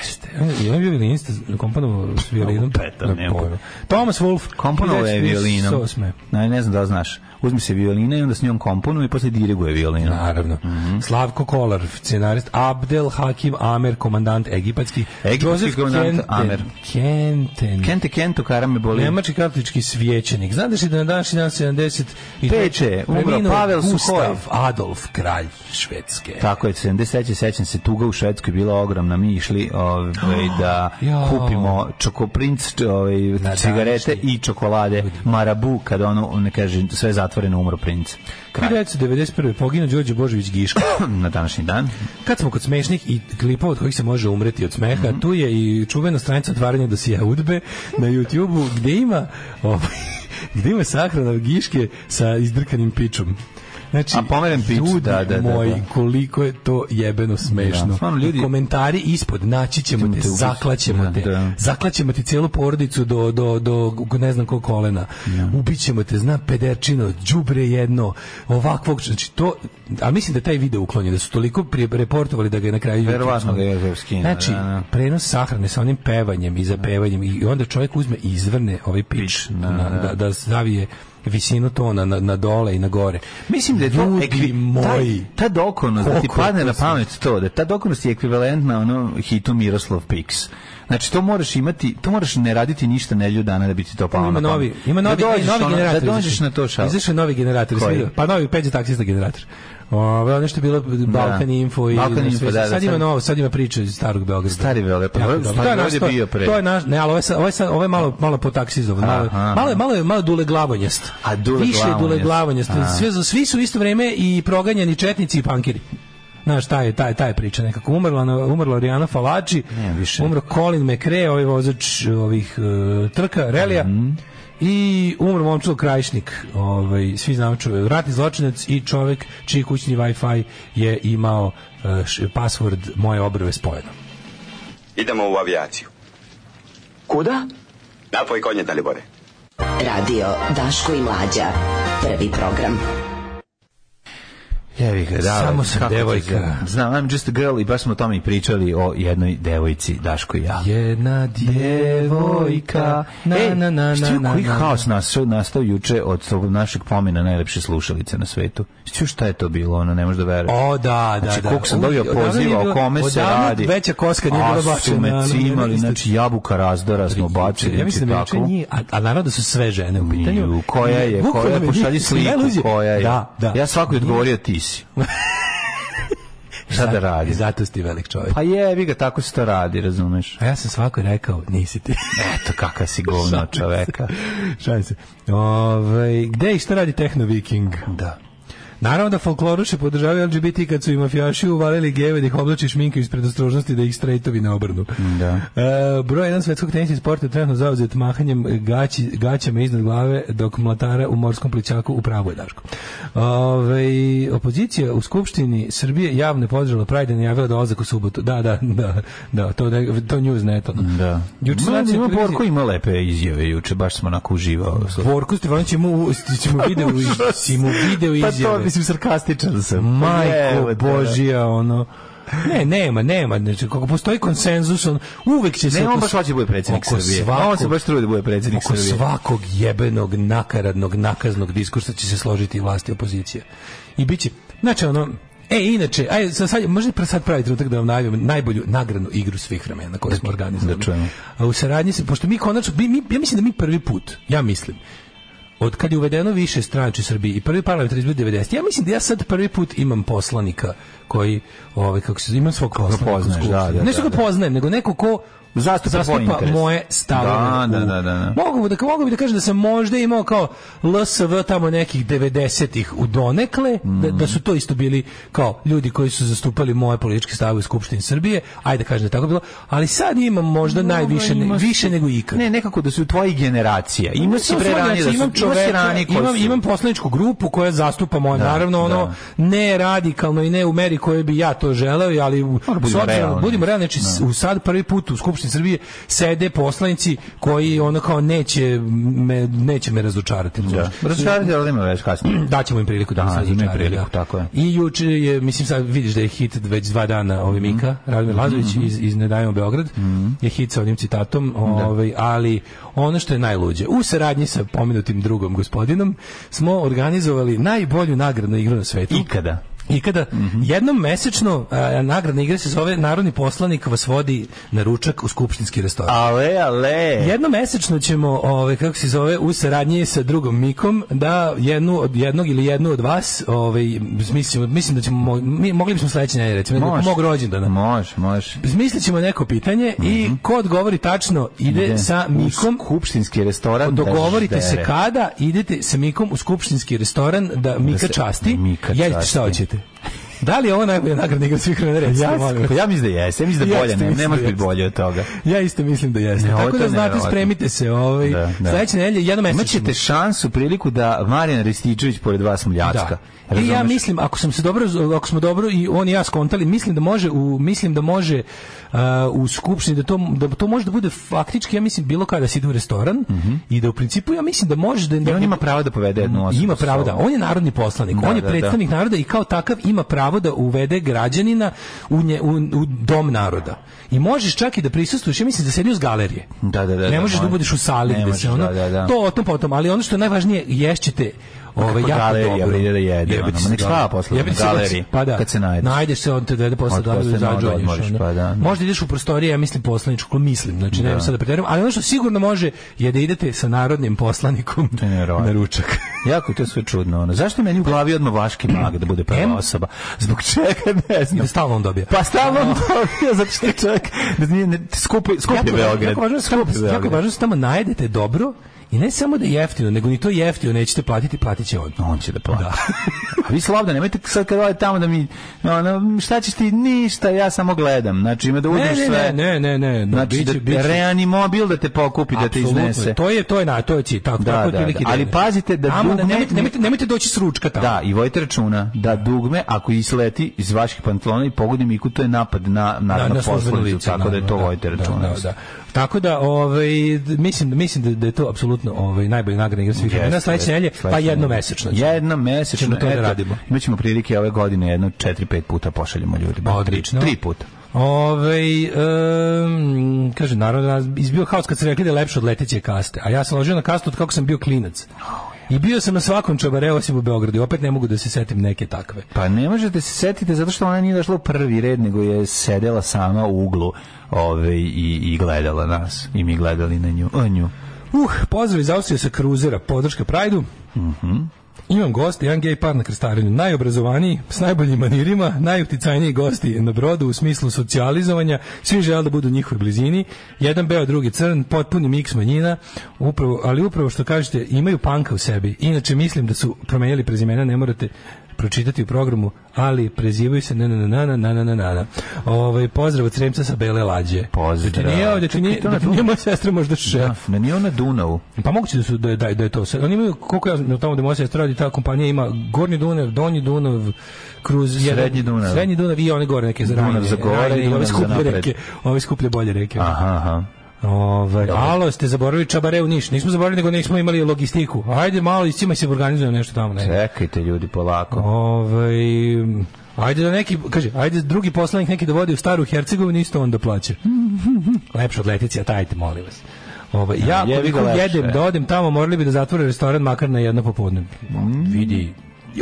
G: Je on bio violinista, komponovao s violinom?
F: Lupeta,
G: Ne,
F: nemam
G: pojma. Thomas Wolfe.
F: Komponovao je violinom.
G: 1938.
F: Ne, ne znam da li znaš. Uzmi se violina i onda s njom komponuje i posle diriguje violinom.
G: Naravno.
F: Mhm.
G: Slavko Kolar, scenarist, Abdel Hakim Amer, komandant egipatski,
F: Egipatski
G: Josef
F: komandant
G: Kenten-
F: Amer.
G: Kenten,
F: Kente Kento, kara me boli.
G: Nemački katolički svećenik. Znadeš li da na današnji dan 70 i
F: Peče, umro Pavel Suhoj.
G: Gustav Adolf, kralj Švedske.
F: Tako je, 73. sećam se, tuga u Švedskoj bila ogromna, mi išli ovaj, da
G: Jao.
F: kupimo čokoprinc, č- ovaj, cigarete
G: današnji.
F: i čokolade, marabu, kada ono, ne kaže, sve zatvoreno umro princ. Kraj.
G: 1991. poginuo Đorđe Božović Giško.
F: Na današnji dan.
G: Kad smo kod smešnih i klipova od kojih se može umreti od smeha,
F: Mhm.
G: tu je i čuvena stranica otvaranja dosija Udbe na YouTubeu gdje ima ovaj, gde ima sahrana Giške sa izdrkanim pičom. Znači,
F: A pomeren pič,
G: ljudi
F: da, da, da,
G: moji,
F: da.
G: koliko je to jebeno smešno.
F: Da, stvarno, ljudi-
G: Komentari ispod, naći ćemo te,
F: te ubiti.
G: zaklaćemo
F: Da,
G: te,
F: da.
G: zaklaćemo ti cijelu porodicu do, do, do ne znam kog kolena. Ubićemo te, zna pederčino, đubre jedno, ovakvog, znači to, a mislim da je taj video uklonjen, da su toliko prije reportovali da ga je na kraju
F: Verovatno ga je skinuo,
G: Znači,
F: da, da.
G: prenos sahrane sa onim pevanjem i zapevanjem i onda čovjek uzme i izvrne ovaj pič, na- da, da zavije visinu tona na, na dole i na gore.
F: Mislim da je to
G: Ljudi
F: ekvi,
G: moji.
F: Ta, ta dokonost, da ti
G: Koliko je
F: padne
G: to
F: na pamet to, da ta dokonost je ekvivalentna ono hitu Miroslav Pix. Znači to moraš imati, to moraš ne raditi ništa nedelju dana da bi ti to palo
G: ima
F: na pamet.
G: novi, ima novi,
F: pa da dođeš,
G: novi
F: ono,
G: generator.
F: Da dođeš
G: izašao.
F: na to šal.
G: Izašao je novi generator, jesi
F: Koji?
G: vidio? Pa novi peđa taksista generator. Ove, ono što je bilo Balkan Info i
F: Balkan Info,
G: sve-
F: da, da,
G: sad ima
F: sad-
G: novo, sad ima priče iz starog Beograda.
F: Stari Beograd, pa
G: Jako
F: dobro,
G: dobro.
F: stari
G: To je naš-
F: Beograd je
G: to-
F: bio pre.
G: To je naš, ne, ali ovo je, sad- ovo je, sad- ovo je malo, malo potaksizovano. Malo,
F: Aha.
G: malo, je- malo, je- malo dule glavonjest.
F: A dule
G: Više je dule
F: glavonjest.
G: glavonjest. Sve, za- svi su u isto vrijeme i proganjani četnici i pankiri. Znaš, ta je, ta je, ta je priča nekako. Umrla, na- umrla Rijana Falači,
F: Ne, više.
G: umro Colin McRae, ovaj vozač ovih e, trka, relija,
F: Mhm.
G: i umro momčilo Krajišnik, ovaj, svi znamo čovjek, ratni zločinac i čovjek čiji kućni Wi-Fi je imao e, š- password moje obrve spojeno.
J: Idemo u avijaciju.
A: Kuda?
J: Napoj konje, Dalibore.
A: Radio Daško i Mlađa. Prvi program.
F: Jevi ga, da,
G: Samo
F: kako
G: sam
F: ti
G: devojka.
F: zove? Znam, I'm just a girl i baš smo o tome i pričali o jednoj devojci, Daško i ja.
G: Jedna djevojka, na,
F: E,
G: na, na,
F: šta je,
G: na, na,
F: koji
G: na.
F: haos nastao, nastao juče od tog našeg pomena najlepše slušalice na svetu. Šta šta je to bilo, ono, ne možeš da veruješ.
G: O, da, da,
F: Znači,
G: da.
F: koliko sam dobio
G: Uvijek, odavno
F: poziva,
G: nije
F: o
G: bilo-
F: kome se
G: odavno
F: radi.
G: Veća koska nije bila
F: A su
G: bačena.
F: me
G: na- na- na-
F: cimali,
G: isto-
F: znači jabuka razdora smo bacili.
G: Ja mislim da me
F: znači,
G: juče
F: tako.
G: njih, a, a naravno da su sve žene u
F: Ju,
G: pitanju.
F: koja je,
G: Bukvalno
F: koja je,
G: me
F: pošalji
G: njih-
F: sliku,
G: iluzije.
F: koja je.
G: Da, da.
F: Ja svako je odgovorio, ti si. Šta da
G: I
F: radim?
G: zato si ti velik čovjek.
F: Pa jevi ga, tako se to radi, razumeš?
G: A ja sam svako rekao, nisi ti.
F: Eto, kakav si govno od čoveka.
G: Šalim se. Ove, gde i šta radi Techno Viking? Da. Naravno da folkloruše podržavaju LGBT kad su i mafijaši uvalili geve da ih oblači šminka ispred ostrožnosti da ih strejtovi ne obrnu.
F: Da.
G: E, broj 1 svetskog tenisa i sporta je trenutno zauzet mahanjem gaći, gaćama iznad glave dok mlatara u morskom plićaku u pravu je Daško. Ove, opozicija u Skupštini Srbije javno je podržala Prajda i najavila dolazak u subotu. Da, da, da, da to, ne- to news neto.
F: Da.
G: Juče su
F: Ma,
G: nacionalni
F: ima
G: televiziji-
F: Borko ima lepe izjave juče, baš sam onako uživao.
G: Borko Stefanović ima u- ćemo video iz- si mu video
F: Pa to,
G: izjave.
F: mislim, sarkastičan sam.
G: Majko
F: Evo te.
G: Božija, ono. Ne, nema, nema, znači kako postoji konsenzus, on uvek će se
F: Ne, on
G: oko
F: baš
G: s-
F: hoće da bude predsjednik
G: oko
F: Srbije.
G: svakog-
F: On se baš trudi da bude predsjednik
G: oko
F: Srbije.
G: svakog jebenog nakaradnog nakaznog diskursa će se složiti i vlast i opozicija. I biće, znači ono E, inače, aj, sad, sad, možda pre sad pravi trenutak da vam najavim najbolju nagradnu igru svih vremena koju smo organizovali.
F: čujemo.
G: A U saradnji se, pošto mi konačno, mi, mi, ja mislim da mi prvi put, ja mislim, od kad je uvedeno više stranačje u Srbiji i prvi parlamentarni izbor 90. Ja mislim da ja sad prvi put imam poslanika koji ovaj kako se imam svog poslanika. u
F: poznaješ,
G: Skupštini.
F: da, da,
G: ne što
F: da,
G: ga
F: da.
G: poznajem, nego neko ko
F: Zastupa tvoj
G: zastupa
F: interes.
G: moje stavove.
F: Da,
G: u-
F: da, da, da.
G: Mogu bi da mogu bi da kažem da sam možda imao kao LSV tamo nekih 90-ih u donekle da, da su to isto bili kao ljudi koji su zastupali moje političke stavove u Skupštini Srbije. Ajde da kažem da je tako bilo, ali sad imam možda najviše ne- više nego ikad.
F: Ne, nekako da su tvoji generacija. Ima si
G: Samo
F: pre
G: svoje
F: ranije da
G: generacije,
F: su,
G: imam
F: ima si ranije koji
G: imam,
F: su-
G: imam poslaničku grupu koja zastupa moje,
F: Da,
G: naravno ono ne radikalno i ne u meri koje bi ja to želeo, ali u-
F: Mora budemo
G: s obzirom-
F: realni.
G: budimo realni, znači s- u sad prvi put u Skupštini Srbije sede poslanici koji ono kao neće me, neće me razočarati.
F: Da.
G: razumeš?
F: Razočarati, ali nema već kasnije.
G: daćemo im priliku da nas
F: Da,
G: razočaraju,
F: imaju priliku,
G: da.
F: tako je.
G: I juče je, mislim sad vidiš da je hit već dva dana ovaj
F: Mhm.
G: Mika, Radomir Lazović iz, iz Ne dajemo Beograd, je hit sa onim citatom, ovaj, ali ono što je najluđe, u saradnji sa pomenutim drugom gospodinom smo organizovali najbolju nagradnu igru na svetu.
F: Ikada.
G: I kada
F: Mhm.
G: jednom mesečno a, nagradna igra se zove Narodni poslanik vas vodi na ručak u skupštinski restoran.
F: Ale, ale.
G: Jedno mesečno ćemo, ovaj kako se zove, u saradnji sa drugom Mikom da jednu od jednog ili jednu od vas, ovaj mislim, mislim da ćemo mo- mi mogli bismo sledeće nedelje recimo
F: Može.
G: mog mog rođendana.
F: Može, može.
G: Izmislit ćemo neko pitanje i ko odgovori tačno ide sa Mikom
F: Mhm. U skupštinski restoran.
G: dogovorite se
F: Daždere.
G: kada idete sa Mikom u skupštinski restoran da Mika
F: se-
G: časti.
F: Mika
G: Jedite
F: časti.
G: šta hoćete. Da li je ovo najbolja nagradna igra svih vremena? Recite,
F: Ja,
G: molim vas.
F: pa ja mislim da jeste, ja mislim da
G: Jeste,
F: bolje, ne,
G: mislim
F: ne
G: da
F: može biti
G: jeste.
F: bolje od toga.
G: Ja isto mislim da jeste.
F: Ne, ovo je
G: Tako
F: to
G: da znate,
F: nevjerovatno.
G: spremite se. Ovaj,
F: Da, da.
G: Sledeće nedelje, jednom mesečno.
F: Imaćete šansu, priliku da Marijan Rističević pored vas muljacka.
G: I E, ja
F: Razumeš?
G: mislim ako sam se dobro raz- ako smo dobro i on i ja skontali, mislim da može u mislim da može uh, u skupštini da to da to može da bude faktički ja mislim bilo kada se ide u restoran i da u principu ja mislim da može da,
F: Mhm. I
G: da
F: on ima pravo da povede jednu osobu.
G: ima pravo
F: sa
G: da
F: sobom.
G: on je narodni poslanik,
F: Da,
G: on je
F: da,
G: predstavnik naroda i kao takav ima pravo da uvede građanina u, nje, u, u dom naroda. I možeš čak i da prisustvuješ, ja mislim da sedi uz galerije.
F: Da, da, da,
G: Ne
F: da,
G: možeš da
F: može.
G: budeš u sali
F: Ne
G: gde
F: možeš,
G: se ono.
F: da, da, da.
G: To o tom potom, ali ono što je najvažnije ješćete ovaj
F: kako
G: jako
F: galerija,
G: dobro.
F: bre, ide da jede,
G: Jebite
F: ono,
G: se,
F: nek
G: da.
F: spava posle,
G: Jebite
F: na
G: se,
F: galeriji,
G: pa da.
F: kad se najdeš.
G: Najdeš se on te dovede posle
F: Od
G: da
F: posle malo da
G: zađuješ,
F: odmoriš,
G: ono.
F: pa da.
G: Možda ideš u prostorije, ja mislim poslaničku, mislim, znači ne sad da preterujem, ali ono što sigurno može je da idete sa narodnim poslanikom
F: je nevjerovatno.
G: na ručak.
F: Jako je to sve čudno. Ono. Zašto je meni u glavi odmah Vaški mag da bude prva
G: Em?
F: osoba? Zbog čega ne znam.
G: I stalno on dobija.
F: Pa stalno dobija, zato što je čovjek da nije, ne, skupi, skupi
G: Jako je važno-
F: Beograd.
G: Jako važno, da se tamo-
F: Skupi
G: jako je
F: Beograd.
G: važno da se tamo najedete dobro i ne samo da je jeftino, nego ni to jeftino nećete platiti, platit će on.
F: On će da plati. A vi slobodno, nemojte sad kad odete tamo da mi, ono, šta ćeš ti, ništa, ja samo gledam. Znači ima da
G: Ne,
F: uzmeš
G: ne,
F: sve.
G: ne, ne, ne, ne, no,
F: Znači,
G: biće,
F: da
G: biće.
F: reanimobil da te pokupi, da te
G: Apsolutno,
F: iznese.
G: To je, to je, na, to je cilj, tako,
F: Da,
G: tako
F: da,
G: otprilike
F: da. Ali
G: ide.
F: pazite da
G: Tamo
F: dug ne-
G: nemojte, nemojte, nemojte doći s ručka tamo.
F: Da, i vojte računa da dugme, ako isleti iz vaših pantalona i pogodi Miku, to je napad na, na, na,
G: službeno
F: poslanicu,
G: lice,
F: tako da je to
G: naravno,
F: vojte računa.
G: Da, da, da. Tako da, ovaj, mislim, mislim da, da je to apsolutno ovaj, najbolje nagradna igra svih vremena. Sledeće nedelje, pa jednomesečno. će.
F: Jednom mesečno.
G: Ćemo to da
F: eto,
G: radimo.
F: Imaćemo prilike ove godine jedno 4-5 puta pošaljemo ljudima.
G: Odlično.
F: Tri, tri puta.
G: Ove, um, Ovaj, kaže, naravno, izbio haos kad se rekli da je lepše od leteće kaste, a ja sam ložio na kastu od kako sam bio klinac.
F: Oh,
G: I bio sam na svakom čabareu osim u Beogradu i opet ne mogu da se setim neke takve.
F: Pa ne možete se setiti zato što ona nije došla u prvi red, nego je sedela sama u uglu ove, i, i gledala nas. I mi gledali na nju. O, nju.
G: Uh, pozdrav iz Austrije sa kruzera, podrška Prajdu. Imam goste, jedan gej par na krstarenju, najobrazovaniji, s najboljim manirima, najuticajniji gosti na brodu u smislu socijalizovanja, svi žele da budu u njihovoj blizini, jedan beo, drugi crn, potpuni miks manjina, upravo, ali upravo što kažete, imaju panka u sebi, inače mislim da su promenjali prezimena, ne morate pročitati u programu, ali prezivaju se na na na na na na na na na. Ovaj pozdrav od Sremca sa Bele Lađe.
F: Pozdrav.
G: Da ti nije, da ti
F: Čekaj,
G: nije,
F: to na
G: da ti nije moja sestra možda šef.
F: Da, na nije ona Dunavu.
G: Pa moguće da su da je, da je, da je to. Sad, Oni imaju koliko ja znam tamo gde moja sestra radi ta kompanija ima Gornji Dunav, Donji Dunav, kruz jedan-
F: Srednji Dunav.
G: Srednji Dunav i one gore neke za
F: Dunav
G: Rajne,
F: za gore i
G: Rajne
F: Dunav
G: ove
F: za
G: skuplje
F: napred.
G: reke, ove skuplje bolje reke.
F: Aha, aha.
G: Ovaj, alo, ste zaboravili Čabare u Niš. Nismo zaboravili, nego nismo imali logistiku. Ajde malo iscima se organizujemo nešto tamo, ne.
F: Čekajte ljudi polako.
G: Ovaj Ajde da neki, kaže, ajde drugi poslanik neki da vodi u staru Hercegovinu, isto onda plaće. Lepše od Leticija, tajte, molim vas. Ovaj, ja
F: jebi ga
G: koliko
F: lepše. Mm.
G: jedem, da odem tamo, morali bi da zatvore restoran makar na jedno popodne. Vidi,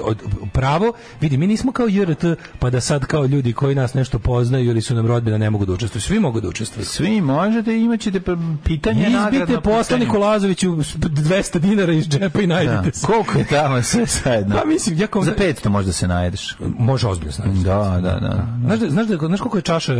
G: od, pravo, vidi, mi nismo kao JRT, pa da sad kao ljudi koji nas nešto poznaju ili su nam rodbina ne mogu da učestvuju. Svi mogu da učestvuju.
F: Svi možete i imat ćete pr- pitanje
G: Izbite posla Nikolazoviću 200 dinara iz džepa i
F: Da.
G: najdete se.
F: Koliko je tamo sve sajedno?
G: Pa mislim, ja kao...
F: Za 500 možda se najedeš.
G: Može ozbiljno znači.
F: Da, da, da.
G: Znaš, da, znaš, da, znaš koliko je čaša e,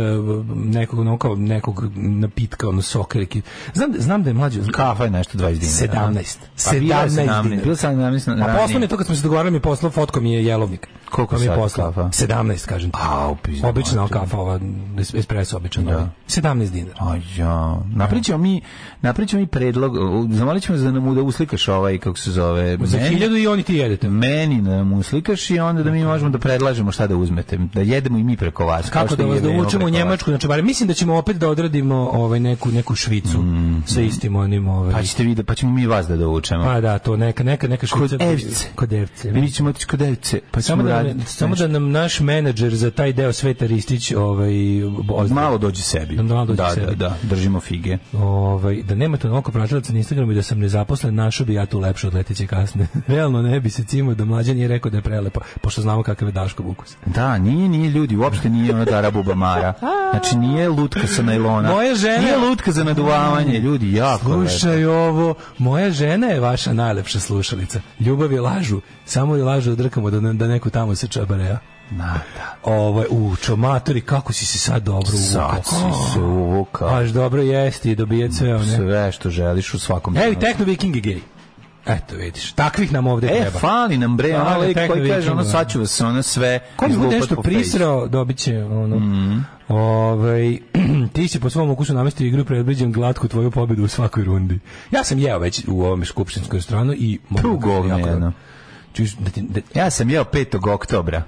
G: nekog, ono, kao nekog napitka, ono soka ili ki- Znam, znam da je mlađe.
F: Kafa je nešto 20 dinara.
G: 17.
F: Pa bila je
G: 17
F: 17,
G: dinara. Pa
F: bila je 17
G: A
F: ranije.
G: poslao mi je to kad smo se dogovarali, mi je poslao fotko mi je jelovnik.
F: Koliko
G: pa mi je
F: sad
G: poslao?
F: kafa?
G: 17, kažem. ti.
F: Au, pizda
G: Obična
F: mater.
G: kafa, ova, es- espresso običan. Da. 17 dinara.
F: A ja, naprićemo mi, naprićemo mi predlog, u- zamolit ćemo da nam da uslikaš ovaj, kako se zove,
G: Za
F: meni-
G: hiljadu i oni ti jedete.
F: meni da nam uslikaš i onda da mi možemo da predlažemo šta da uzmete, da jedemo i mi preko vas. kao
G: Kako
F: što
G: da vas
F: jedemo
G: dovučemo u
F: preko vas.
G: Njemačku, znači barem mislim da ćemo opet da odradimo ovaj neku neku švicu sa istim onim ovaj.
F: Mm. Pa ćete vidjeti, pa ćemo mi vas da dovučemo.
G: Pa da, to neka neka neka švica.
F: Evce.
G: Kod Evce.
F: mi ćemo otići kod Evce, pa
G: Samo
F: ćemo
G: da, nam,
F: raditi
G: samo
F: nešto.
G: da nam naš menadžer za taj deo Sveta Ristić ovaj, ozdravi.
F: Malo dođi sebi.
G: Da, malo dođi
F: da,
G: sebi.
F: Da, da, držimo fige.
G: Ovaj, da nema to oko pratilaca na Instagramu i da sam nezaposlen, našao bi ja tu lepše od leteće kasne. Realno ne bi se cimo da mlađe nije rekao da je prelepa, pošto znamo kakav je Daško Bukus.
F: Da, nije, nije ljudi, uopšte nije ona Dara Bubamara. Znači, nije lutka sa najlona.
G: Moja žena-
F: Nije lutka za naduvavanje, ljudi, jako lepo.
G: Slušaj ovo, moja žena je vaša najlepša slušalica. Ljubav je lažu, samo je lažu odrkamo da, da neko tamo se čabareja.
F: Na, da.
G: Ovaj, u, čomatori, kako si se sad dobro uvukao.
F: Sad si se uvukao.
G: Baš dobro jesti i dobije ceo, ne?
F: Sve što želiš u svakom
G: Evo,
F: trenutku.
G: Techno Viking je gej. Eto, vidiš, takvih nam ovde
F: E,
G: treba.
F: fali nam bre,
G: Fali
F: ono lik koji
G: tehnovikinga,
F: kaže, ono
G: da.
F: sad ću vas ono sve
G: Ko mi bude
F: izlupat
G: nešto
F: po fejsu.
G: prisrao, dobit će ono... Ovaj, ti si po svom ukusu namestio igru predviđam glatku tvoju pobedu u svakoj rundi. Ja sam jeo već u ovom skupštinskoj stranu i...
F: Tu govno
G: Jako-
F: jedno.
G: Čuješ, da ti- da-
F: Ja sam jeo 5. oktobra.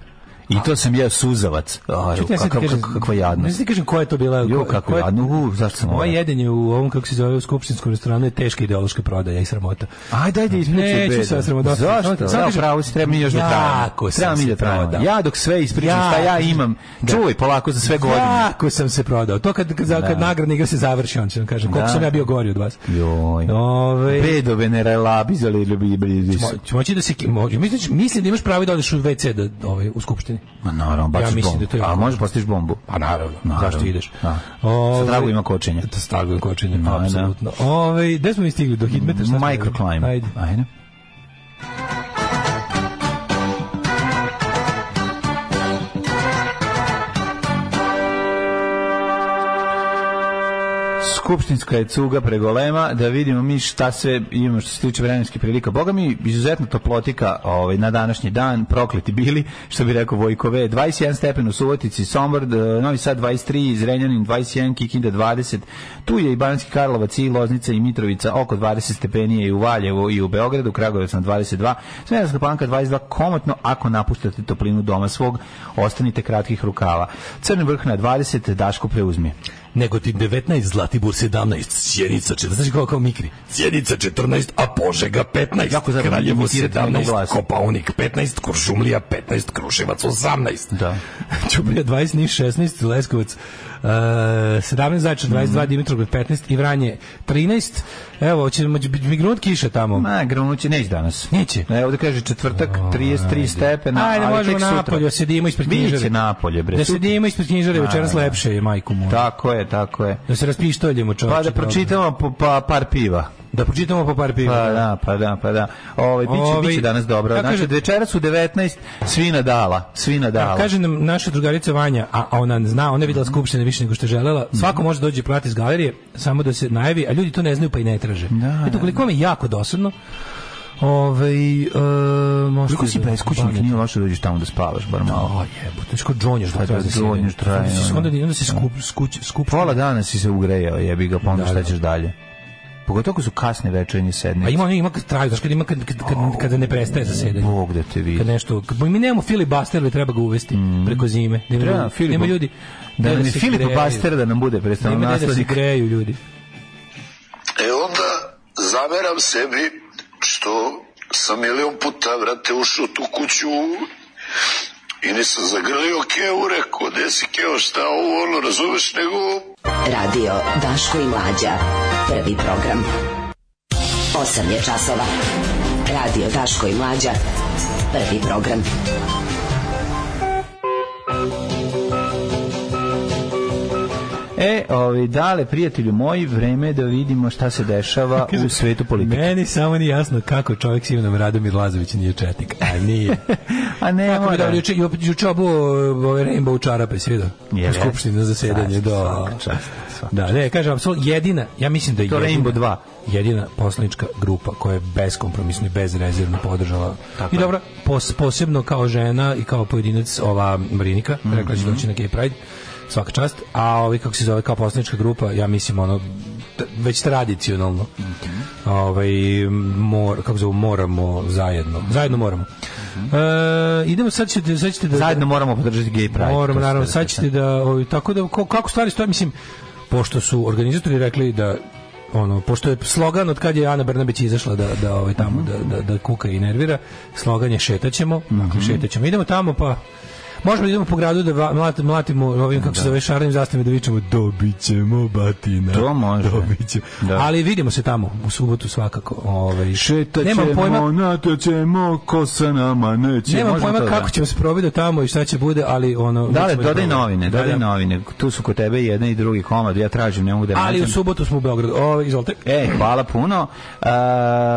F: I to sam jeo suzavac. Aj,
G: čuj, ti, ja sad ti
F: kakav,
G: kažem-
F: kakav- kakva
G: Ne znam
F: jadnost.
G: ti kažem koja je to bila...
F: Jo,
G: koja-
F: kako
G: koja-
F: jadno. U, zašto sam
G: Ovo
F: ovo?
G: jedenje Ovaj u ovom, kako se zove, u skupštinskom restoranu je teška ideološka prodaja i sramota.
F: Ajde, ajde, ispričaj
G: Neću
F: bedu.
G: sad sramota.
F: Zašto?
G: Samo
F: Da,
G: ti kažem-
F: pravo si, treba mi još da
G: Jako
F: trajamo.
G: sam
F: Treba mi
G: se
F: da trajamo.
G: prodao.
F: Ja dok sve ispričam šta
G: Jako
F: ja
G: sam-
F: imam,
G: Da.
F: čuvaj polako za sve godine.
G: Jako sam se prodao. To kad, kad, kad
F: Da.
G: nagradna igra se završi, on će vam kažem koliko
F: Da.
G: sam ja bio gori od vas.
F: Joj.
G: Ove,
F: Bedove ne relabi za ljubi
G: Mo, ću moći da se ki- mo, mislim, mislim da imaš pravo da odeš u WC da ovaj u skupštini.
F: Ma naravno, baciš
G: mislim
F: bombu.
G: da to je
F: A
G: jako-
F: možeš postiš bombu?
G: Pa naravno,
F: Naravno.
G: zašto ideš?
F: Da.
G: Ovaj,
F: Sa dragovima kočenja.
G: Sa dragovima kočenja,
F: Da, da.
G: apsolutno. Ovaj, gde smo mi stigli do hitmeta? Šta smo
F: Microclimb.
G: rekli? Ajde.
F: Ajde. Skupštinska je cuga pregolema, da vidimo mi šta sve imamo što se tiče vremenskih prilika. Boga mi, izuzetno toplotika ovaj, na današnji dan, prokleti bili, što bi rekao Vojkove, 21 stepen u Subotici, Sombor, d- Novi Sad 23, Zrenjanin 21, Kikinda 20, tu je i Banski Karlovac i Loznica i Mitrovica oko 20 stepenije i u Valjevu i u Beogradu, Kragujevac na 22, Smederska Palanka 22, komotno ako napuštate toplinu doma svog, ostanite kratkih rukava. Crni vrh na 20, Daško preuzmi.
G: Negotin 19, Zlatibor 17, Sjenica 14, znači kao, kao Mikri.
L: Sjenica 14, a Požega 15,
F: Jako zabavno
L: Kraljevo
F: imitirati njegov
L: 17,
F: glas.
L: Kopaunik 15, Kuršumlija 15, Kruševac 18.
F: Da.
G: Ćuprija 20, Niš 16, Leskovac uh, 17, Zajčar 22,
F: Mhm.
G: Dimitrovgrad 15 i Vranje 13. Evo, će mi grunut kiša tamo.
F: Ma, grunuće neće danas.
G: Neće?
F: Ne, ovdje kaže četvrtak, 33 stepena,
G: Ajde,
F: ali
G: možemo
F: tek sutra.
G: napolje, da sedimo ispred knjižare.
F: Biće napolje, bre.
G: Da
F: sutra.
G: sedimo ispred knjižare, večeras lepše je, majku moju.
F: Tako je, tako je.
G: Da se raspištoljimo, čovječe.
F: Pa da pročitamo po- pa, par piva.
G: Da pročitamo po par piva.
F: Pa da, pa da, pa da. Ovaj biće,
G: Ovaj,
F: biće danas dobro.
G: kako
F: Znači,
G: kaže-
F: večeras u 19 svi nadala, svi nadala.
G: A, kaže nam naša drugarica Vanja, a a ona zna, ona je
F: Mhm.
G: videla skupštine više nego što je želela. Svako može dođe i prati iz galerije, samo da se najavi, a ljudi to ne znaju pa i ne traže.
F: Da,
G: Eto, koliko vam je jako dosadno, ovaj, e, možete
F: Koliko si
G: da-
F: beskućnik, Pa, nije loše da uđeš tamo da spavaš, bar malo.
G: A jebote, znači kao džonješ
F: Pa
G: dok traje
F: da,
G: zasedanje.
F: džonješ, traje,
G: Onda se-
F: ono.
G: Onda, onda se skup, skuć, skup,
F: Pola dana si se ugrejao, jebi ga, pa onda
G: Da,
F: šta
G: da.
F: ćeš dalje. Pogotovo ako su kasne večernje sednice.
G: A ima ono, ima kad traju, znaš, kad ima kad, kad, kad, kada ne prestaje zasedanje.
F: Bog da te vidi.
G: Kad nešto, kad, mi nemamo filibuster, ali treba ga uvesti preko zime. Nema
F: Mhm. Treba,
G: ljudi,
F: Filip-
G: nema ljudi.
F: Da nam je
G: se
F: Filip
G: greju.
F: Baster da nam bude predstavno
G: Nema gde da se
F: naslednik.
G: greju ljudi.
L: E onda zameram sebi što sam milion puta, vrate, ušao tu kuću i nisam zagrlio Keu, rekao, gde si Keo, šta ovo, ono, razumeš, nego
A: Radio Daško i Mlađa. Prvi program. 8 je časova. Radio Daško i Mlađa. Prvi program.
F: E, ovaj, dale, prijatelju moji, vreme je da vidimo šta se dešava u svetu politike.
G: Meni samo nije jasno kako čovjek s imenom Radomir Lazović nije četnik. A nije.
F: A ne,
G: Kako mi
F: mora.
G: dobro, juče, ju- juče obu ove rainbow čarape, svi da.
F: Jel
G: U skupštini na zasedanje,
F: Čast,
G: da.
F: svaka čast, svaka
G: Da, ne, kažem, apsolutno, jedina, ja mislim da je
F: To
G: jedina,
F: Rainbow 2.
G: jedina poslanička grupa koja je beskompromisno i bezrezervno podržala. I
F: je.
G: dobro, pos, posebno kao žena i kao pojedinac ova Marinika,
F: Mhm.
G: rekla će doći na Gay Pride, svaka čast, a ovi kako se zove kao poslanička grupa, ja mislim ono, t- već tradicionalno
F: Mhm.
G: ovaj, mor, kako se zove, moramo zajedno zajedno moramo E, idemo sad ćete, sad ćete da
F: Mhm. Zajedno moramo podržati gay pride.
G: Moram,
F: To ste
G: naravno,
F: rekli.
G: sad ćete da, ovaj, tako da, ko- kako stvari stoje, mislim, pošto su organizatori rekli da, ono, pošto je slogan od kad je Ana Brnabić izašla da, da ovaj, tamo, da, da, da kuka i nervira, slogan je šetaćemo,
F: Mhm.
G: dakle, šetaćemo. Idemo tamo, pa, možemo da idemo po gradu da va- mlat- mlatimo ovim, kako se zove, šarenim zastavima da vičemo, dobit ćemo batina.
F: To može.
G: Dobit ćemo."
F: Da.
G: Ali vidimo se tamo, u subotu svakako. Ovaj, nemam pojma,
F: Šetaćemo, nataćemo, ko sa nama neće.
G: Nemam
F: Možemo
G: pojma
F: to da-
G: kako ćemo se probiti do tamo i šta će bude, ali ono... mi
F: Da,
G: ćemo
F: li,
G: da
F: dodaj
G: probamo.
F: novine, dodaj
G: Da, da.
F: novine. Tu su kod tebe i jedan i drugi komad, ja tražim, ne mogu da
G: Ali u
F: nađem.
G: subotu smo u Beogradu. O, izvolite.
F: E, hvala puno. E,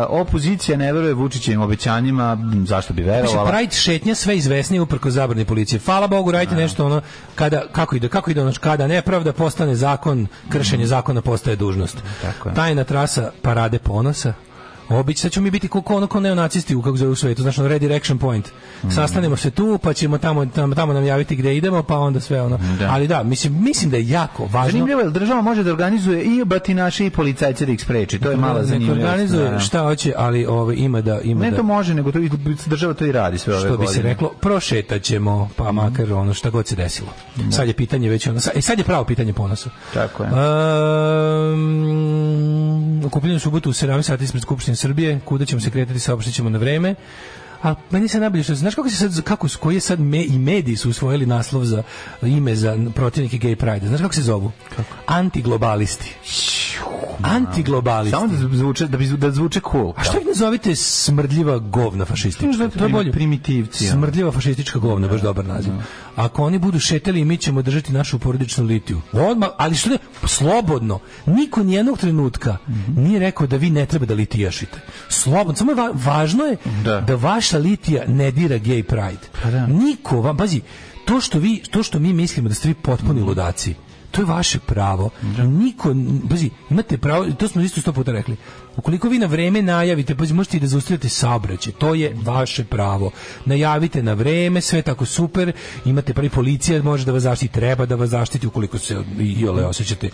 F: opozicija ne veruje Vučićevim obećanjima, m, zašto bi
G: Piše
F: verovala?
G: Pride šetnja sve izvesnije uprko zabrani policije. Hvala Bogu, radite nešto ono kada kako ide, kako ide ono kada nepravda postane zakon, kršenje zakona postaje dužnost.
F: Tako je.
G: Tajna trasa parade ponosa. Obić, sad ćemo mi biti koliko ono ko neonacisti u kako zove u svetu, znači ono redirection point.
F: Mm.
G: Sastanemo se tu, pa ćemo tamo, tamo, tamo nam javiti gde idemo, pa onda sve ono.
F: Da.
G: Ali da, mislim, mislim da je jako važno.
F: Zanimljivo je, država može da organizuje i batinaše i policajce da ih spreči. To je mala
G: Nek
F: zanimljivost.
G: organizuje
F: da.
G: šta hoće, ali ovaj, ima da... Ima
F: Ne
G: da...
F: to može, nego to, i država to i radi sve ove
G: što bi se
F: godine. Mhm.
G: reklo, prošetat ćemo, pa makar ono šta god se desilo. Sad je pitanje već ono, sad, e, sad je pravo pitanje ponosa.
F: Tako je.
G: Um, okupljanje u subotu u 17 sati ispred Skupštine Srbije, kuda ćemo se kretati, saopštit ćemo na vreme. A meni se najbolje što znaš kako se sad kako su- koji je sad me, i mediji su usvojili naslov za ime za protivnike gay pride. Znaš kako se zovu? Antiglobalisti. Antiglobalisti.
F: Samo da zvuče, da, bi, da zvuče cool.
G: A što ih ne zovite smrdljiva govna
F: Možda
G: fašistička?
F: je primitivci, ono.
G: Smrdljiva fašistička govna, baš dobar naziv. Ako oni budu šetali, mi ćemo držati našu porodičnu litiju. Odmah, ali što ne, slobodno. Niko nijednog trenutka nije rekao da vi ne treba da litijašite. Slobodno. Samo je va- važno je
F: Da.
G: da. Pa vaša litija ne dira gay pride.
F: da.
G: Niko vam, pazi, to što, vi, to što mi mislimo da ste vi potpuni ludaci, to je vaše pravo. Niko, n- pazi, imate pravo, to smo isto sto puta rekli. Ukoliko vi na vreme najavite, pazi, možete i da zaustavljate saobraćaj, to je vaše pravo. Najavite na vreme, sve je tako super, imate pravi policija, može da vas zaštiti, treba da vas zaštiti ukoliko se i- iole osjećate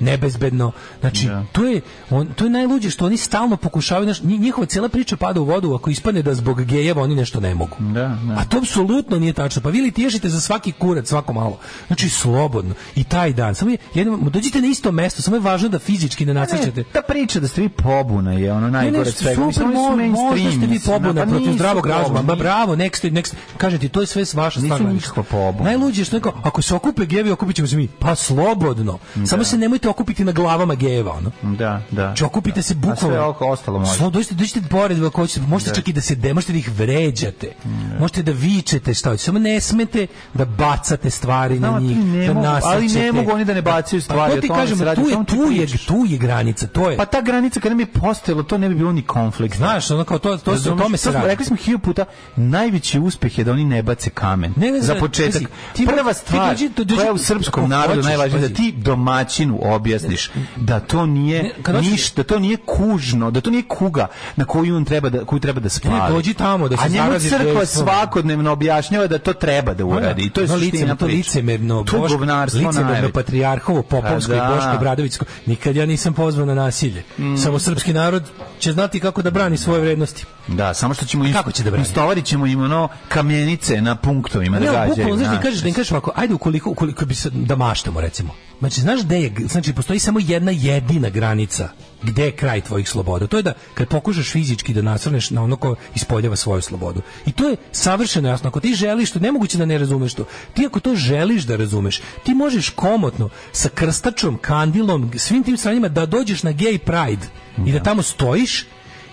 G: nebezbedno. Znači, to je on to je najluđe što oni stalno pokušavaju, znaš, nji- njihova cijela priča pada u vodu ako ispadne da zbog gejeva oni nešto ne mogu.
F: Da, da.
G: A to apsolutno nije tačno. Pa vi li tješite za svaki kurac, svako malo. Znači slobodno. I taj dan. Samo je, jednom, dođite na isto mesto, samo je važno da fizički ne
F: Ne,
G: nasrćete.
F: e, ta priča da ste vi pobuna je ono
G: Ne, ne,
F: najgore od svega.
G: super,
F: Mislim, oni su
G: mo- možda
F: mainstream,
G: ste vi
F: mislim,
G: pobuna
F: pa
G: protiv
F: nisu
G: zdravog razuma, ma
F: pobuna.
G: bravo, next, next, kažem ti, to je sve s vaša
F: Nisu
G: stvar. Marić.
F: nikakva pobuna.
G: Najluđe je što neko, ako se okupe gejevi, okupit ćemo se mi. Pa slobodno. Samo se nemojte okupiti na glavama gejeva, ono.
F: Da, da.
G: Znači, okupite se bukvalno.
F: A sve oko- ostalo može.
G: Slo, dođite, dođite pored, ako hoćete, možete čak i da se de, možete da ih vređate. Možete da vičete šta hoćete. Samo ne smete da bacate stvari na
F: Znam, ali
G: njih,
F: ti ne
G: da
F: mogu- ali ne
G: nasrćete.
F: mogu oni da ne bacaju stvari,
G: Pa to
F: o
G: ti
F: tome se
G: kažem,
F: radi,
G: tu
F: samo
G: je,
F: ti
G: tu je,
F: pričaš.
G: tu je granica. To je.
F: Pa ta granica kada mi je postojala, to ne bi bilo ni konflikt.
G: znaš, ono kao to, to, se o
F: Razumeš?
G: tome se
F: smo-
G: radi.
F: Rekli smo hilju puta, najveći uspeh je da oni ne bace kamen.
G: Ne, ne,
F: za
G: ne,
F: početak.
G: pazi, ti
F: Prva
G: dođi-
F: stvar
G: ti dođi- dođi-
F: koja je u srpskom
G: ako
F: narodu
G: hoćeš,
F: najvažnija, da
G: pazi.
F: ti domaćinu objasniš da to nije
G: Ne, kad hoćeš-
F: niš, da to nije kužno, da to nije kuga na koju on treba da, koju treba da spavi.
G: dođi tamo da se
F: A njemu
G: zaraziš
F: crkva
G: dejstvom.
F: svakodnevno objašnjava da to treba da uradi. I to je
G: ono
F: suština
G: licemerno, to
F: priče.
G: licemerno, pa-
F: To je
G: boš,
F: govnarstvo
G: licemerno
F: najveće.
G: patrijarhovo, popovsko
F: Pa
G: i
F: da. Mm.
G: boško bradovićko. Nikad ja nisam pozvao na nasilje. Samo srpski narod će znati kako da brani svoje vrednosti.
F: Da, samo što ćemo im,
G: Pa kako će da brani?
F: instalarit ćemo im ono kamenice na punktovima da
G: Ne, ali
F: gađaju.
G: bukvalno, znaš, da im
F: znaš.
G: kažeš, da im kažeš ovako, ajde ukoliko, ukoliko bi se, da maštamo, recimo. Znači, znaš gde je, znači, postoji samo jedna jedina granica gde je kraj tvojih sloboda. To je da kad pokušaš fizički da nasrneš na ono ko ispoljava svoju slobodu. I to je savršeno jasno. Ako ti želiš to, nemoguće da ne razumeš to. Ti ako to želiš da razumeš, ti možeš komotno sa krstačom, kandilom, svim tim stranima da dođeš na gay pride i da tamo stojiš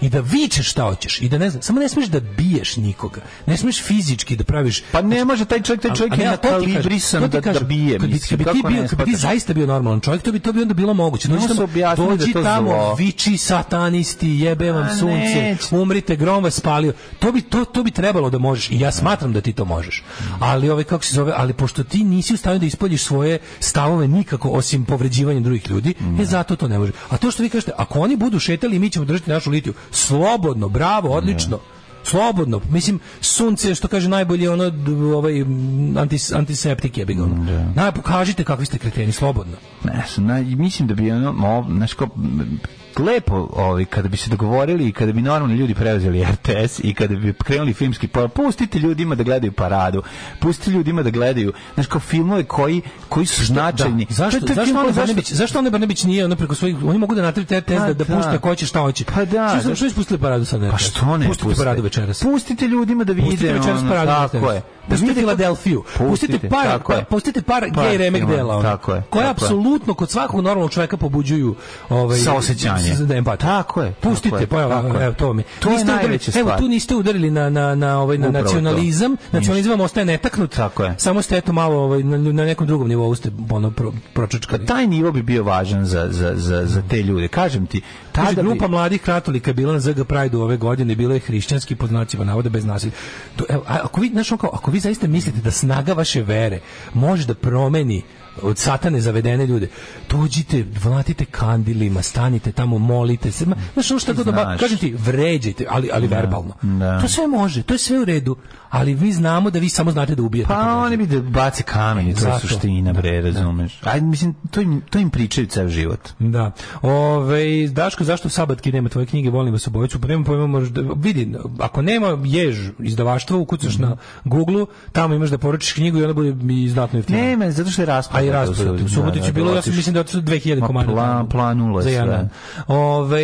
G: i da vičeš šta hoćeš i da ne znam, samo ne smeš da biješ nikoga. Ne smeš fizički da praviš
F: Pa ne može taj čovjek, taj čovjek
G: Ali-
F: je
G: ali ja to ti
F: nakalibrisan
G: kažem, to ti
F: da- da
G: kažem,
F: bije,
G: Kad bi,
F: mislim,
G: kad bi ti,
F: kako ne
G: bio, kad bi ti
F: shvataš?
G: zaista bio normalan čovjek, to bi to bi onda bilo moguće. Dođi
F: Njemu su
G: tamo,
F: objasnili da je
G: dođi
F: to
G: tamo
F: zlo.
G: viči satanisti, jebe vam
F: A,
G: sunce,
F: neće.
G: umrite, grom vas spalio. To bi, to, to bi trebalo da možeš i ja smatram da ti to možeš. Ali ovaj, kako se zove, ali pošto ti nisi u stanju da ispoljiš svoje stavove nikako osim povređivanja drugih ljudi, e zato to ne može. A to što vi kažete, ako oni budu šetali, mi ćemo držati našu litiju. Slobodno, bravo, odlično. Slobodno. Mislim, sunce, što kaže najbolje, ono, d- ovaj, m, antis, antiseptik je big, ono. Na, pokažite kakvi ste kreteni, slobodno.
F: Ne znam, na, i mislim da bi ono, mo, znaš kao, m, lepo ovi, kada bi se dogovorili i kada bi normalni ljudi preuzeli RTS i kada bi krenuli filmski pa pustite ljudima da gledaju paradu pustite ljudima da gledaju znaš kao filmove koji, koji su značajni
G: Da. Zašto,
F: To je- to je
G: zašto,
F: ono,
G: Ane Brnabić, zašto Ane Brnabić nije ono preko svojih, oni mogu da natrite RTS da,
F: Pa
G: da
F: da.
G: puste ko će šta hoće.
F: Pa da,
G: Što,
F: da.
G: su- što ispustili paradu sad ne?
F: pa što ne
G: Pustite paradu večeras.
F: pustite ljudima da vide
G: Pustite večeras
F: ono,
G: paradu
F: tako
G: večeras.
F: je Da
G: Pustite
F: vide-
G: Filadelfiju. Pustite par,
F: tako je.
G: par pustite par,
F: Par
G: gej remek
F: filmova,
G: dela. Ono,
F: tako je,
G: Koje
F: tako je.
G: apsolutno kod svakog normalnog čovjeka pobuđuju ovaj
F: Saosećanje.
G: s- Da empatiju.
F: Tako je, tako
G: Pustite,
F: je,
G: pa evo,
F: tako je.
G: evo, to mi.
F: To je
G: udarili-
F: najveća
G: Evo
F: stvar.
G: tu niste udarili na na na ovaj na
F: Upravo to.
G: nacionalizam. Nacionalizam vam ostaje netaknut.
F: Tako je.
G: Samo ste eto malo ovaj na, na nekom drugom nivou ste ono pro, pročačkali.
F: pa taj nivo bi bio važan za, za, za, za te ljude kažem ti
G: Kaže,
F: tada bi-
G: grupa mladih katolika je bila na ZG Prideu ove godine, bilo je hrišćanski pod znacima navoda bez nasilja. To, evo, a- ako vi, znaš, ono kao, ako vi zaista mislite da snaga vaše vere može da promeni od satane zavedene ljude, dođite, vlatite kandilima, stanite tamo, molite se. Ma, Znaš, ono šta god da ba-
F: znaš.
G: kažem ti, vređajte, ali, ali verbalno.
F: da.
G: To sve može, to je sve u redu, ali vi znamo da vi samo znate da ubijate.
F: Pa
G: drugog.
F: oni bi da bace kamen i to je
G: Zato.
F: suština, bre, razumeš. Ajde, mislim, to im, to im pričaju ceo život.
G: Da. Ove, Daško, zašto u Sabatki nema tvoje knjige? Volim vas obojicu. Pa nema pojma, možda, vidi, ako nema jež izdavaštva, ukucaš
F: Mhm.
G: na Google, tamo imaš da poručiš knjigu i ona bude i znatno jeftina.
F: Ne, me, zato što je
G: A
F: raspada.
G: i raspada.
F: Da,
G: U Subotiću
F: da, da,
G: bilo, ja sam
F: otiš-
G: mislim da je otišlo 2000
F: Ma,
G: komada.
F: pla- planulo je
G: Za jedan
F: sve.
G: dan. Ove,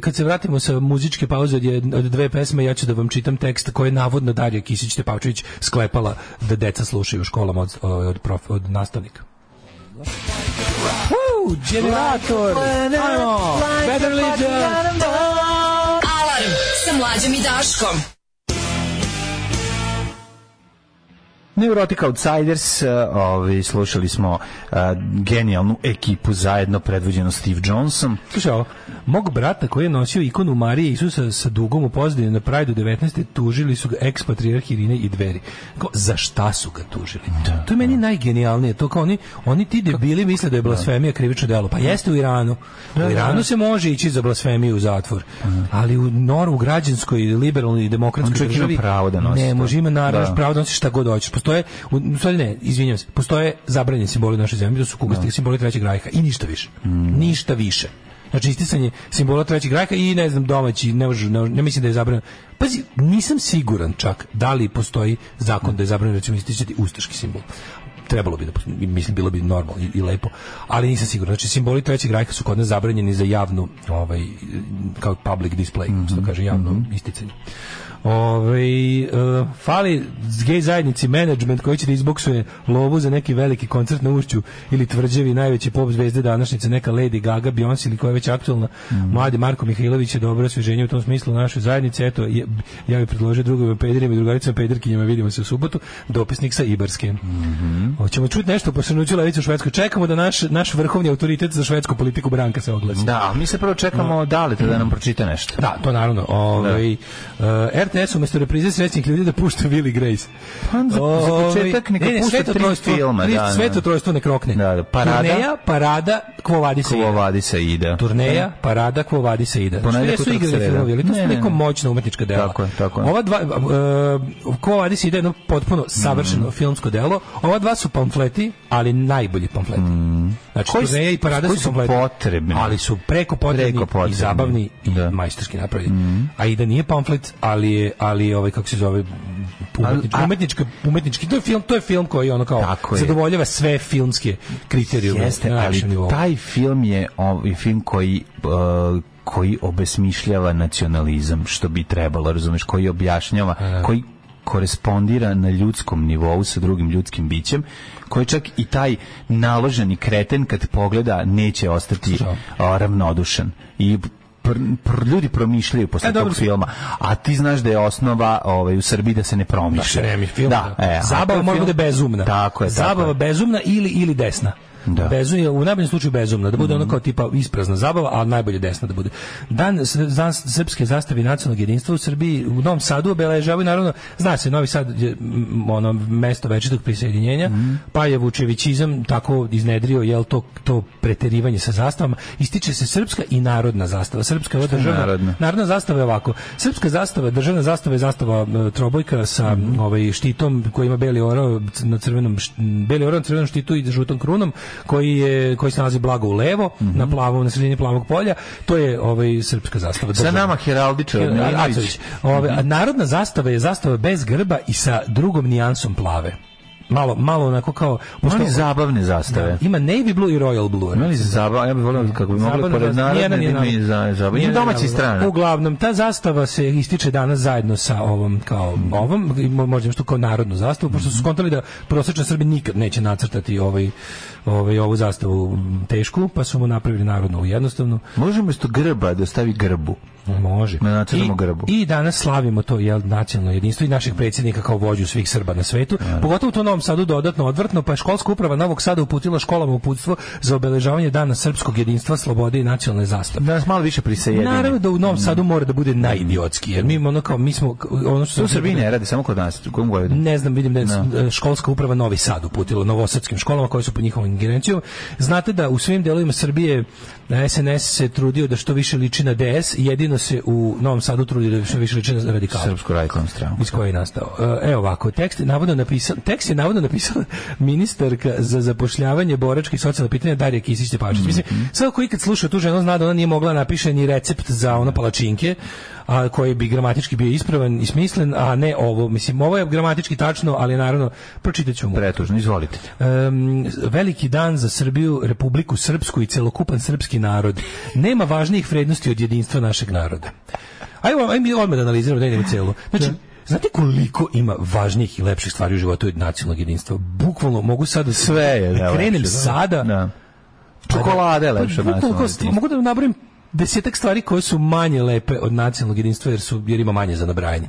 G: kad se vratimo sa muzičke pauze od, jedne- od dve pesme, ja ću da vam čitam tekst koji je navodno Darija Kisić Tepavčević sklepala da deca slušaju u školama od, ovaj, od, prof, od nastavnika. Woo, generator! Ajmo! Better Legion!
A: Alarm sa mlađom i Daškom.
F: Neurotic Outsiders, eh, ovi, slušali smo eh, genijalnu ekipu zajedno predvođenu Steve Johnson.
G: Slušaj ovo, mog brata koji je nosio ikonu Marije i Isusa sa dugom u pozadini na Prajdu 19. tužili su ga ekspatrijarh Irine i dveri. Kao, za šta su ga tužili? to je meni najgenijalnije, to kao oni, oni ti debili misle da je blasfemija krivično delo. Pa jeste u Iranu. u Iranu se može ići za blasfemiju u zatvor. Ali u Noru, u građanskoj, liberalnoj
F: Mhm.
G: i
F: On
G: demokratskoj
F: čovjek ima
G: državi
F: pravo da nosi
G: ne
F: to.
G: može ima naravno
F: Da.
G: imaš pravo da nosiš šta god hoćeš. Postoje, u, u stvari ne, izvinjavam se, postoje zabranjeni simboli u našoj zemlji, to su kukasti simboli Trećeg rajha i ništa više. Ništa više. Znači isticanje simbola Trećeg rajha i ne znam domaći, ne, može, ne, ne mislim da je zabranjeno. Pazi, nisam siguran čak da li postoji zakon da je zabranjeno recimo isticati ustaški simbol trebalo bi da postoji, mislim bilo bi normalno i, i lepo ali nisam siguran znači simboli trećeg rajha su kod nas zabranjeni za javnu ovaj kao public display što kaže javno isticanje Ove, e, fali z- gej zajednici management koji će da izboksuje lovu za neki veliki koncert na ušću ili tvrđevi najveće pop zvezde današnjice, neka Lady Gaga, Beyoncé ili koja je već aktualna. Mladi Marko Mihajlović je dobro osvježenje u tom smislu u našoj zajednici. Eto, je- ja bih predložio drugovima pederima i drugaricama pederkinjama. Vidimo se u subotu. Dopisnik sa Ibarske. Hoćemo čuti nešto po srnuću levicu u Švedskoj. Čekamo da naš, naš vrhovni autoritet za švedsku politiku Branka se oglasi.
F: Da, a mi se prvo čekamo da li da nam pročita nešto.
G: Da, to naravno. Ovaj e, RTS umesto reprize srećnih ljudi da pušta Willy Grace. Ovaj,
F: Pa za- za početak neka pušta
G: Sveto
F: tri
G: trojstvo,
F: filma,
G: tri-
F: da, da.
G: Sveto trojstvo nek rokne.
F: Da, da, Parada.
G: Turneja, parada, kvovadi se
F: Ko
G: ide.
F: vadi se ide.
G: Turneja, parada, kvovadi se ide. Što
F: Ponedjeljak,
G: jesu
F: utorak,
G: igrali
F: sreda.
G: filmovi, ali to
F: Ne,
G: su
F: ne,
G: neko
F: ne.
G: moćno umetnička dela.
F: Tako je, tako je.
G: Ova dva, e, kvovadi se ide jedno potpuno
F: Mm.
G: savršeno filmsko delo. Ova dva su pamfleti, ali najbolji pamfleti. Znači,
F: Mm. Koji s-
G: turneja i parada
F: koji
G: su
F: su
G: pamfleti.
F: potrebni.
G: Ali su preko potrebni,
F: Preko potrebni.
G: i zabavni i
F: Da. Mm.
G: majstorski napravljeni. A i da nije pamflet, ali je, ali je ovaj, kako se zove, umetnički,
F: a-
G: umetnički, umetnički. To je film, to je film koji ono kao
F: Tako je.
G: zadovoljava sve filmske kriterijume.
F: Jeste,
G: na najvišem
F: ali
G: nivou.
F: taj film je ovaj film koji uh, koji obesmišljava nacionalizam što bi trebalo, razumeš, koji objašnjava, koji korespondira na ljudskom nivou sa drugim ljudskim bićem, koji čak i taj naloženi kreten kad pogleda neće ostati
G: Slušao.
F: a, ravnodušan. I pr- pr- ljudi promišljaju posle
G: E, dobro.
F: tog filma, a ti znaš da je osnova ovaj, u Srbiji da se ne promišlja.
G: Da se remi film.
F: Da, e, a to
G: Zabava
F: je
G: mora
F: film-
G: bude bezumna.
F: Tako je. tako
G: Zabava
F: je.
G: bezumna ili ili desna.
F: Da.
G: Bezumna, u najboljem slučaju bezumna, da bude ono kao tipa isprazna zabava, a najbolje desna da bude. Dan s- dan srpske zastave i nacionalnog jedinstva u Srbiji u Novom Sadu obeležavaju naravno, zna se Novi Sad je m, ono mesto večitog prisjedinjenja,
F: Mhm.
G: pa je Vučevićizam tako iznedrio jel to to preterivanje sa zastavama, ističe se srpska i narodna zastava. Srpska je ova državna
F: narodna?
G: Narodna zastava je ovako. Srpska zastava, državna zastava je zastava e, trobojka sa
F: Mhm.
G: ovaj štitom koji ima beli orao c- na crvenom št- m, beli orao na crvenom štitu i žutom krunom koji je koji se nalazi blago u levo,
F: Mhm.
G: na plavom na sredini plavog polja. To je ovaj srpska zastava.
F: Sa
G: državna.
F: nama Heraldičar Milinović. Mhm.
G: Acović. Ove, Ovaj, a narodna zastava je zastava bez grba i sa drugom nijansom plave. Malo, malo onako kao...
F: Ima li zabavne zastave?
G: Ima navy blue i royal blue.
F: Ima li zabava? Ja bih volio kako bi mogli
G: Zabavna
F: pored
G: zastava. Nijedna
F: narodne da
G: nije
F: ima i
G: narodna.
F: za- zabava. Ima
G: Nijedna nije
F: domaći i
G: narodna.
F: strana.
G: Uglavnom, ta zastava se ističe danas zajedno sa ovom, kao ovom, i mo- možda što kao narodnu zastavu, pošto
F: Mhm.
G: su skontali da prosječan Srbi nikad neće nacrtati ovaj, ovaj, ovu zastavu tešku, pa su mu napravili narodnu i jednostavnu.
F: Možemo isto grba da stavi grbu.
G: Može.
F: Na nacionalnom
G: I-
F: grbu.
G: I danas slavimo to jel, nacionalno jedinstvo i našeg predsjednika kao vođu svih Srba na svetu. Pogotovo to u Novom Sadu dodatno odvrtno, pa je školska uprava Novog Sada uputila školama uputstvo za obeležavanje dana srpskog jedinstva, slobode i nacionalne zastave.
F: Danas malo više prisejedini.
G: Naravno da u Novom
F: Mm.
G: Sadu mora da bude najidiotski, jer mi ono kao mi smo ono što
F: To u Srbiji ne radi, samo kod nas. u Kojom Vojvodini?
G: ne znam, vidim da je s- e, školska uprava Novi Sad uputila novosadskim školama koje su pod njihovom ingerencijom. Znate da u svim delovima Srbije eh, SNS se trudio da što više liči na DS, jedino se u Novom Sadu trudio da što više liči na radikala.
F: Srpsku radikalnu stranu.
G: Iz koje je nastao. E, Evo ovako, tekst je navodno napisala, tekst je navodno napisala ministarka za zapošljavanje boračkih i socijalna pitanja Darija Kisić Tepačić. Mislim, sad ko ikad sluša tu ženu zna da ona nije mogla napiše ni recept za ono palačinke, a koji bi gramatički bio ispravan i smislen, a ne ovo. Mislim, ovo je gramatički tačno, ali naravno, pročitat ću mu.
F: Pretužno, izvolite.
G: Em, veliki dan za Srbiju, Republiku Srpsku i celokupan srpski narod. Nema važnijih vrednosti od jedinstva našeg naroda. Ajmo, ajmo mi odmah da analiziramo, da idemo celo. Znači, Znate koliko ima važnijih i lepših stvari u životu od nacionalnog jedinstva? Bukvalno mogu sad da se-
F: Sve je
G: da
F: lepše,
G: krenem
F: da.
G: sada.
F: Da. Čokolada je lepša od ono,
G: Pa, bukvalno
F: nacionalnog
G: kao-
F: jedinstva.
G: Mogu da nabrojim desetak stvari koje su manje lepe od nacionalnog jedinstva jer su jer ima manje za nabrajanje.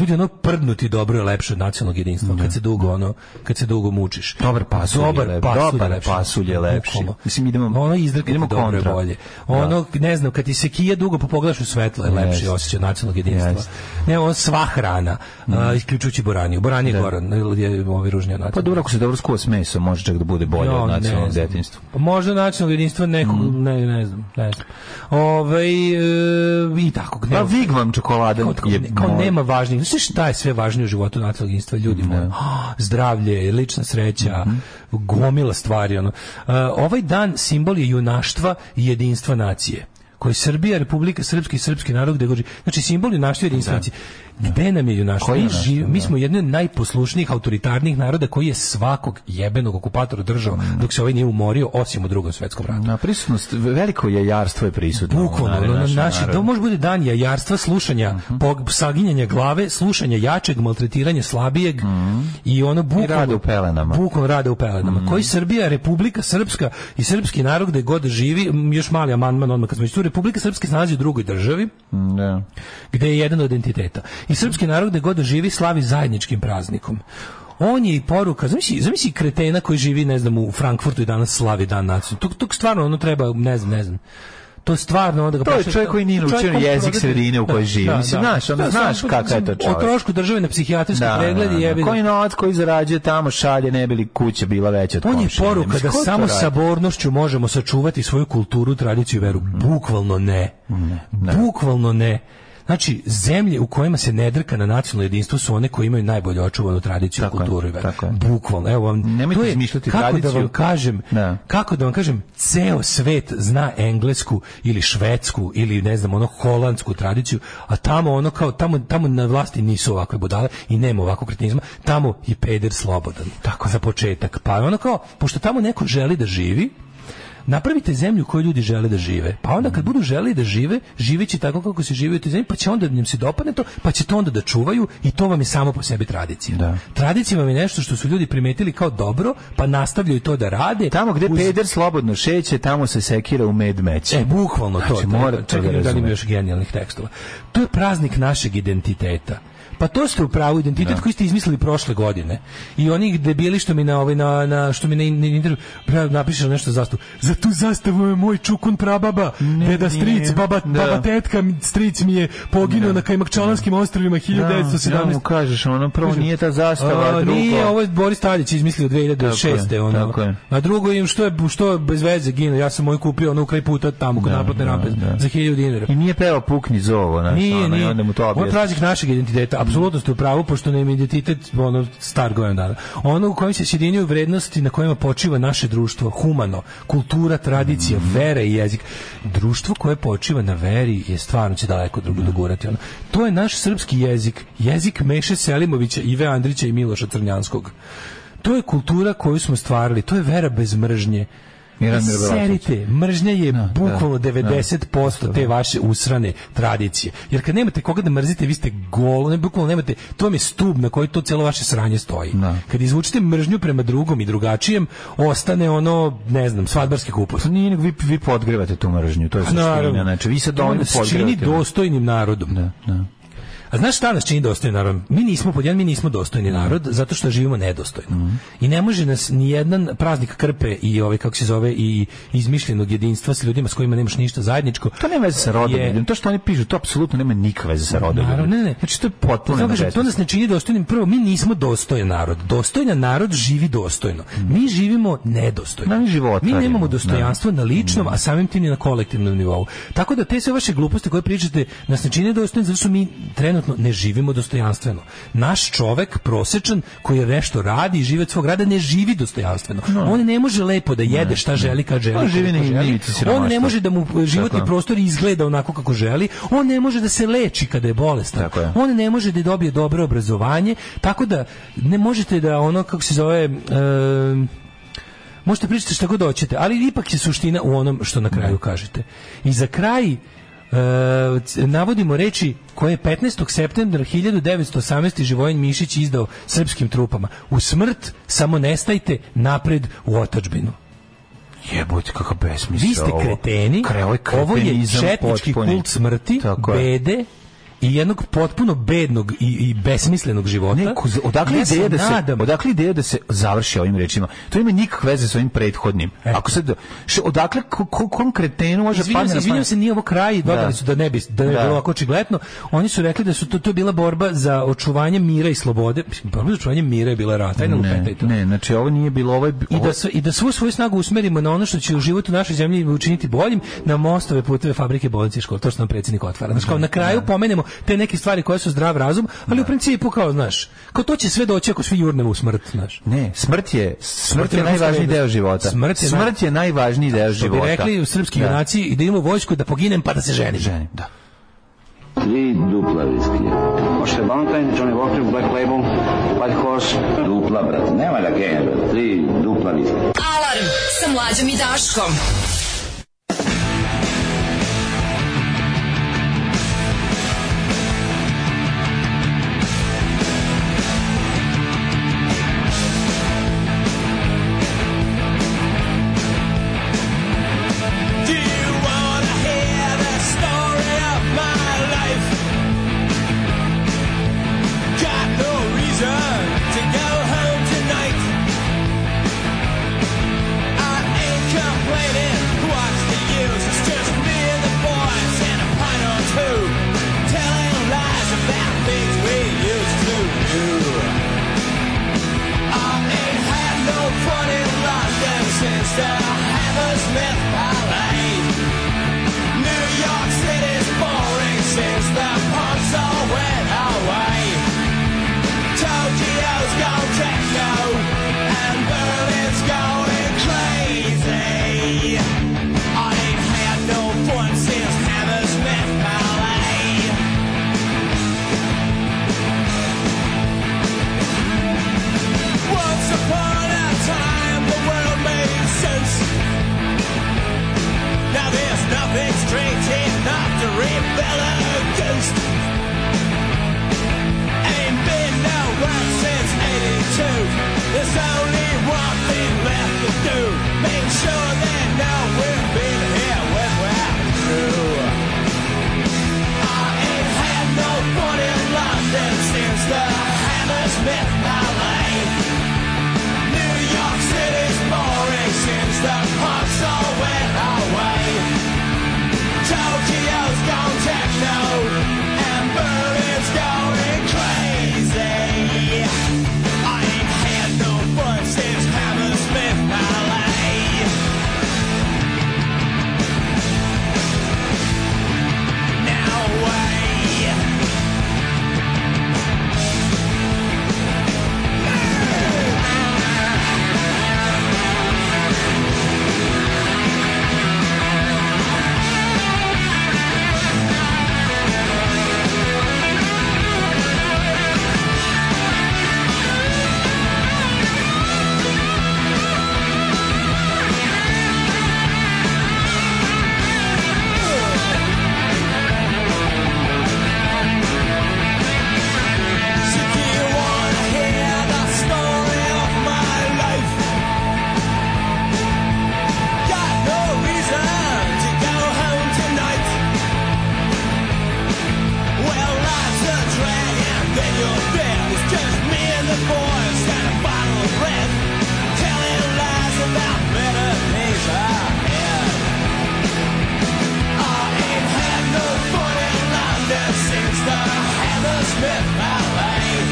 G: Ljudi ono prdnuti dobro je lepše od nacionalnog jedinstva kad se dugo ono kad se dugo mučiš.
F: Dobar pasulj je
G: dobar
F: lep-
G: pasulj,
F: dobar
G: je lepši.
F: pasulj je lepši.
G: Bukvalno.
F: Mislim, idemo-
G: ono izdrkati
F: idemo
G: dobro je
F: kontra.
G: bolje. Ono ne znam kad ti se kija dugo pa pogledaš u svetlo je lepši
F: Jeste.
G: osjećaj nacionalnog jedinstva.
F: Jeste.
G: Ne ono sva hrana, a, isključujući boraniju. Boranije je goran, je ovaj ružnija
F: Pa dobro, ako se dobro skuva s mesom, može čak da bude bolje
G: Ja,
F: od
G: ne
F: nacionalnog
G: znam.
F: detinjstva.
G: Pa možda nacionalno jedinstvo nekog, ne, ne znam, ne znam. Ovaj, e, i tako, ne,
F: Pa vig vam čokolada
G: kao, kao,
F: je...
G: ne- kao
F: moj-
G: nema važnijih. Znaš šta je sve važnije u životu nacionalnog jedinstva ljudi moji? Ah, Zdravlje, lična sreća, gomila stvari. Ono. E, ovaj dan simbol je junaštva i jedinstva nacije koji je Srbija, Republika Srpska i Srpski narod gde goži. Znači simbol junaštva i jedinstva nacije. Gde nam je junaštvo?
F: Koji
G: Mi,
F: junaštvo,
G: živi- mi
F: da.
G: smo jedni od najposlušnijih autoritarnih naroda koji je svakog jebenog okupatora držao
F: Mm.
G: dok se ovaj nije umorio osim u drugom svetskom ratu.
F: Na prisutnost, veliko jajarstvo je prisutno.
G: Bukvalno, ono,
F: u
G: na,
F: našem
G: naši,
F: narodu.
G: to može bude dan jajarstva, slušanja,
F: Mhm.
G: pog- saginjanja glave, slušanja jačeg, maltretiranja slabijeg i ono bukvalno...
F: rada Mhm. u pelenama. Mhm.
G: Bukvalno rada u pelenama. Koji Srbija, Republika Srpska i Srpski narod gde god živi, m, još mali amandman odmah kad smo već tu, Republika Srpska se nalazi u drugoj državi,
F: Da.
G: gde je jedan od entiteta. I srpski narod gde god živi slavi zajedničkim praznikom. On je i poruka, zamisli, zamisli kretena koji živi, ne znam, u Frankfurtu i danas slavi dan nacionalno. To, to stvarno ono treba, ne znam, ne znam. To je stvarno onda ga
F: To je
G: pošalješ-
F: čovjek koji nije naučio
G: čovjek
F: ni
G: koji
F: jezik
G: prodati-
F: sredine u kojoj živi. Mislim, znaš, onda znaš
G: samo-
F: kakav je to čovjek.
G: O trošku države na psihijatrijski pregled i jebi ga.
F: Koji novac koji zarađuje tamo šalje ne bi li kuća bila veća od
G: On je
F: komšine?
G: poruka
F: Mislim,
G: da
F: ko to
G: samo
F: radi?
G: sabornošću možemo sačuvati svoju kulturu, tradiciju i veru.
F: Mhm.
G: Bukvalno ne. Bukvalno ne. Znači, zemlje u kojima se ne drka na nacionalno jedinstvo su one koje imaju najbolje očuvanu tradiciju,
F: Tako je,
G: kulturu i veru.
F: tako je.
G: Bukvalno. Evo vam,
F: Nemojte
G: to je-
F: izmišljati
G: kako Da
F: tradiciju.
G: vam kažem,
F: Da.
G: kako da vam kažem, ceo svet zna englesku ili švedsku ili ne znam, ono holandsku tradiciju, a tamo ono kao, tamo, tamo na vlasti nisu ovakve budale i nema ovakvog kretnizma, tamo je peder slobodan. Tako za početak. Pa ono kao, pošto tamo neko želi da živi, napravite zemlju u kojoj ljudi žele da žive. Pa onda kad budu želi da žive, živeći tako kako se živi u toj zemlji, pa će onda im se dopadne to, pa će to onda da čuvaju i to vam je samo po sebi tradicija.
F: Da.
G: Tradicija vam je nešto što su ljudi primetili kao dobro, pa nastavljaju to da rade.
F: Tamo gde
G: uz-
F: peder slobodno šeće, tamo se sekira u med meće.
G: E, bukvalno to.
F: Znači, mora to da
G: čekaj, da li ima
F: razume.
G: još genijalnih tekstova. To je praznik našeg identiteta. Pa to ste u pravu identitet koji ste izmislili prošle godine. I oni debili što mi na ovaj na, na što mi na, na, intervju pra- napiše nešto za zastavu. Za tu zastavu je moj čukun prababa, deda stric,
F: nije.
G: baba,
F: Da.
G: baba tetka, stric mi je poginuo na Kajmakčalanskim ostrvima 1917.
F: ja mu kažeš, ono prvo
G: Kažem,
F: nije ta zastava, a,
G: a,
F: drugo...
G: Nije, ovo je Boris Tadić izmislio 2006.
F: Tako je,
G: ono.
F: tako je.
G: A drugo im što je što je bez veze gino. Ja sam moj kupio ono kraj puta tamo kod
F: Da,
G: naplatne
F: da,
G: rampe
F: da.
G: za 1000 dinara.
F: I nije pevao pukni zovo, znaš,
G: Nije,
F: ono, i
G: nije.
F: onda mu to
G: Ovo je
F: objasni.
G: praznik našeg identiteta. Apsolutno ste u pravu, pošto nam je identitet ono, star godinu dana. Ono u kojem se sjedinjuju vrednosti na kojima počiva naše društvo, humano, kultura, tradicija,
F: Mhm.
G: vera i jezik. Društvo koje počiva na veri je stvarno će daleko drugo dogurati. Ono. To je naš srpski jezik. Jezik Meše Selimovića, Ive Andrića i Miloša Crnjanskog. To je kultura koju smo stvarili. To je vera bez mržnje.
F: Miran Mirovatović.
G: Serite, mržnja je
F: da,
G: bukvalno 90% te vaše usrane tradicije. Jer kad nemate koga da mrzite, vi ste golo, ne bukvalno nemate, to vam je stub na koji to celo vaše sranje stoji.
F: Da.
G: Kad izvučete mržnju prema drugom i drugačijem, ostane ono, ne znam, svadbarski kupus.
F: Pa nije, nego vi, vi podgrevate tu mržnju, to je suština, znači vi se dovoljno
G: To nas čini
F: podgrevate.
G: dostojnim narodom.
F: Da, da.
G: A znaš šta nas čini dostojnim narodom? Mi nismo podjedan, mi nismo dostojni narod zato što živimo nedostojno.
F: Mhm.
G: I ne može nas ni jedan praznik krpe i ovaj kako se zove i izmišljenog jedinstva s ljudima s kojima nemaš ništa zajedničko.
F: To nema veze sa rodoljubljem, to što oni pišu, to apsolutno nema nikakve veze sa rodoljubljem.
G: Naravno, ne, ne.
F: Znači to je potpuno
G: Zato kažem, to
F: nevezetno.
G: nas ne čini dostojnim. Prvo, mi nismo dostojan narod. Dostojan narod živi dostojno. Mi živimo nedostojno.
F: Da, mi životarimo.
G: Mi nemamo dostojanstvo na ličnom, a samim tim ni na kolektivnom nivou. Tako da te sve vaše gluposti koje pričate nas ne čine dostojnim, zato što mi trenutno ne živimo dostojanstveno. Naš čovek, prosečan, koji je nešto radi i žive od svog rada, ne živi dostojanstveno. On ne može lepo da jede šta želi kad želi.
F: On živi
G: koliko
F: na
G: želi.
F: ivici
G: On ne
F: siromaštva.
G: može da mu e, životni
F: Tako je.
G: prostor izgleda onako kako želi. On ne može da se leči kada je bolestan.
F: Tako je.
G: On ne može da dobije dobro obrazovanje, tako da ne možete da ono kako se zove em, možete pričati šta god hoćete, ali ipak je suština u onom što na kraju kažete. I za kraj e, c- navodimo reči koje je 15. septembra 1918. Živojin Mišić izdao srpskim trupama. U smrt samo nestajte napred u otačbinu.
F: Jebote, kako besmisla
G: Vi ste
F: ovo.
G: kreteni,
F: Kre, ovo je,
G: ovo je
F: kretenizam
G: četnički
F: potpuni.
G: kult smrti,
F: Tako je.
G: bede i jednog potpuno bednog i, i besmislenog života.
F: Ne, kuz- odakle
G: Ja se
F: ideja da se
G: nadam-
F: odakle ideja da se završi ovim rečima? To ima nikakve veze sa ovim prethodnim. Ako sad š- odakle ko, ko, kom kretenu može
G: Izvinjam
F: padne
G: se,
F: na
G: izvinjam
F: pamet?
G: se, nije ovo kraj, i dodali
F: Da.
G: su da ne bi da ne bi
F: Da.
G: bilo ovako očigledno. Oni su rekli da su to to je bila borba za očuvanje mira i slobode. Mislim, Borba za očuvanje mira je bila rat, ajde lupetaj
F: Ne,
G: to.
F: ne, znači ovo nije bilo ovo je,
G: I
F: ovo-
G: da, sve, I da svu svoju snagu usmerimo na ono što će u životu našoj zemlji učiniti boljim, na mostove, puteve, fabrike, bolnice i škole. To što nam predsjednik otvara. Znaš, kao na kraju pomenemo te neke stvari koje su zdrav razum, ali u principu kao, znaš, kao to će sve doći ako svi jurnemo u smrt, znaš.
F: Ne, smrt je smrt
G: je
F: je najvažniji deo
G: vrhunska vrednost.
F: života.
G: Smrt je naj-
F: Smrt je najvažniji deo
G: Što bi
F: života.
G: rekli u srpski
F: Da.
G: junaci, i da imamo vojsku da poginem pa da se ženim.
F: Ženi, da.
I: Tri dupla viskija. Možete Valentine, Johnny Walker, Black Label, White Horse. Dupla, brate. Nema da genja, brate. Tri dupla viskija.
A: Alarm sa mlađom i Daškom.
C: Complaining
M: perpetrated after a fellow ghost. Ain't been nowhere since 82. There's only one thing left to do. Make sure they know we've been here when we're through. I ain't had nobody in London since the Hammersmith Ballet. New York City's boring since the punks all went away. Tokyo's gone techno and Berlin's going crazy. I ain't had no fun since Hammersmith Ballet. Now way. Since the Hammersmith Ballet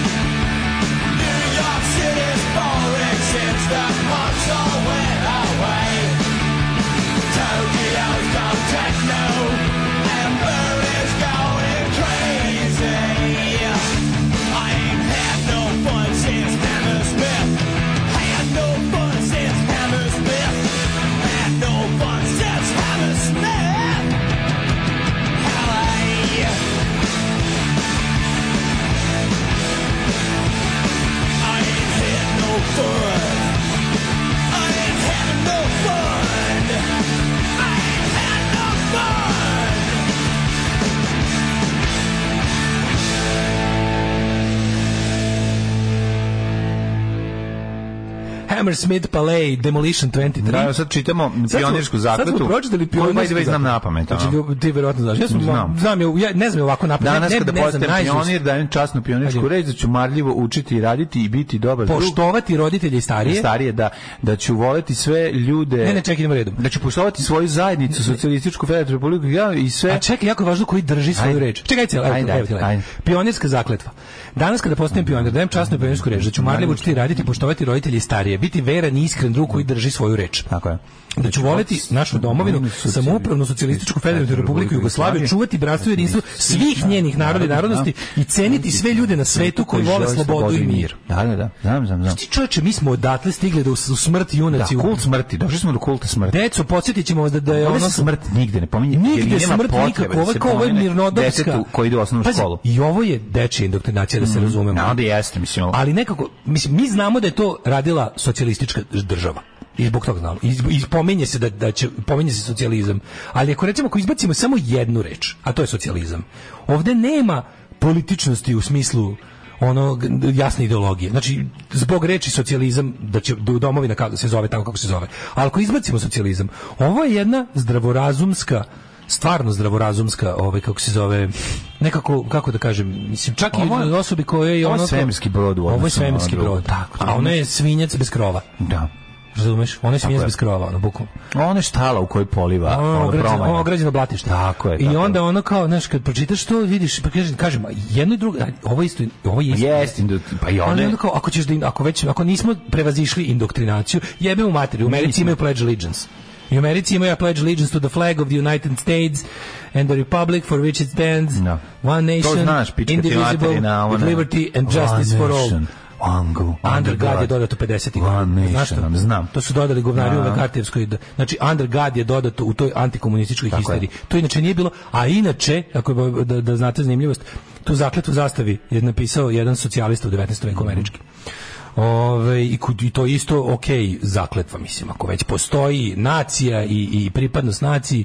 M: New York City's boring since the punks all went away. Tokyo's gone techno and Berlin's going crazy. I ain't had no fun since Hammersmith. Had no fun since Hammersmith. Had no fun since Hammersmith. Hallelujah. I ain't had no fun. I ain't had no fun. I ain't had no fun.
G: Hammersmith Palais Demolition 23.
F: Da, evo sad čitamo
G: Sad smo-
F: pionirsku
G: Sad
F: zakletu.
G: smo pročitali
F: koju, by the way,
G: pionirsku
F: znam
G: zakletu.
F: na pamet. ono.
G: Znači, ti verovatno znaš. Ja sam,
F: Znam.
G: znam. znam ja, ja ne znam je ovako na pamet.
F: Danas
G: ne, ne,
F: kada
G: ne znam,
F: postanem
G: najzad-
F: pionir, dajem časnu pionirsku
G: Ajde.
F: reč, da ću marljivo učiti i raditi i biti dobar drug.
G: Poštovati roditelje i starije.
F: starije da da ću voleti sve ljude
G: Ne, ne, čekaj, idemo redom.
F: da ću poštovati svoju zajednicu socijalističku federativnu republiku ja i sve
G: A čekaj, jako je važno koji drži svoju
F: Ajde.
G: reč. Čekaj, celo,
F: Ajde,
G: ajde,
F: ajde,
G: ajde,
F: ajde.
G: Pionirska zakletva. Danas kada postanem pionir, dajem časnu pionirsku reč, da ću marljivo učiti i raditi, poštovati roditelje i starije, biti veran i iskren drug koji drži svoju reč.
F: tako je
G: da ću voleti našu domovinu, samoupravnu socijalističku federalnu republiku Jugoslaviju, čuvati bratstvo i jedinstvo svih njenih naroda i narodnosti i ceniti sve ljude na svetu koji vole slobodu i mir.
F: da da da znam znam znam
G: Ti čoveče, mi smo odatle stigli da u s- u smrt
F: da
G: junaci... u-
F: kult smrti došli smo do kulta smrti
G: Deco, podsjetit ćemo vas da, da je
F: Ovdje
G: ono...
F: se smrt nigde ne pominje. jer
G: Nigde
F: nema
G: smrt
F: potrebe
G: nikako,
F: da
G: ovo
F: se
G: je kao ovo je
F: pomene
G: mirnodopska.
F: Detetu koji ide u osnovnu
G: Pazi,
F: školu. Mhm.
G: I ovo je dečija indoktrinacija, da se razumemo.
F: Na, onda jeste, mislim. ovo.
G: Ali nekako, mislim, mi znamo da je to radila socijalistička država. I zbog toga znamo. I, zb- i pominje se da, da će, pominje se socijalizam. Ali ako recimo, ako izbacimo samo jednu reč, a to je socijalizam, ovde nema političnosti u smislu ono g- jasne ideologije. Znači, zbog reči socijalizam, da će da u domovina kako da se zove, tako kako se zove. Ali ako izbacimo socijalizam, ovo je jedna zdravorazumska stvarno zdravorazumska, ovaj, kako se zove, nekako, kako da kažem, mislim, čak
F: Ovo
G: i
F: je-
G: od osobi koja je
F: ovo je
G: ono...
F: svemirski brod u
G: Ovo
F: odnosu na
G: je svemirski
F: drugo.
G: brod.
F: Tako,
G: A ona je svinjac bez krova.
F: Da.
G: Razumeš? Ona je svinjac bez krova, ono, bukvalno.
F: Ono je štala u kojoj poliva.
G: Ono
F: Ono
G: ograđeno,
F: promanja.
G: ono ograđeno blatište.
F: Tako je,
G: I
F: tako
G: onda
F: je.
G: ono kao, znaš, kad pročitaš to, vidiš, pa kažem, kažem, a jedno i drugo, a ovo je isto, ovo je isto.
F: Jest, indu- pa i
G: Ali
F: one.
G: onda kao, ako ćeš da, in- ako već, ako nismo prevazišli indoktrinaciju, jebe u materiju, u Americi
F: Nismo.
G: imaju Pledge Allegiance. I u Americi imaju Pledge Allegiance to the flag of the United States and the republic for which it stands,
F: Da.
G: one
F: To
G: nation,
F: znaš, pička ti
G: indivisible,
F: materina.
G: with
F: ona-
G: liberty and justice
F: One
G: for all.
F: nation, One go,
G: Under God je dodato 50
F: One
G: Znaš to?
F: nation, znam.
G: To su dodali govnari u
F: Da.
G: Lekartijevskoj. Znači, Under God je dodato u toj antikomunističkoj
F: Tako je.
G: histeriji. To inače nije bilo, a inače, ako je, da, da znate zanimljivost, tu zakletvu zastavi je napisao jedan socijalista u 19. veku
F: Mhm.
G: američki. Ove, i, kud- i to je isto ok zakletva, mislim, ako već postoji nacija i, i pripadnost naciji,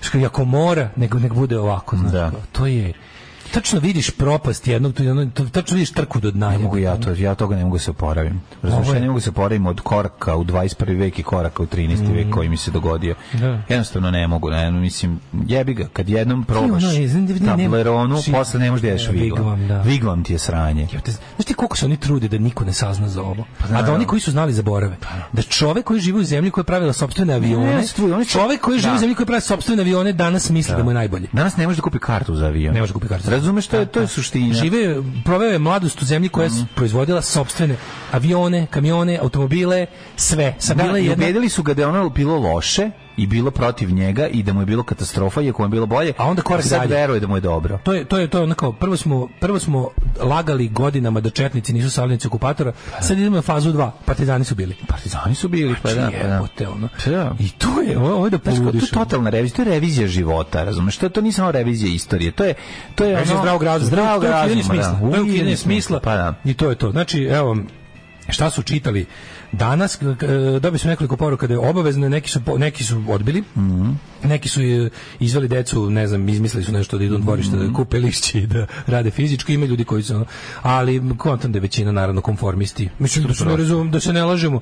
G: Što ako mora, nego nek bude ovako. Znaš, kao, To je... Tačno vidiš propast jednog, tu- ono, tu- tačno vidiš trku do dna.
F: Ne mogu ja to, ja toga ne mogu se oporavim. Razumiješ,
G: Ovo je-
F: ja ne mogu se oporavim od koraka u 21. vek i koraka u 13. vek koji mi se dogodio.
G: Mm. Da.
F: Jednostavno ne mogu, ne, mislim, jebi ga, kad jednom probaš
G: ono, je, znam da- ne- ne-
F: tableronu,
G: či-
F: posle ne možeš da ješ
G: E,
F: vigvam.
G: vigvam, da.
F: Vigvam ti je sranje.
G: Jebote, Pa Znaš ti koliko se oni trude da niko ne sazna za ovo? A da
F: Pa naravno. Pa
G: oni koji su znali zaborave. Da čovek koji živi u zemlji koja je pravila sopstvene
F: Ne,
G: avione,
F: ne, stvuj, oni su-
G: čovek koji živi
F: Da.
G: u zemlji koja je pravila sopstvene avione, danas misli da mu je najbolje.
F: Danas ne možeš da kupi kartu za avion.
G: Ne može kupiti kartu.
F: Razumeš, to je, to je suština.
G: Žive, proveo je mladost u zemlji koja je
F: Mhm.
G: proizvodila sopstvene avione, kamione, automobile, sve. Sa
F: Da,
G: bila je
F: i
G: jedna...
F: ubedili su ga da je ono bilo loše i bilo protiv njega i da mu je bilo katastrofa, iako mu je bilo bolje.
G: A onda korak
F: sad
G: dalje.
F: veruje da mu je dobro.
G: To je to je to je onako prvo smo prvo smo lagali godinama da četnici nisu saveznici okupatora. Sad idemo na fazu 2. Partizani su bili.
F: Partizani su bili, pa da, pa da.
G: Jebote, ono.
F: Pa da.
G: I to je, ovo je da
F: Znaš, kao, to je
G: poludiš.
F: totalna revizija, to je revizija života, razumeš? To, to nije samo revizija istorije, to je, to je
G: Znači,
F: ono...
G: zdravog razuma.
F: Zdravog
G: To je ukidanje
F: razuma,
G: smisla.
F: da.
G: To je ukidanje
F: Ukidanje
G: smisla.
F: Pa da.
G: I to je to. Znači, evo, šta su čitali danas, k- k- e, dobili smo nekoliko poruka da je obavezno, neki su, po- neki su odbili,
F: Mhm.
G: neki su e, izveli decu, ne znam, izmislili su nešto da idu u dvorište,
F: Mhm.
G: da kupe lišće i da rade fizički, ima ljudi koji su, ono, ali kontam da je većina naravno konformisti. Mislim da, se ne razumem, da se ne lažemo,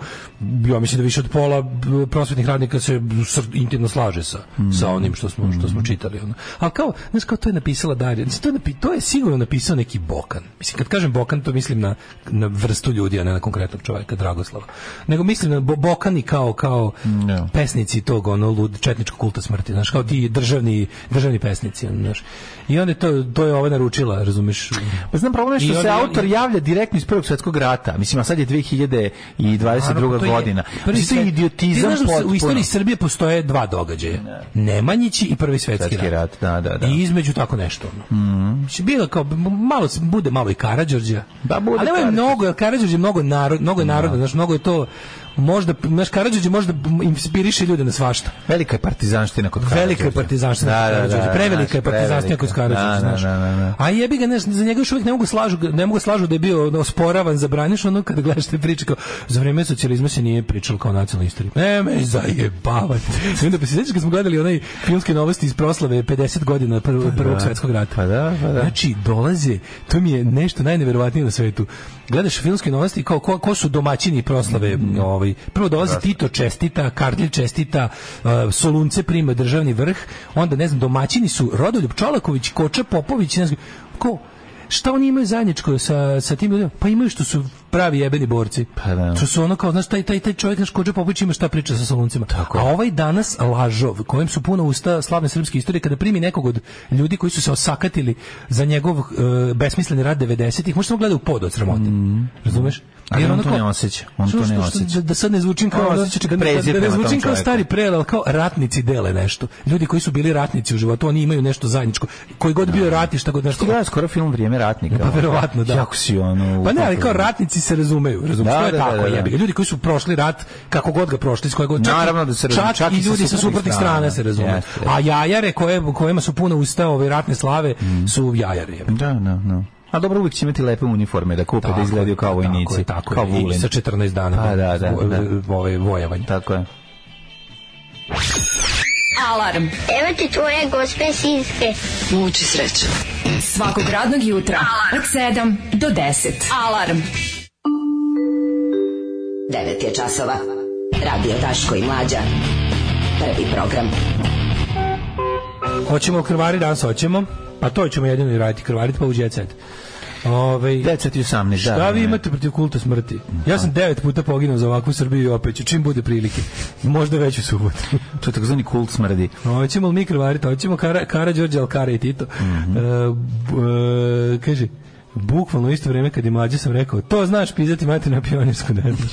G: ja mislim da više od pola b- prosvetnih radnika se sr- intimno slaže sa, sa
F: Mhm.
G: onim što smo, što smo čitali. Ono. Ali kao, znaš, kao to je napisala Darija, mislim, to je, napi- to je sigurno napisao neki Bokan. Mislim, kad kažem Bokan, to mislim na, na vrstu ljudi, a ne na konkretnog čovjeka, Dragoslava. Nego mislim na bo, Bokani kao, kao pesnici tog, ono, lud, četničkog kulta smrti, znaš, kao ti državni, državni pesnici, ono, znaš. I onda je to, to je ova naručila, razumeš?
F: Pa znam problem je
G: I
F: što se
G: onda-
F: autor javlja direktno iz Prvog svjetskog rata. Mislim, a sad je 2022.
G: Naravno, Ono, to je
F: godina.
G: prvi
F: Mislim, to je
G: svet- Ti
F: idiotizam
G: znaš da u- u
F: potpuno.
G: istoriji Srbije postoje dva događaja. Nemanjići i prvi svetski,
F: Svetski rat, da, da, da.
G: I između tako nešto. Mm. Bilo kao, malo, bude malo i Karađorđa.
F: Da, bude
G: Ali ovo je
F: Karađorđe.
G: mnogo, jer Karađorđe je mnogo, narod, mnogo je narodno, znaš, mnogo je to, možda, znaš, Karađorđe možda inspiriše ljude na svašta.
F: Velika je partizanština kod Karadžorđa.
G: Velika je partizanština
F: Da,
G: kod
F: da, da,
G: Karadžorđa.
F: da,
G: Prevelika je
F: znaš,
G: partizanština kod
F: prevelika. Da,
G: Karadžorđa, znaš.
F: da, da, da.
G: A jebi ga, ne, za njega još uvijek ne mogu slažu, ne mogu slažu da je bio ono, osporavan, zabraniš ono kada gledaš te priče kao za vrijeme socijalizma se nije pričalo kao o nacionalnoj istoriji. Ne me zajebavati. I onda pa se sjećaš kad smo gledali onaj filmske novosti iz proslave 50 godina prvo- prvog svjetskog rata.
F: Pa da, pa da.
G: Znači, dolaze, to mi je nešto najneverovatnije na svetu. Gledaš filmske novosti kao ko, ko su domaćini proslave,
F: Mm.
G: ovaj. Prvo dolazi Tito čestita, Kardelj čestita, uh, Solunce prima državni vrh, onda ne znam, domaćini su Rodoljub Čolaković, Koča Popović, ne znam, ko Šta oni imaju zajedničko sa, sa tim ljudima? Pa imaju što su pravi jebeni borci.
F: Pa da.
G: Što su ono kao, znaš, taj, taj, taj čovjek, naš Kođa Popović ima šta priča sa Soluncima.
F: Tako
G: A
F: je.
G: ovaj danas lažov, kojem su puno usta slavne srpske istorije, kada primi nekog od ljudi koji su se osakatili za njegov e, besmisleni rad 90-ih, možda samo gleda u pod od sramote. Razumeš?
F: Mm-hmm. Ali
G: Jer
F: on
G: ono
F: to
G: kao-
F: ne osjeća, on
G: Što-
F: to ne
G: što- što-
F: osjeća.
G: Da, da sad ne zvučim kao,
F: On
G: da,
F: osjeća
G: da,
F: ga prezir
G: da ne
F: prema tom
G: zvučim kao
F: čoveku.
G: stari prelel, ali kao ratnici dele nešto. Ljudi koji su bili ratnici u životu, oni imaju nešto zajedničko. Koji god bio rat i šta god nešto.
F: Ti gledao skoro film Vrijeme ratnika. ono.
G: Pa verovatno, da.
F: Jako si ono...
G: Pa ne, ali kao ratnici se razumeju, razumiješ,
F: Da,
G: to je
F: da, da,
G: tako,
F: da, da.
G: jebi ga. Ljudi koji su prošli rat, kako god ga prošli, s koje god, čak, i-
F: Naravno da se razumeju,
G: čak i ljudi sa suprotnih strana se razumeju.
F: Jeste, jeste.
G: A jajare koje, kojima su puno usta ove ratne slave
F: Mm.
G: su jajare, jebi ga.
F: Da, da, da. A dobro, uvijek će imati lepe uniforme Pa da kupe, da izgledaju kao vojnici.
G: Tako je, tako
F: kao
G: je. I
F: vulin.
G: sa 14 dana.
F: Pa da, da,
G: vo-
F: da.
G: Ovaj, vojevanja.
F: Tako je.
A: Alarm.
C: Evo ti tvoje gospe sinske.
A: Muči sreće. Svakog radnog jutra od 7 do 10. Alarm.
N: 9 je časova. Radio Daško i Mlađa. Prvi program.
G: Hoćemo krvari danas, hoćemo. Pa to ćemo jedino i raditi, krvariti pa u jet set. Ovaj,
F: Deca ti 18, da.
G: Šta vi
F: ne.
G: imate protiv kulta smrti? Ja sam devet puta poginuo za ovakvu Srbiju i opet ću, čim bude prilike. Možda već u subotu.
F: To je takozvani kult smrdi.
G: Hoćemo li mi krvariti? Hoćemo Kara, Kara Đorđe, Alkara i Tito.
F: Mhm.
G: E, b- e, kaže, bukvalno u isto vrijeme kad je mlađe sam rekao, to znaš pizati mati na pionirsku, ne znaš.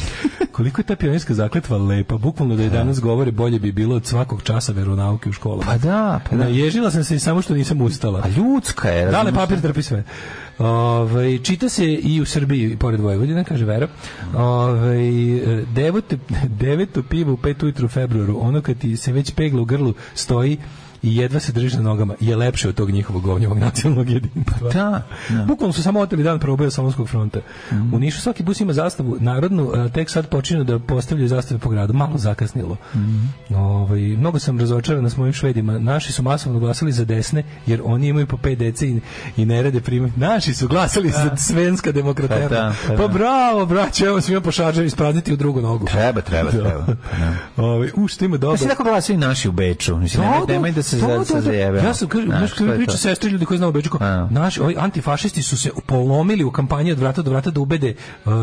G: Koliko je ta pionirska zakletva lepa, bukvalno da je danas govore bolje bi bilo od svakog časa veronauke u školama.
F: Pa da, pa da.
G: Naježila sam se i samo što nisam ustala.
F: A ljudska je,
G: Da, ali
F: razumeš?
G: papir trpi sve. Ovaj, čita se i u Srbiji, i pored Vojvodina, kaže Vera. Ovaj, devote, deveto pivo u pet ujutru u februaru, ono kad ti se već pegla u grlu stoji i jedva se drži na nogama je lepše od tog njihovog govnjevog nacionalnog jedinstva.
F: Da, da. Mhm.
G: Bukvalno su samo oteli dan proboja Salonskog fronta. U Nišu svaki bus ima zastavu narodnu, a tek sad počinju da postavljaju zastave po gradu. Malo zakasnilo.
F: Mhm.
G: Ovaj, mnogo sam razočaran s mojim švedima. Naši su masovno glasali za desne, jer oni imaju po 5 dece i, i ne rade primjer. Naši su glasali za svenska demokratera.
F: Pa da, pa da. Pa
G: Pa bravo, braće, evo svima po šaržaju isprazniti u drugu nogu.
F: Treba, treba,
G: Da.
F: treba.
G: Ovaj, u, što ima dobro.
F: Pa se tako glasaju i naši u Beču. Mislim, nemoj, nemoj da se
G: to,
F: za,
G: da,
F: se
G: da.
F: zajebemo.
G: Ja sam, kažem,
F: Znaš,
G: znaš, kad
F: to
G: mi
F: je
G: priča
F: to.
G: sestri ljudi koji znaju Beđu, kao,
F: A.
G: naši, ovi antifašisti su se polomili u kampanji od vrata do vrata da ubede uh,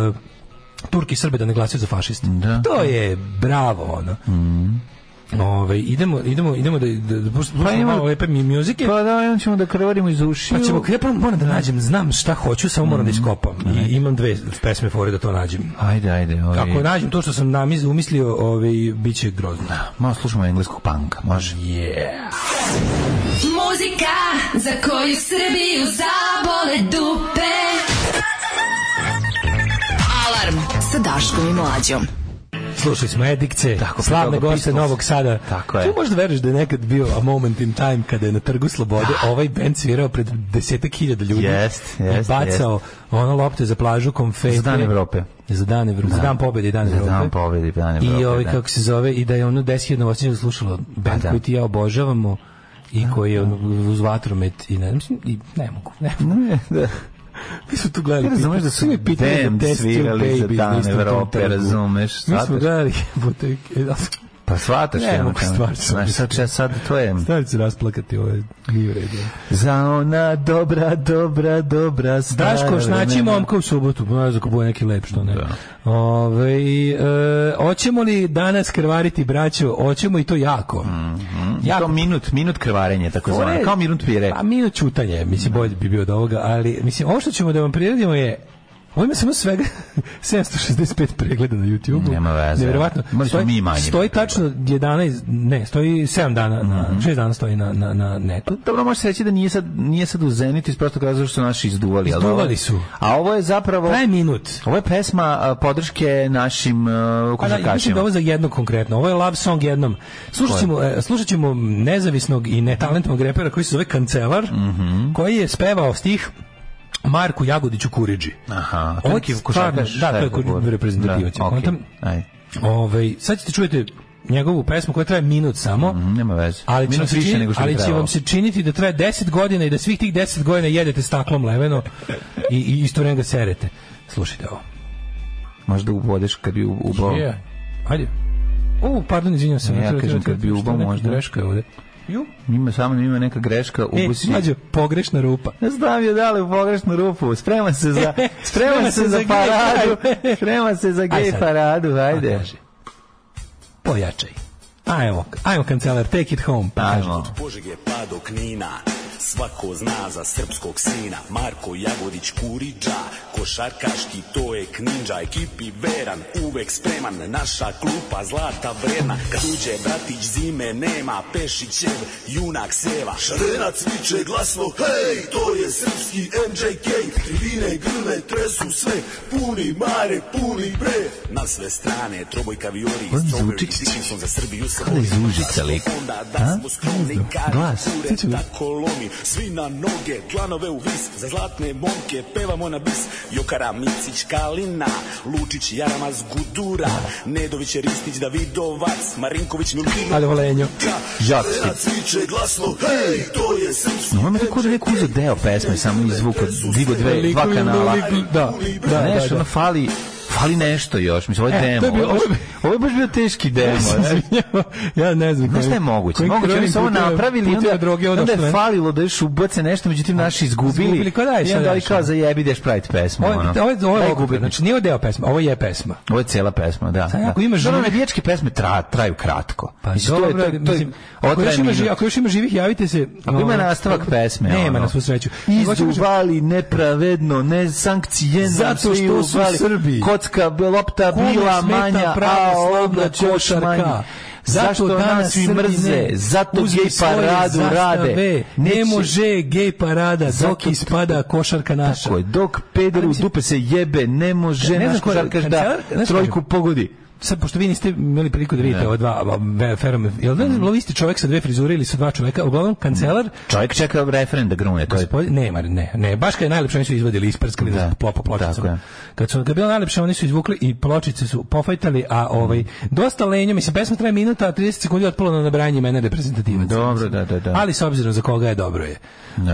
G: Turki i Srbe da ne glasaju za fašiste. To je bravo, ono.
F: Mm.
G: Ove, idemo, idemo, idemo da, da, da puštamo
F: imamo-
G: malo lepe mi muzike.
F: Pa da, onda ćemo da krvarimo iz ušiju.
G: Pa ćemo, ja prvo moram da nađem, znam šta hoću, samo moram
F: Mm.
G: da iskopam. I imam dve pesme fore da to nađem.
F: Ajde, ajde. Ovi...
G: Ako nađem to što sam namiz, umislio, ovaj, bit će grozno.
F: Malo slušamo engleskog panka, može.
G: Yeah.
A: Muzika za koju Srbiju zabole dupe. Alarm sa Daškom i Mlađom.
G: Slušali smo Edikce,
F: Tako, pa
G: slavne
F: dobro,
G: goste
F: Pistols.
G: Novog Sada.
F: Tako je.
G: Tu možda veruješ da je nekad bio a moment in time kada je na Trgu Slobode ovaj band svirao pred desetak hiljada ljudi.
F: Jest, jest,
G: I bacao ono lopte za plažu, konfete.
F: Za dan Evrope.
G: Za dan Evrope. Za dan pobjede i dan
F: Za
G: Evrope.
F: dan pobjede i dan Evrope,
G: I ovaj,
F: da.
G: kako se zove, i da je ono deset hiljada novosti slušalo band
F: Pa da.
G: koji ti i ja obožavamo i koji je ono, uz vatromet i ne, mislim, i ne mogu, ne mogu.
F: da.
G: Mi smo tu gledali.
F: Ti razumeš da su Damned svirali za Dan Evrope, razumeš,
G: Mi smo
F: shvataš?
G: gledali jebote, e,
F: Pa shvataš
G: Ne
F: ja
G: mogu, stvarno sam
F: Znaš, sad, sad, sad to je...
G: Stvari se rasplakati, ovo je nije u redu.
F: Za ona dobra, dobra, dobra stara...
G: Daško, znači
F: vremena.
G: momka u subotu, ne znam ko bude neki lep, što ne. Da. e, hoćemo li danas krvariti, braćo? Hoćemo i to jako.
F: Ja,
G: Jako.
F: to minut, minut krvarenje, tako zvano,
G: Fore-
F: kao minut pire.
G: A minut čutanje, mislim, bolje bi bio od ovoga, ali, mislim, ovo što ćemo da vam priredimo je Ovo ima samo svega 765 pregleda na YouTube-u.
F: Nema veze.
G: Nevjerovatno.
F: Morali smo
G: Stoji-
F: mi manje
G: Stoji tačno 11, ne, stoji 7 dana, na, 6 dana stoji na, na, na netu.
F: Dobro, može se reći da nije sad, nije sad u Zenitu iz prostog razloga što su naši izduvali. ali ovo-
G: Izduvali su.
F: A ovo je zapravo...
G: Traje minut.
F: Ovo je pesma a, podrške našim uh,
G: Pa da, ja mislim da
F: košarkašima.
G: ovo za jedno konkretno. Ovo je love song jednom. Slušat ćemo, e, slušat ćemo nezavisnog i netalentnog repera koji se zove Kancelar,
F: Mhm.
G: koji je spevao stih Marku Jagodiću Kuriđi.
F: Aha, a to
G: Ovo
F: je
G: je
F: neki
G: stvarno-
F: košarkaš.
G: Da, to je
F: Serbo Bor.
G: kur- reprezentativac.
F: Da, okej,
G: Kontam-
F: ajde.
G: Ovaj, sad ćete čujete njegovu pesmu koja traje minut samo.
F: Mm, Nema veze.
G: Ali će, vam
F: minut
G: se,
F: više
G: čini-
F: nego što
G: ali
F: bi
G: će
F: trebalo.
G: vam se činiti da traje 10 godina i da svih tih 10 godina jedete staklom leveno i, i isto vreme ga serete. Slušajte ovo.
F: Možda ubodeš kad bi u- ubao.
G: Je. E, Ajde. O, pardon, izvinjam se.
F: Pa. Ne, ja
G: Treba-
F: kažem
G: treba-
F: kad bi
G: treba-
F: ubao
G: neka
F: možda.
G: Greška je ovde. Ju.
F: Ima samo ima neka greška u
G: E,
F: busi.
G: mlađe, pogrešna rupa.
F: Ne znam je dali u pogrešnu rupu. Sprema se za sprema se
G: Sprema se
F: za
G: za gej
F: paradu.
G: paradu.
F: Sprema se za
G: Aj
F: gej
G: sad.
F: paradu, ajde.
G: Kaže. Pojačaj. Ajmo, ajmo kancelar, take it home. Pa kaže.
F: Ajmo.
K: Požege pa do Knina Svako zna za srpskog sina Marko Jagodić Kuriđa Košarkaški to je kninđa Ekipi veran, uvek spreman Naša klupa zlata vredna Kad uđe bratić zime nema Pešićev junak seva Šarenac viče glasno Hej, to je srpski MJK Tribine grle tresu sve Puni mare, puni bre Na sve strane troboj kaviori
F: On
K: strawberry,
F: zvuči-
K: Dickinson za Srbiju
F: Kao da iz Užica lik.
K: Onda
F: A?
K: da smo skromni
F: Kako?
K: kari,
F: Glas.
K: kure,
F: Ti ću da-
K: tako lomi, svi na noge, dlanove u vis, za zlatne momke pevamo na bis. Jokara, Micić, Kalina, Lučić, Jaramaz, Gudura, Nedović, Ristić, Davidovac, Marinković, Milutinović.
G: Ali volenju.
F: Žaksti.
K: Cviče glasno, hej, to je srpski.
F: No, ima tako da je neko uzeo deo pesme, samo izvuk od digo dve, dva
G: Likovi,
F: kanala.
G: likovi, Da, da,
F: Nešto,
G: da, da.
F: ono fali, fali nešto još. Mislim, ovo je demo.
G: E, to je bio-
F: Ovo je
G: ovo
F: baš,
G: je-
F: ovo je baš bio teški demo. znaš.
G: Izvinjavam, ja ne znam.
F: Znaš šta je moguće? Moguće oni su ovo napravili i onda,
G: droge
F: onda je
G: fakt.
F: falilo da još ubace nešto, međutim naši izgubili.
G: Izgubili, kao daj
F: I
G: sad
F: onda ovi
G: nešto.
F: kao zajebi, ideš praviti pesmu.
G: Ovo je,
F: ono.
G: ovo je,
F: Daj
G: ovo je
F: gubitnički.
G: ogubljeno. Znači, nije ovo deo pesma, ovo je pesma.
F: Ovo je cela pesma, da.
G: Sad,
F: da.
G: ako imaš
F: Dobro,
G: živih-
F: navijačke pesme tra, traju kratko.
G: Pa
F: Mislim, to je-
G: dobro,
F: to je- to je-
G: mislim,
F: ovo
G: ako,
F: traje
G: još ima,
F: minut.
G: živi- ako još ima živih, javite se.
F: Ako Pa ima
G: Ovaj,
F: nastavak pesme.
G: Nema
F: ono.
G: na svu sreću. Nego ćemo-
F: Izduvali nepravedno, nesankcijeno.
G: Zato
F: svi
G: što su
F: uvali.
G: Srbi.
F: Kocka, lopta,
G: Kome
F: Pa bila
G: smeta
F: manja, a
G: prava
F: ovdje
G: slavna
F: koš
G: košarka?
F: manja.
G: Zato
F: Zašto
G: danas
F: nas svi
G: Srbi
F: mrze,
G: ne-
F: zato
G: uzmi
F: gej
G: svoje
F: paradu
G: zastave,
F: rade.
G: pa Ne
F: Neće-
G: može gej parada dok
F: Zato-
G: ispada košarka naša.
F: Tako je, dok peder u dupe se jebe, ne može
G: Ne znam
F: naš
G: ko je-
F: košarkaš da
G: kancelar- znaš
F: trojku pogodi.
G: sad pošto vi niste imali priliku da vidite ova dva ferom, jel da je
F: Mhm.
G: bilo isti čovjek sa dve frizure ili sa dva čovjeka, uglavnom kancelar.
F: Čovjek čeka referen da grune, to je
G: Gospodin, ne, mar, ne, ne, baš kad je najlepše oni su izvadili isprskali da, popa
F: tako je.
G: pločicama. Kad su kad je bilo najlepše oni su izvukli i pločice su pofajtali, a ovaj dosta lenjo, mislim pesma traje minuta, a 30 sekundi je otpalo na nabranje mene reprezentativaca.
F: Dobro, da, da, da.
G: Ali s obzirom za koga je dobro je.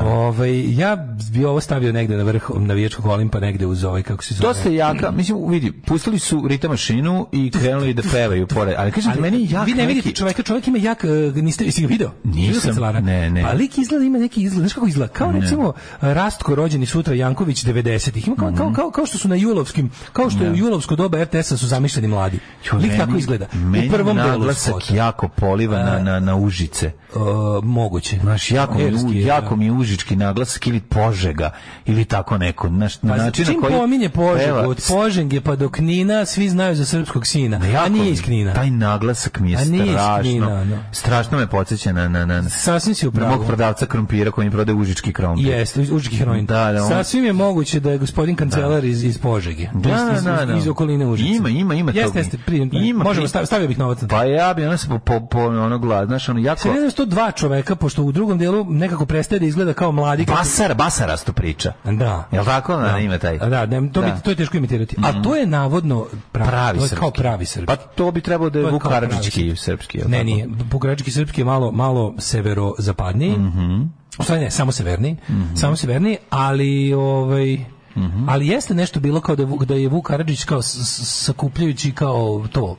G: Ovaj ja bi ovo stavio negde na vrh navijačkog Olimpa, negde uz ovaj kako se zove.
F: Dosta je jaka, mislim, vidi, pustili su rita mašinu i krenuli da pevaju pored, ali kažem ti,
G: Ali
F: meni je jak
G: Vi ne vidite
F: neki-
G: čovjeka, čovjek ima jak, e, niste jesi ga video?
F: Nisam,
G: Video kancelara?
F: ne, ne.
G: Pa lik izgleda ima neki izgled, znaš kako izgleda? Kao recimo e, Rastko rođeni sutra Janković 90-ih. Ima kao,
F: Mhm.
G: kao, kao, kao što su na julovskim, kao što je u julovsko doba RTS-a su zamišljeni mladi.
F: Jo,
G: lik
F: meni-
G: tako izgleda.
F: Meni
G: U prvom delu
F: naglasak
G: spota.
F: jako poliva na, na, na užice.
G: E, moguće.
F: Znaš, jako, mi, je u-
G: Erski je,
F: jako mi je užički naglasak ili požega ili tako neko. Znaš, na
G: Pa
F: način na
G: čim
F: koji
G: pominje
F: peva,
G: Požegu, od Poženge pa do Knina, svi znaju za srpskog sina. a nije iz Knina.
F: Taj naglasak mi je
G: A nije iz
F: strašno.
G: Knina, no.
F: Strašno me podsjeća na, na, na,
G: Sasvim si u
F: na
G: pravu.
F: mog prodavca krompira koji mi prodaje užički krompir.
G: Jeste, iz Užički heroin.
F: Da, da, on-
G: Sasvim je moguće da je gospodin kancelar iz, iz Požege.
F: Da,
G: Iz- iz,
F: da, da.
G: iz okoline Užica.
F: Ima, ima, ima tog.
G: Jeste, jeste, prijem.
F: Ima,
G: Možemo,
F: prijem.
G: stav, stavio bih novac na to.
F: Pa ja bi ono se po, po, po ono glad, znaš, ono jako...
G: Se ne znam što dva čoveka, pošto u drugom delu nekako prestaje da izgleda kao mladi. kako-
F: Basar, basarasto priča.
G: Da.
F: Jel tako? Da, ima taj.
G: A Da, ne, to,
F: Da. Mhm.
G: Bi, to je teško imitirati. A to je navodno pravi,
F: Pravi
G: to je
F: srpski.
G: kao pravi srpski.
F: Pa to bi trebalo da je
G: To je
F: Vuk
G: kao
F: Karadžićki
G: pravi
F: srpski. jel
G: Ne,
F: tako?
G: nije. Bugarečki srpski je malo, malo severo-zapadniji.
F: Mhm.
G: U stvari ne, samo severniji. Samo severniji, ali ovaj...
F: Mhm.
G: Ali jeste nešto bilo kao da, je Vuk- da je Vuk Karadžić kao s- s- sakupljajući kao to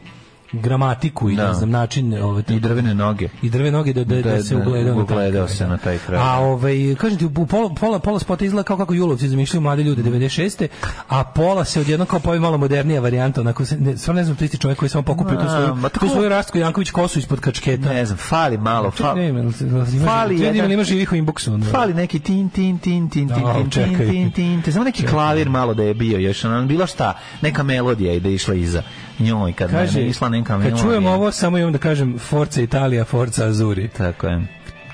G: gramatiku i
F: Da.
G: ne znam način ovaj,
F: I drvene noge.
G: i drve noge da, da,
F: Da,
G: da se
F: da,
G: ugledao na taj
F: ugledao
G: kraj,
F: se
G: da.
F: na taj kraj.
G: A ovaj, kažem ti, u pola, pola, pola spota izgleda kao kako Julovci zamišljaju mlade ljude 96. A pola se odjedno kao pojavi malo modernija varijanta, onako, se, ne, stvarno ne znam, to je isti čovjek koji samo pokupio tu
F: Ma,
G: svoju,
F: ma
G: tu
F: tako-
G: svoju Rastko Janković kosu ispod kačketa.
F: Ne znam, fali malo,
G: Čekaj,
F: fali.
G: Znači, ne znam, jel- jel- imaš-
F: Fali
G: čekaj, ne znam,
F: jedan-
G: jel imaš živih u inboxu. onda?
F: Fali neki tin, tin, tin, tin, tin,
G: A,
F: tin, tin,
G: čekaj.
F: tin, tin, tin. Samo neki klavir malo da je bio još, ono, bilo šta, neka melodija i da je išla iza njoj, kad
G: Kaže,
F: ne, ne, išla neka melodija.
G: kad čujem ovo, samo imam da kažem Forza Italija, Forza Azuri.
F: Tako je.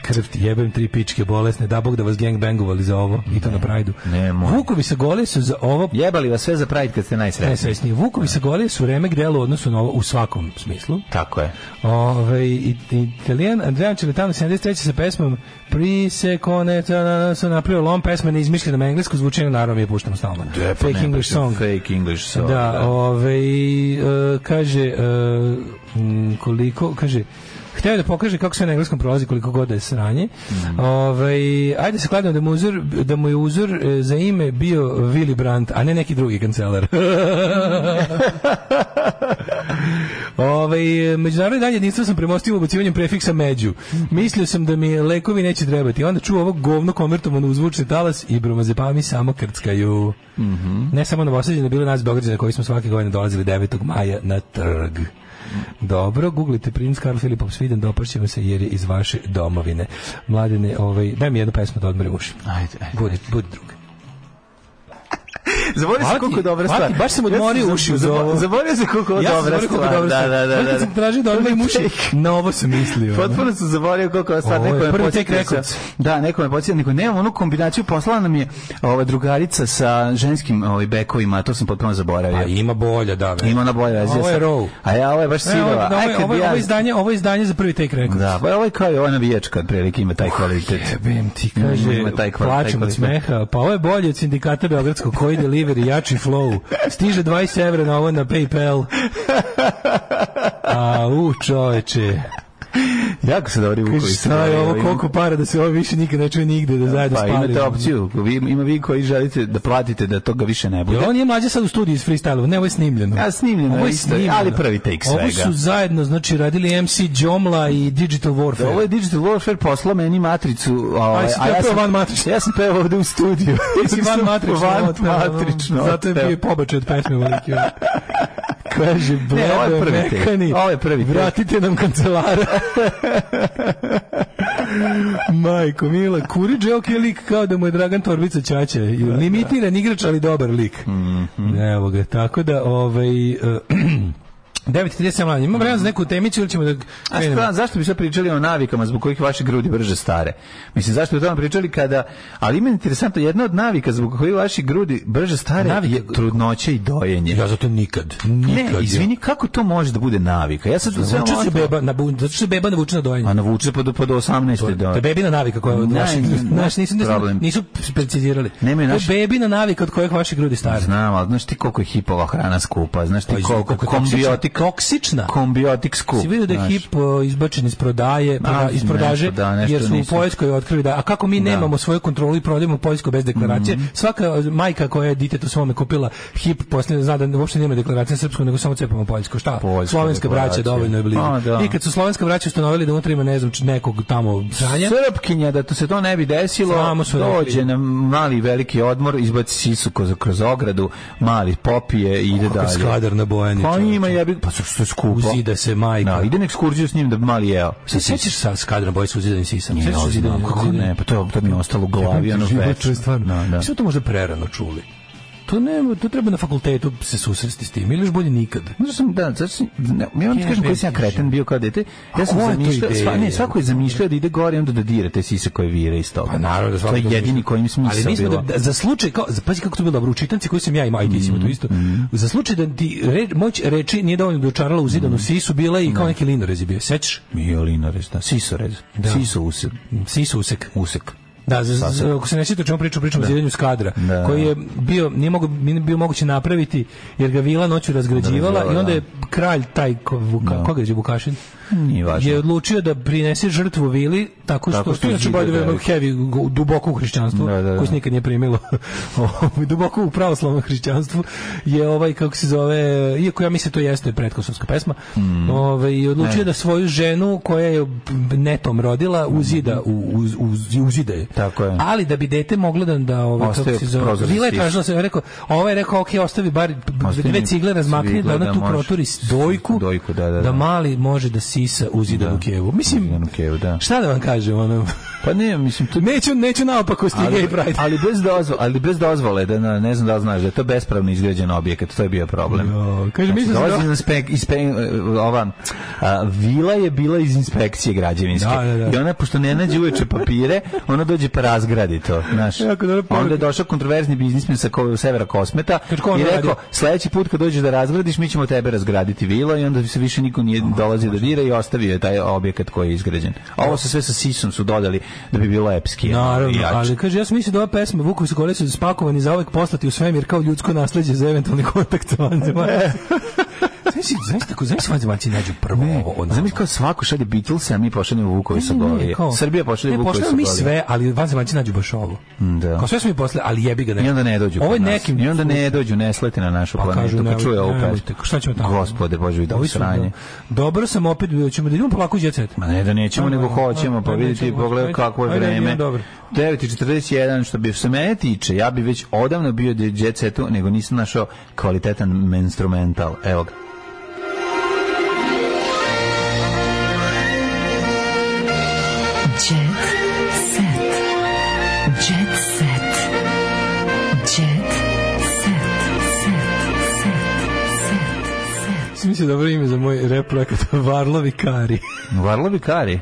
G: Krv ti jebem tri pičke bolesne, da bog da vas gangbangovali za ovo, i to na Prajdu.
F: nemoj.
G: Vukovi sa gole su za ovo
F: Jebali vas sve za Pride kad ste najsretniji.
G: Najsvesniji. Vukovi sa Golije su remek delo u odnosu na ovo u svakom smislu.
F: Tako je.
G: Ove, i- i- Italijan Andrejan Čeletano 73. sa pesmom Pri se kone ta- na- na- su napravio lom pesma neizmišljena na englesko zvučenje naravno mi je puštamo stalno.
F: E, pa
G: Fake
F: ne,
G: English
F: pa to je
G: song.
F: Fake English song.
G: Da, ove, i, e, kaže e, m, koliko, kaže Hteo je da pokaže kako se na engleskom prolazi koliko god da je sranje.
F: Mhm.
G: Ovaj, ajde se kladimo da mu, uzor, da mu je uzor e, za ime bio Willy Brandt, a ne neki drugi kancelar. Ovaj međunarodni dan jedinstva sam premostio ubacivanjem prefiksa među. Mislio sam da mi lekovi neće trebati. Onda čuo ovo govno konvertovano u zvučni talas i bromazepami samo krckaju.
F: Mhm.
G: Ne samo novosađene, bilo je nas Beograđana koji smo svake godine dolazili 9. maja na trg. Dobro, googlite Prince Karl Filipov Sviden, dopašćemo se jer je iz vaše domovine. Mladine, ovaj, daj mi jednu pesmu da odmorim uši.
F: Ajde, ajde.
G: Budi, budi druga.
F: Zaboravio sam
G: Hvala ti,
F: koliko je dobra
G: hvala
F: stvar.
G: ti, baš sam odmorio
F: Ja sam
G: uši uz
F: zabo-
G: ovo.
F: Zaboravio sam koliko je
G: Ja sam
F: Pa dobra
G: zaboravio koliko
F: stvar.
G: je dobra
F: Da,
G: stvar.
F: da, da.
G: Baš kad
F: da.
G: sam tražio da
F: Prvi
G: odmorim uši,
F: take.
G: na ovo sam mislio. ono.
F: Potpuno sam zaboravio koliko je stvar.
G: Ovo je
F: Neko me
G: prvi tek
F: podsjetio
G: rekords.
F: sa- Da, neko me podsjetio. Neko, nemam onu kombinaciju. Poslala nam je ova drugarica sa ženskim ovaj, bekovima. a To sam potpuno
G: Pa
F: zaboravio.
G: ima bolja, da. bre.
F: Ima na bolje veze.
G: Ovo je
F: sad.
G: row.
F: A ja, ovo je baš
G: Ne, ovo,
F: sirova.
G: da, ovo,
F: Aj, kad
G: je- ovaj- ovo,
F: bi
G: je-
F: ja-
G: ovo je izdanje, ovo je izdanje za prvi take rekord.
F: Da, pa ovo je kao i ova navijačka, otprilike ima taj kvalitet.
G: Oh, Jebem ti,
F: Mm,
G: kaže,
F: ima taj kvar- taj
G: plačem od
F: kvalitet.
G: smeha, pa ovo je bolje od sindikata Beogradskog, koji delivery, jači flow, stiže 20 evra na ovo na Paypal. A, u, čoveče,
F: Jako se dobri Vuković.
G: kaže, šta je ovo, koliko para da se ovo više nikad ne čuje nigde, da zajedno
F: Pa
G: spalimo.
F: imate opciju, vi, ima vi koji želite da platite da toga više ne bude.
G: Jel on je mlađe sad u studiju iz freestyle ne, ovo je snimljeno.
F: Ja, snimljeno
G: Ovo je
F: isto, ali prvi take
G: Ovo
F: svega.
G: su zajedno, znači, radili MC Đomla i Digital Warfare.
F: Da, Ovo je Digital Warfare poslao meni matricu. Ovaj,
G: Aj, si
F: a
G: ti
F: ja
G: peo
F: sam,
G: van matrične.
F: Ja sam peo ovde u studiju.
G: Ti si van matrično.
F: Van
G: otpeo, ono,
F: matrično.
G: Zato je
F: otpeo.
G: bio i pobačaj od pesme veliki. ono. Kaže,
F: Ne, ovo je
G: bledo
F: prvi tek.
G: mekani,
F: Ovo je prvi tek.
G: vratite nam kancelara. Majko, mila, kuri dželk je lik kao da mu je Dragan Torbica Čače.
F: Mhm.
G: Limitiran igrač, ali dobar lik. Evo ga, tako da, ovaj... eh, 9.37 mladin. Imam vremena za neku temicu ili ćemo da...
F: A šta, zašto bi sve pričali o navikama zbog kojih vaše grudi brže stare? Mislim, zašto bi o tome pričali kada... Ali ima interesantno, jedna od navika zbog kojih vaši grudi brže stare
G: Navike-
F: je trudnoće i dojenje.
G: Ja zato nikad. Nikad.
F: ne, izvini, kako to može da bude navika? Ja sad... sve
G: Navuče se
F: ovako-
G: beba, na, bu- zato što se beba navuče na dojenje.
F: A navuče pa do, pa do 18.
G: To je, to
F: do-
G: je bebina navika koja od
F: Ne,
G: vaših,
F: ne,
G: naš, nisu, nisu,
F: problem.
G: nisu precizirali.
F: Nemaju naši-
G: To je bebina navika od kojeg vaše grudi stare.
F: Znam, ali znaš ti koliko je hipova hrana skupa, znaš ti
G: Pa, izvini,
F: koliko
G: koliko je toksična.
F: kombiotik,
G: Toksična.
F: kombiotik skup.
G: Si vidio da je
F: znaš.
G: hip uh, izbačen iz prodaje, proda- iz
F: nešto,
G: prodaže,
F: da, nešto
G: jer su u
F: nisam.
G: Poljskoj otkrili da, a kako mi nemamo svoju kontrolu i prodajemo u Poljskoj bez deklaracije,
F: Mhm.
G: svaka majka koja je ditetu svome kupila hip, poslije zna da uopšte nema deklaracije srpskog, nego samo cepamo Poljsko. Šta?
F: Poljska
G: slovenska braća
F: deklaracija.
G: dovoljno je blizu.
F: A, da.
G: I kad su slovenska braća ustanovili da unutra ima, ne znam, č- nekog tamo sranja,
F: Srpkinja, da to se to ne bi desilo,
G: Samo su
F: dođe
G: rekli.
F: na mali veliki odmor, izbaci sisu kroz, kroz ogradu, mali popije i ide
G: kakav
F: dalje.
G: skadar na bojanje.
F: Pa
G: čoveče.
F: ima jebi, pa su što je skupo.
G: Uzida se majka.
F: Da, ide na ekskurziju s njim da bi mali jeo.
G: Se sećaš sa skadra boje sa uzidanim sisama?
F: Nije
G: Sećaš se
F: ozbiljno,
G: uzidanim-
F: kako ne, pa to, je- to mi je ostalo u glavi, ono večno. Da, da.
G: Mi smo to možda prerano čuli. To ne, to treba na fakultetu se susresti s tim, ili još bolje nikad.
F: Znaš sam, da, znaš, sam- ne, ja vam ti kažem koji sam ja kreten bio kao dete. Ja sam
G: koja je to
F: zamišljao,
G: ideja?
F: sva, ne, svako je zamišljao da ide gore i onda da dira te sise koje vire iz toga.
G: Pa naravno da
F: To
G: svako
F: je jedini
G: razmišlja.
F: kojim smisao
G: Ali mi smo
F: bilo.
G: da, da- za slučaj kao za- pazi kako to bilo dobro u čitanci koji sam ja imao, ajde mm, to isto. Za slučaj da ti re, moć reči nije dovoljno dočarala u zidanu sisu bila je i kao neki linorez je bio. Sećaš?
F: Mijolinarez, da, sisorez.
G: Da.
F: Siso usek.
G: Sisu usek.
F: Usek.
G: Da, za, za, ako se ne sjeća o čemu pričam, pričam o zidanju skadra,
F: Da.
G: koji je bio, nije, mogo, nije bio moguće napraviti, jer ga vila noću razgrađivala
F: Razgrađivala,
G: i onda
F: da.
G: je kralj taj, ko, Vuka,
F: Da.
G: koga je Vukašin?
F: Nije važno.
G: je odlučio da prinese žrtvu vili tako što,
F: Tako što
G: to je inače
F: zida
G: by the way,
F: da-
G: ono heavy go- duboko u hrišćanstvu
F: Da, da, da.
G: koji se nikad nije primilo Ovaj, duboko u pravoslavnom hrišćanstvu je ovaj kako se zove iako ja mislim to jeste pretkosovska pesma
F: Mm.
G: ovaj, i odlučio da svoju ženu koja je b- netom rodila uzida u, uz, uz, uzida je
F: Mm-hmm. Tako je.
G: ali da bi dete moglo da, da ovaj,
F: Ostaje
G: kako se zove
F: prozor za
G: vila je
F: stis.
G: tražila se rekao ovaj je rekao ok ostavi bar b-
F: Ostavi
G: dve cigle razmakni
F: cigle
G: da ona
F: da
G: tu
F: može-
G: proturi dojku,
F: dojku, da, da, da.
G: mali može da sisa uzidanu
F: Da.
G: kevu mislim
F: Uzidanu kevu, da.
G: šta da vam kažem ono
F: Pa ne, mislim, to
G: neću neću naopako sti gay
F: ali,
G: pride
F: ali bez dozvole, ali bez dozvole da na- ne znam da li znaš da je to bespravno izgrađen objekat, to je bio problem.
G: Jo, kaže,
F: Znači,
G: mislim da-
F: dolazi na spek, ispe- ova a, vila je bila iz inspekcije građevinske.
G: Da, da, da.
F: I ona pošto ne nađe uveče papire, ona dođe pa razgradi to, znaš.
G: Jako dobra poruka.
F: Onda je došao kontroverzni biznismen sa ko- severa Kosmeta
G: Kaže, ko on
F: i
G: radi?
F: rekao sledeći put kad dođeš da razgradiš, mi ćemo tebe razgraditi vila i onda se više niko nije dolazi da dira i ostavio je taj objekat koji je izgrađen. A ovo se sve sa sisom su dodali da bi bilo epski. ono,
G: Naravno,
F: jače.
G: ali kaže, ja sam mislio da ova pesma Vukovi su kolesi spakovani za uvek poslati u svemir kao ljudsko nasleđe za eventualni kontakt sa vanzemaljcima. Znaš, znaš tako, znaš vanzemaljci nađu prvo
F: Ne,
G: ovo, ono,
F: znam kao svako šalje Beatles, a mi pošaljemo Vukovi Sobolije.
G: kao-
F: Srbija pošalje
G: Ne,
F: Vukovi
G: pošaljemo mi
F: Sobolije.
G: sve, ali vanzemaljci nađu baš ovo.
F: Da.
G: Kao sve smo mi posle, ali jebi ga ne.
F: I onda ne dođu
G: Ovo je
F: kod nas.
G: nekim
F: I onda ne dođu, ne slete na našu
G: Pa
F: planetu.
G: kažu,
F: kad
G: nemoj-
F: čuje ovu
G: nemojte,
F: pesmu.
G: šta ćemo tamo?
F: Gospode, Bože, vidi ovo
G: Ovi su
F: sranje.
G: do- Dobro sam opet, bio ćemo da idemo polako u jet set.
F: Ma ne da nećemo, nego
G: Ajmo,
F: hoćemo, pa
G: ajmo,
F: vidite i
G: nećemo,
F: pogledaj
G: ajde.
F: kakvo je
G: Ajde, ajde,
F: vreme.
G: idemo, dobro.
F: 9.41, što bi se mene tiče, ja bi već odavno bio jet setu, nego nisam našao kvalitetan instrumental. Evo ga.
A: Jet set. Jet set. Jet
G: Svi mi se dobro ime za moj rap projekat, Varlovi Kari.
F: Varlovi Kari.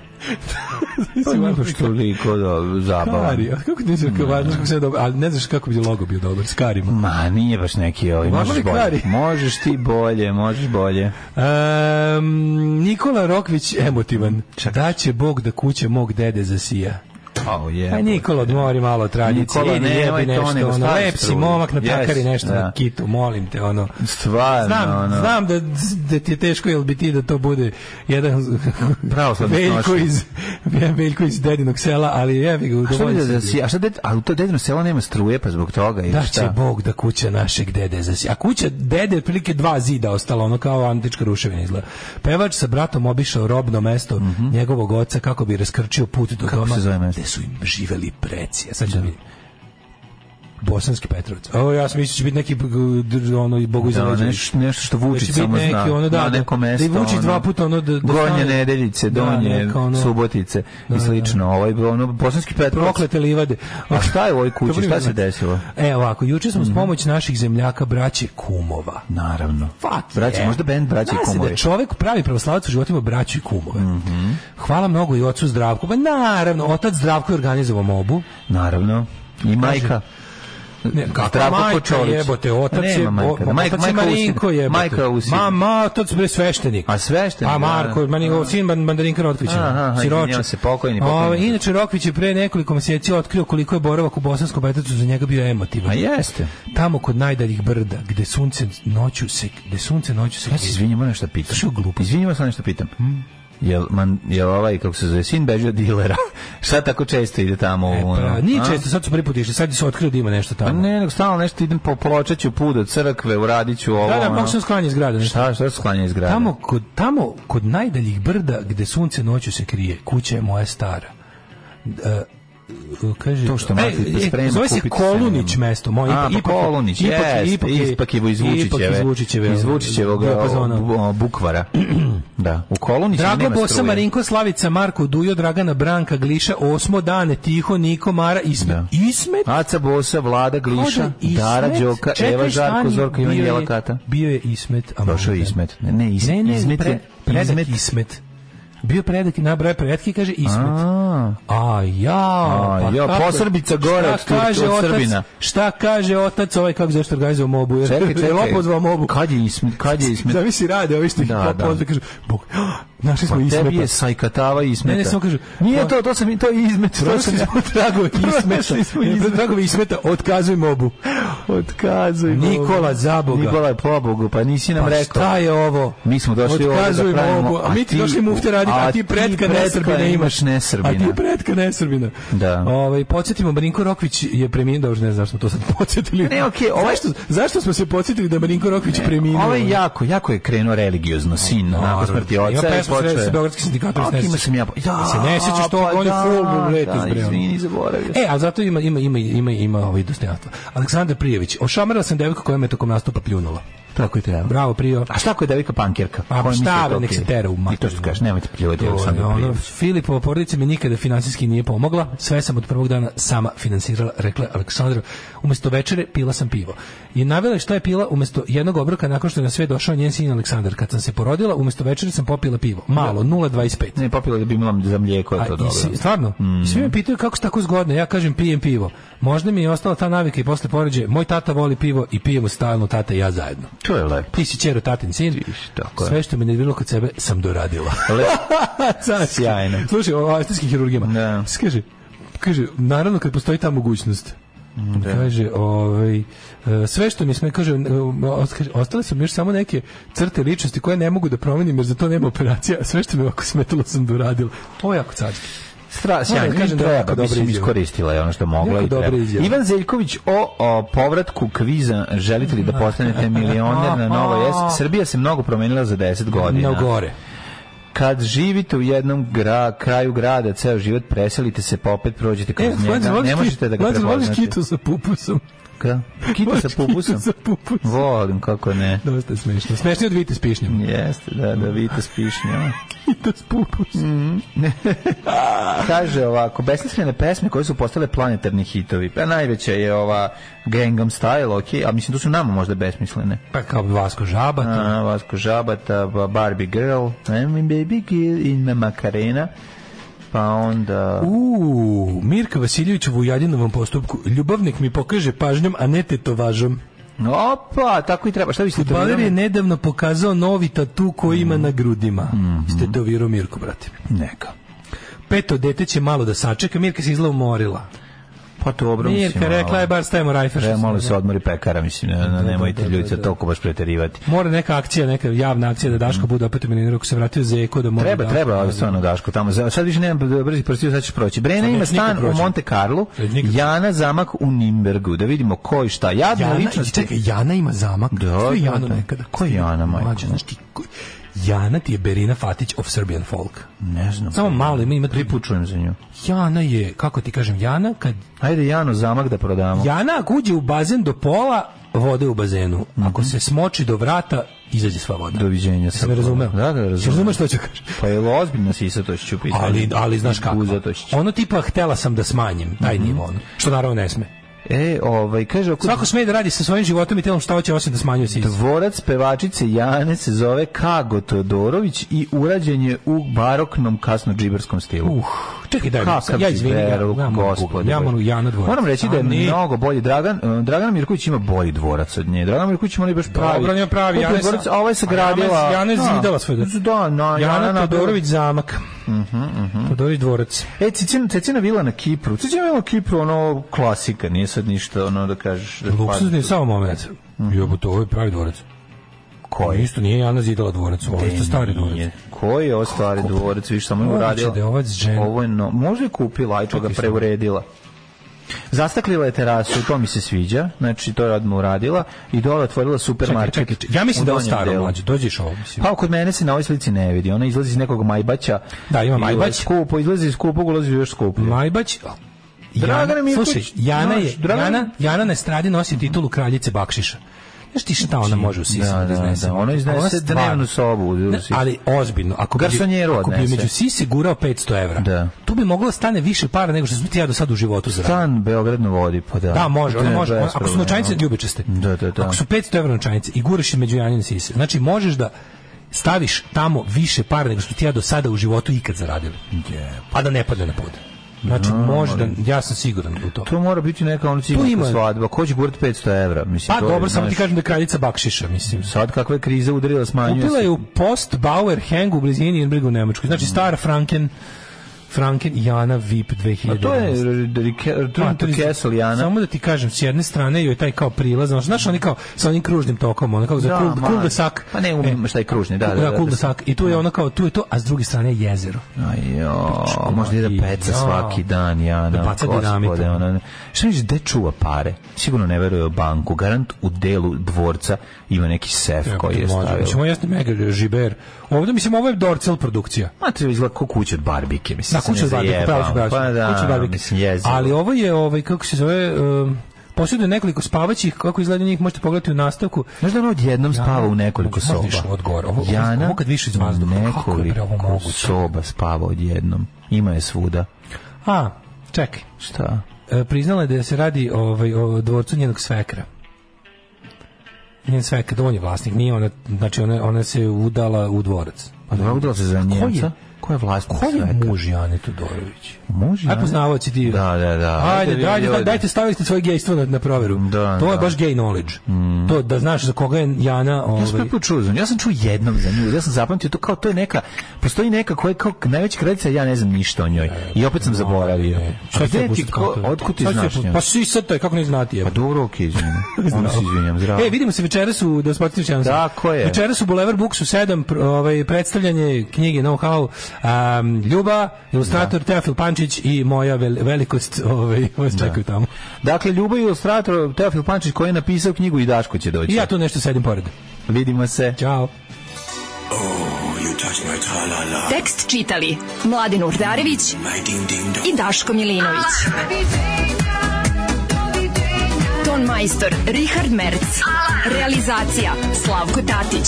F: Pa nema što liko da zabava.
G: Kari, a kako ti se Varlovi, kako se dobro, ali ne znaš kako bi logo bio dobar, s Karima.
F: Ma, nije baš neki ovaj,
G: Varlovi
F: možeš bolje.
G: Kari.
F: Možeš ti bolje, možeš bolje.
G: Um, Nikola Rokvić emotivan. Da će Bog da kuće mog dede zasija.
F: Oh, yeah.
G: Aj Nikola, odmori malo tradicije.
F: Nikola,
G: Idi,
F: nemoj
G: jebi
F: to, nego
G: nešto, ono,
F: stavi
G: lep si
F: struju.
G: momak na
F: Yes,
G: takari nešto
F: da.
G: na kitu, molim te, ono.
F: Stvarno,
G: Znam,
F: ono.
G: znam da, da ti je teško, jel bi ti da to bude jedan
F: Pravoslavni
G: veljko
F: snošnjak.
G: iz, jedan veljko iz dedinog sela, ali jebi ga,
F: A šta bi
G: dovoljno
F: da, da
G: si.
F: si, a šta det, a u to dedino selo nema struje, pa zbog toga ili
G: Da će
F: šta?
G: Bog da kuća našeg dede zasija. A kuća dede je otprilike dva zida ostala, ono kao antička ruševina izgleda. Pevač sa bratom obišao robno mesto njegovog oca kako bi raskrčio put do
F: Mhm. Kako
G: doma
F: se zove mesto?
G: gde su im živeli preci. A sad ću da vidim. Bosanski Petrovac. O, ja sam mislio će biti neki g- ono bogu iz
F: Da, neš, nešto što Vučić samo zna.
G: Ono, da,
F: na neko mesto.
G: Da, i Vučić dva puta ono da, da
F: Gornje
G: stane.
F: nedeljice,
G: Da,
F: donje,
G: neka ono-
F: Subotice
G: Da,
F: i
G: da.
F: slično. Ovaj ono Bosanski Petrovac.
G: Proklete livade.
F: A šta je u ovoj kući? Šta se desilo? Mhm.
G: E, ovako, juče smo s pomoć naših zemljaka braće kumova.
F: Naravno.
G: Fuck
F: Braće,
G: yeah. Pa
F: možda bend braće
G: Zna
F: i
G: se
F: kumovi.
G: da čovek pravi pravoslavac u životima braću i kumove. Hvala mnogo i ocu Zdravku. Pa naravno, otac Zdravko je organizovao mobu.
F: Naravno. I majka.
G: Ne, kako
F: Zdravko
G: majka
F: Kočolić.
G: jebote, otac je,
F: Nema majka,
G: bo-
F: da. Majka-
G: otac je
F: majka Usin.
G: Marinko jebote.
F: Majka Usin.
G: Mama, otac bre sveštenik.
F: A sveštenik,
G: A
F: da,
G: Pa, Marko,
F: da.
G: Marinko, sin man- mandarinka
F: Aha,
G: Rotvića,
F: aha,
G: siroče.
F: izvinjavam se, pokojni, pokojni.
G: Ovaj, inače, Rokvić je pre nekoliko meseci otkrio koliko je boravak u Bosanskom Petrovcu za njega bio emotivan.
F: A jeste.
G: Tamo kod najdaljih brda, gde sunce noću se, gde sunce noću se...
F: Ja se izvinjam, moram nešto pitam.
G: Što glupo? Mm.
F: Izvinjam, moram nešto pitam. Jel, man, jel ovaj, kako se zove, sin beži od dilera? Šta tako često ide tamo? E,
G: Pa, nije često, sad su prvi put išli, sad su otkrili da ima nešto
F: Pa
G: tamo.
F: ne, nego stalno nešto idem po pločeću put od crkve, uradiću ovo.
G: Da, da,
F: ono.
G: mogu sam sklanjati zgrade. Nešto.
F: Šta, šta sklanja iz grada?
G: Tamo kod, tamo kod najdaljih brda gde sunce noću se krije, kuća je moja stara. E, kaže,
F: To što mati
G: E,
F: pa
G: e,
F: sprema
G: Zove se
F: kupiti
G: Kolunić
F: se.
G: mesto. Moj,
F: A, pa Kolunić, jeste, ispak je iz Vučićeve.
G: Ipak iz Vučićeve. ono,
F: Iz Vučićevog o,
G: dijapazona.
F: bu- o, bukvara. da, u Koluniću nema
G: ono. Drago
F: struje.
G: Bosa, Marinko, Slavica, Marko, Dujo, Dragana, Branka, Gliša, Osmo, Dane, Tiho, Niko, Mara, Ismet.
F: Da.
G: Ismet?
F: Aca Bosa, Vlada, Gliša,
G: Kao da Ismet-
F: Dara, Đoka,
G: Čekaj,
F: Eva, Žarko,
G: stani,
F: Zorka, Ivan,
G: bio je-
F: Jela, Kata.
G: Bio je Ismet. a
F: Došao je
G: možda-
F: Ismet. Ne, ne, is,
G: Ne, ne,
F: Ismet
G: pre,
F: je-
G: predak
F: Ismet-
G: Ismet. Bio predak i nabraja predatke i kaže Ismet.
F: A,
G: A ja,
F: A,
G: pa
F: ja,
G: kako-
F: posrbica gore
G: šta
F: od Tur-
G: kaže
F: od
G: otac-
F: Srbina.
G: Šta kaže otac ovaj kako zašto organizovao mobu? Jer,
F: Čekaj, čekaj.
G: jer opozvao mobu.
F: Kad je Ismet? Kad je Ismet?
G: Zavisi rade, ovi što ih
F: Da, da.
G: opozvao, kažu, Bog, našli smo
F: Pa tebi je
G: Ismeta.
F: sajkatava Ismeta.
G: Ne, ne, samo kažu,
F: Nije
G: pa-
F: to, to sam i to je Ismet. To sam
G: Prošli
F: ja.
G: smo tragovi
F: Prošli
G: Ismeta.
F: smo Ismeta.
G: Tragovi Ismeta, otkazuj mobu.
F: Otkazuj. Bogu.
G: Nikola, zaboga.
F: Nikola je pobogu, pa nisi nam
G: Pa
F: rekao.
G: šta je ovo?
F: Mi smo došli ovdje
G: Otkazujemo
F: da pravimo...
G: ovo, a mi ti došli mufte raditi, a ti pretka nesrbina imaš.
F: nesrbina.
G: A ti pretka nesrbina.
F: Da.
G: Ovaj, podsjetimo, Marinko Rokvić je preminuo, dobro, ne znam zašto smo to sad podsjetili.
F: Ne, okej, ovaj-
G: zašto, zašto smo se podsjetili da je Marinko Rokvić preminuo?
F: Ovo je jako, jako je krenuo religiozno, sin, nakon smrti oca.
G: Ima
F: je
G: pesmu
F: počeo je-
G: sreći, Beogradski sindikat.
F: Ok, ima sam ja... Ja,
G: se ne sjećaš to,
F: pa
G: on je
F: da,
G: full letos
F: da,
G: bre. ono.
F: Izvini, zaboravio sam.
G: E, ali zato ima, ima, ima, ima, ima ovaj dostojanstvo. Aleksandar Prijević, ošamarala sam devojku koja me tokom nastupa pljunula.
F: Tako je treba.
G: Bravo, Prijo.
F: A šta ako je devika pankirka?
G: Pa
F: Koja misli
G: šta,
F: da je
G: bre,
F: to
G: nek se
F: okej?
G: tera u
F: I to što kažeš, nemojte pljuvati
G: To je
F: Aleksandra
G: ono,
F: Prijević.
G: Filipova porodica mi nikada finansijski nije pomogla, sve sam od prvog dana sama finansirala, rekla je Aleksandra. Umesto večere pila sam pivo. I navela je šta je pila umesto jednog obroka nakon što je na sve došao njen sin Aleksandar. Kad sam se porodila, umesto večere sam popila pivo. Malo, 0,25.
F: Ne, popila da bi imala za mlijeko, je to
G: i
F: dobro. Mm.
G: si- stvarno, svi me pitaju kako se tako zgodno, ja kažem pijem pivo. Možda mi je ostala ta navika i posle poređe, moj tata voli pivo i pijemo stalno tata i ja zajedno.
F: To je lepo.
G: Ti si čero tatin sin,
F: tako je.
G: sve što me ne bilo kod sebe sam doradila. Carski.
F: Sjajno.
G: Slušaj, o austrijskim hirurgima.
F: Da.
G: Kaže, kaže, naravno kad postoji ta mogućnost. Kaže, ovaj, e, sve što mi sme, kaže, e, ost- kaže, ostale su mi još samo neke crte ličnosti koje ne mogu da promenim jer za to nema operacija, a sve što me ovako smetalo sam doradila. Ovo je jako carski.
F: Stra, sjajno,
G: Moram da kažem da je
F: treba,
G: jako dobra
F: mislim,
G: izjava.
F: iskoristila je ono što je mogla
G: Jako
F: i treba.
G: dobra izjava.
F: Ivan Zeljković o, o povratku kviza Želite li da
G: pa,
F: postanete milioner na Novo S? Srbija se mnogo promenila za 10 godina.
G: Na gore.
F: Kad živite u jednom gra, kraju grada, ceo život preselite se, pa opet prođete kroz
G: Mlađe,
F: njega.
G: voliš
F: Ne možete
G: E, ki-
F: da ga
G: Mlađe, voliš
F: prepoznate.
G: kitu sa pupusom.
F: Ka? Kitu
G: Voliš
F: sa pupusom?
G: Kitu sa pupusom.
F: Volim, kako ne.
G: Dosta je smešno. Smešnije od Vite s pišnjom.
F: Jeste, da, da vidite spišnja.
G: Kita s pupusom.
F: Kaže ovako, besmislene pesme koje su postale planetarni hitovi. Pa najveća je ova Gangnam Style, ok, a mislim tu su nama možda besmislene.
G: Pa kao Vasko Žaba. tu.
F: A, Vasko Žabata, ba- Barbie Girl, I'm a baby girl in my Macarena, pa onda...
G: Uuu, Mirka Vasiljević u Vujadinovom postupku. Ljubavnik mi pokaže pažnjom, a ne tetovažom.
F: Opa, tako i treba. Šta bi se to
G: Futbaler je nedavno pokazao novi tatu koji
F: Mhm.
G: ima na grudima. Ste tetovirao Mirko, brate.
F: Neka.
G: Peto dete će malo da sačeka, Mirka se izgleda umorila.
F: Pa dobro,
G: Mirka
F: mislim.
G: rekla je
F: je
G: bar stajemo rajfer.
F: Re,
G: što
F: molim
G: smo-
F: se odmori pekara, mislim, ne, ne, nemojte
G: da, da,
F: ljudi sad
G: da.
F: toliko baš preterivati.
G: Mora neka akcija, neka javna akcija da Daško bude opet u milioneru ako se vratio Zeko da mora
F: Mhm. Treba,
G: da-
F: treba, ali stvarno Daško tamo. za- Sad više nemam brzi prstiju, sad ćeš proći. Brena
G: Sad
F: ima
G: nećeš nikad
F: stan u
G: proći.
F: Monte Carlo,
G: Sad nikad.
F: Jana zamak u Nimbergu, da vidimo ko i šta. Jadna
G: Jana,
F: ličnost.
G: čekaj, Jana ima zamak.
F: Da,
G: Što je
F: da,
G: Jana
F: da.
G: nekada?
F: Ko je Jana, majko?
G: Mlađe, znaš ti, ko- Jana ti je Berina Fatić of Serbian folk.
F: Ne znam.
G: Samo malo ima, ima
F: pripučujem za nju.
G: Jana je, kako ti kažem, Jana kad...
F: Ajde Jano zamak da prodamo.
G: Jana ako uđe u bazen do pola, vode u bazenu. Ako se smoči do vrata, izađe sva voda.
F: Mhm. Doviđenja.
G: Sam me razumeo?
F: Da, da, razumeo.
G: Razumeš što ću kažem?
F: Pa je li ozbiljno sisatošću pisati?
G: Ali, ali znaš kako.
F: Uzatošću. Mhm.
G: Ono tipa, htela sam da smanjim taj nivo. ono. Što naravno ne sme.
F: E, ovaj, kaže... Ako...
G: Svako sme da radi sa svojim životom i telom šta hoće osim da smanjuje sis.
F: Dvorac pevačice Jane se zove Kago Todorović i urađen je u baroknom kasno džiberskom stilu.
G: Uh, čekaj, daj, mi,
F: Kakav
G: ja izvinim, ja, ja,
F: džiberluk,
G: moram Google,
F: gospode.
G: ja moram Jana Dvorac.
F: Moram reći da je
G: A, nije.
F: mnogo bolji. Dragan, eh, Dragana Mirković ima bolji dvorac od nje. Dragana Mirković ima onaj baš pravi.
G: Dobro, on ima pravi,
F: Kupio
G: Jana je sa-
F: dvorac, a ovaj se
G: a Jana je-
F: gradila...
G: Jana je zidala svoj dvorac.
F: Da, na,
G: Jana
F: na-
G: Todorović zamak.
F: Mhm,
G: Todorović Dvorac.
F: E, Cicina, Cicina vila na Kipru. Cicina vila na Kipru, ono, klasika, nije sad ništa, ono, da kažeš... Da pa
G: Luksuzni, samo moment.
F: Mhm.
G: Jobo, to ovo je pravi dvorac.
F: Koji?
G: Isto nije Jana zidala dvorac, ovo je isto stari dvorac.
F: E,
G: E,
F: Nije. Koji je ovo stari dvorac, više samo je
G: Moguće
F: uradila.
G: da je ovac žena.
F: Ovo je no, možda je kupila, ajto ga
G: Čekaj,
F: preuredila. Zastaklila je terasu, to mi se sviđa, znači to je odmah uradila i dole otvorila
G: Čekaj,
F: supermarket.
G: čekaj, čekaj. Ja mislim
F: u
G: da je ovo
F: donjem
G: staro
F: delu.
G: mlađe, dođeš ovo, mislim.
F: Pa kod mene se na ovoj slici ne vidi, ona izlazi iz nekog majbaća.
G: Da, ima
F: I
G: Majbać.
F: ulazi Skupo, izlazi iz skupog, ulazi u još skuplje.
G: Majbać,
F: Pa- Dragana
G: Jana,
F: Mirković,
G: slušaj, Jana je,
F: znaš, Dragana-
G: Jana, Jana na stradi nosi titulu kraljice bakšiša. Znaš ti šta ona može u sisama
F: Znači, Da,
G: da,
F: da,
G: iznese?
F: da, ona iznese
G: stvarno-
F: dnevnu sobu u
G: Ne,
F: sisi.
G: ali ozbiljno, ako bi,
F: Garsonjeru
G: ako bi
F: odnese.
G: među sise gurao 500 evra,
F: Da.
G: tu bi moglo da stane više para nego što sam ti ja do sad u životu zaradio.
F: Stan Beograd na vodi, pa da.
G: Da, može,
F: To
G: ona
F: je
G: može.
F: bez
G: Ona- Ako su
F: problema.
G: novčanice ljubičaste.
F: Da, da, da.
G: Ako su 500 evra novčanice i guraš među janjine sise. Znači možeš da staviš tamo više para nego što su ti ja do sada u životu ikad zaradili. Pa da ne padne na pod. Znači, može da, ja sam siguran u to.
F: To mora biti neka ono ciganska
G: ima-
F: svadba. Ko će gurati 500 evra? Mislim,
G: Pa
F: to je,
G: dobro, samo ti
F: znaš,
G: kažem da je kraljica bakšiša, mislim.
F: Sad kakva je kriza udarila, smanjuje
G: Kupila
F: se.
G: je u Post Bauer Hang u blizini Nürnberga u Nemačkoj. Znači, stara Franken, Franken Jana VIP
F: Mhm.
G: 2011.
F: A to je
G: Pa,
F: Trunto
G: to je-
F: Kessel, Jana.
G: Samo da ti kažem, s jedne strane joj taj kao prilaz, znaš, znaš oni kao sa onim kružnim tokom, ono kao za
F: Da,
G: kul,
F: ma-
G: kuldesak.
F: Pa ne, um, šta je kružni, da, da, da,
G: E. da,
F: da,
G: kuldesak. I tu je ono kao, tu je to, a s druge strane je jezero.
F: Ajo, možda ide da peca
G: Ja.
F: svaki dan, Jana.
G: Da baca
F: gospode,
G: dinamite.
F: ona- Šta misliš, gde čuva pare? Sigurno ne veruje u banku. Garant u delu dvorca ima neki sef koji je
G: Može, Mislim,
F: stavio.
G: ovo jeste mega žiber. Ovdje, mislim, ovo je Dorcel produkcija.
F: Ma to izgleda kao kuća od barbike, mislim.
G: Da,
F: se ne
G: kuća od barbike, pravo su
F: zajebamo.
G: braće.
F: Pa da,
G: kuća od barbike.
F: mislim, jezivo.
G: Ali ovo je, ovaj, kako se zove, um, posjeduje nekoliko spavaćih, kako izgleda njih, možete pogledati u nastavku.
F: Znaš da ona odjednom spava u nekoliko
G: možda
F: soba?
G: više od gore. Ovo- ovo-
F: Jana
G: ovo kad više iz vazduha. Kako je, bre, ovo
F: nekoliko
G: moguće?
F: soba spava odjednom. Ima je svuda.
G: A, čekaj.
F: Šta?
G: E, priznala je da se radi ovaj, o dvorcu njenog svekra. Njen svekar, da on je vlasnik, nije ona, znači ona, ona se udala u dvorac.
F: Pa da udala se za
G: je-
F: njemca? Ko je vlasnik
G: Ko je
F: sveta?
G: muž Jane Todorović?
F: Muž?
G: Aj poznavao si ti.
F: Da, da, da.
G: Ajde,
F: Ajde,
G: dajte,
F: ljudi.
G: dajte stavili ste svoje gejstvo na, na proveru.
F: Da,
G: to je
F: da. Mm.
G: baš gay knowledge. To da znaš za koga je Jana... Ovaj,
F: Ja pa sam prvi put čuo za nju. Ja sam čuo jednom za nju. Ja sam zapamtio to kao to je neka postoji neka koja je kao najveća kraljica, ja ne znam ništa o njoj. I opet sam zaboravio. A
G: Šta ću ja
F: gde ti
G: pustim
F: ko,
G: kako je?
F: otkud ti
G: Šta ću ja
F: znaš
G: pustim?
F: nju?
G: Pa si sad to je, kako ne znati je.
F: Pa dobro, okej, izvinjam. Onda se izvinjam, zdravo.
G: E, vidimo se večeras u da spotim što
F: Tako je.
G: Večeras u Boulevard Books u 7 pr- ovaj predstavljanje knjige Know How um, Ljuba, ilustrator Teofil Pančić i moja vel, velikost, ovaj vas čekaju tamo.
F: Dakle, Ljubav i ilustrator Teofil Pančić koji je napisao knjigu i Daško će doći.
G: I ja tu nešto sedim pored.
F: Vidimo se.
G: Ćao.
A: Tekst čitali Mladin Urdarević i Daško Milinović. Ton majstor Richard Merc. Realizacija Slavko Tatić.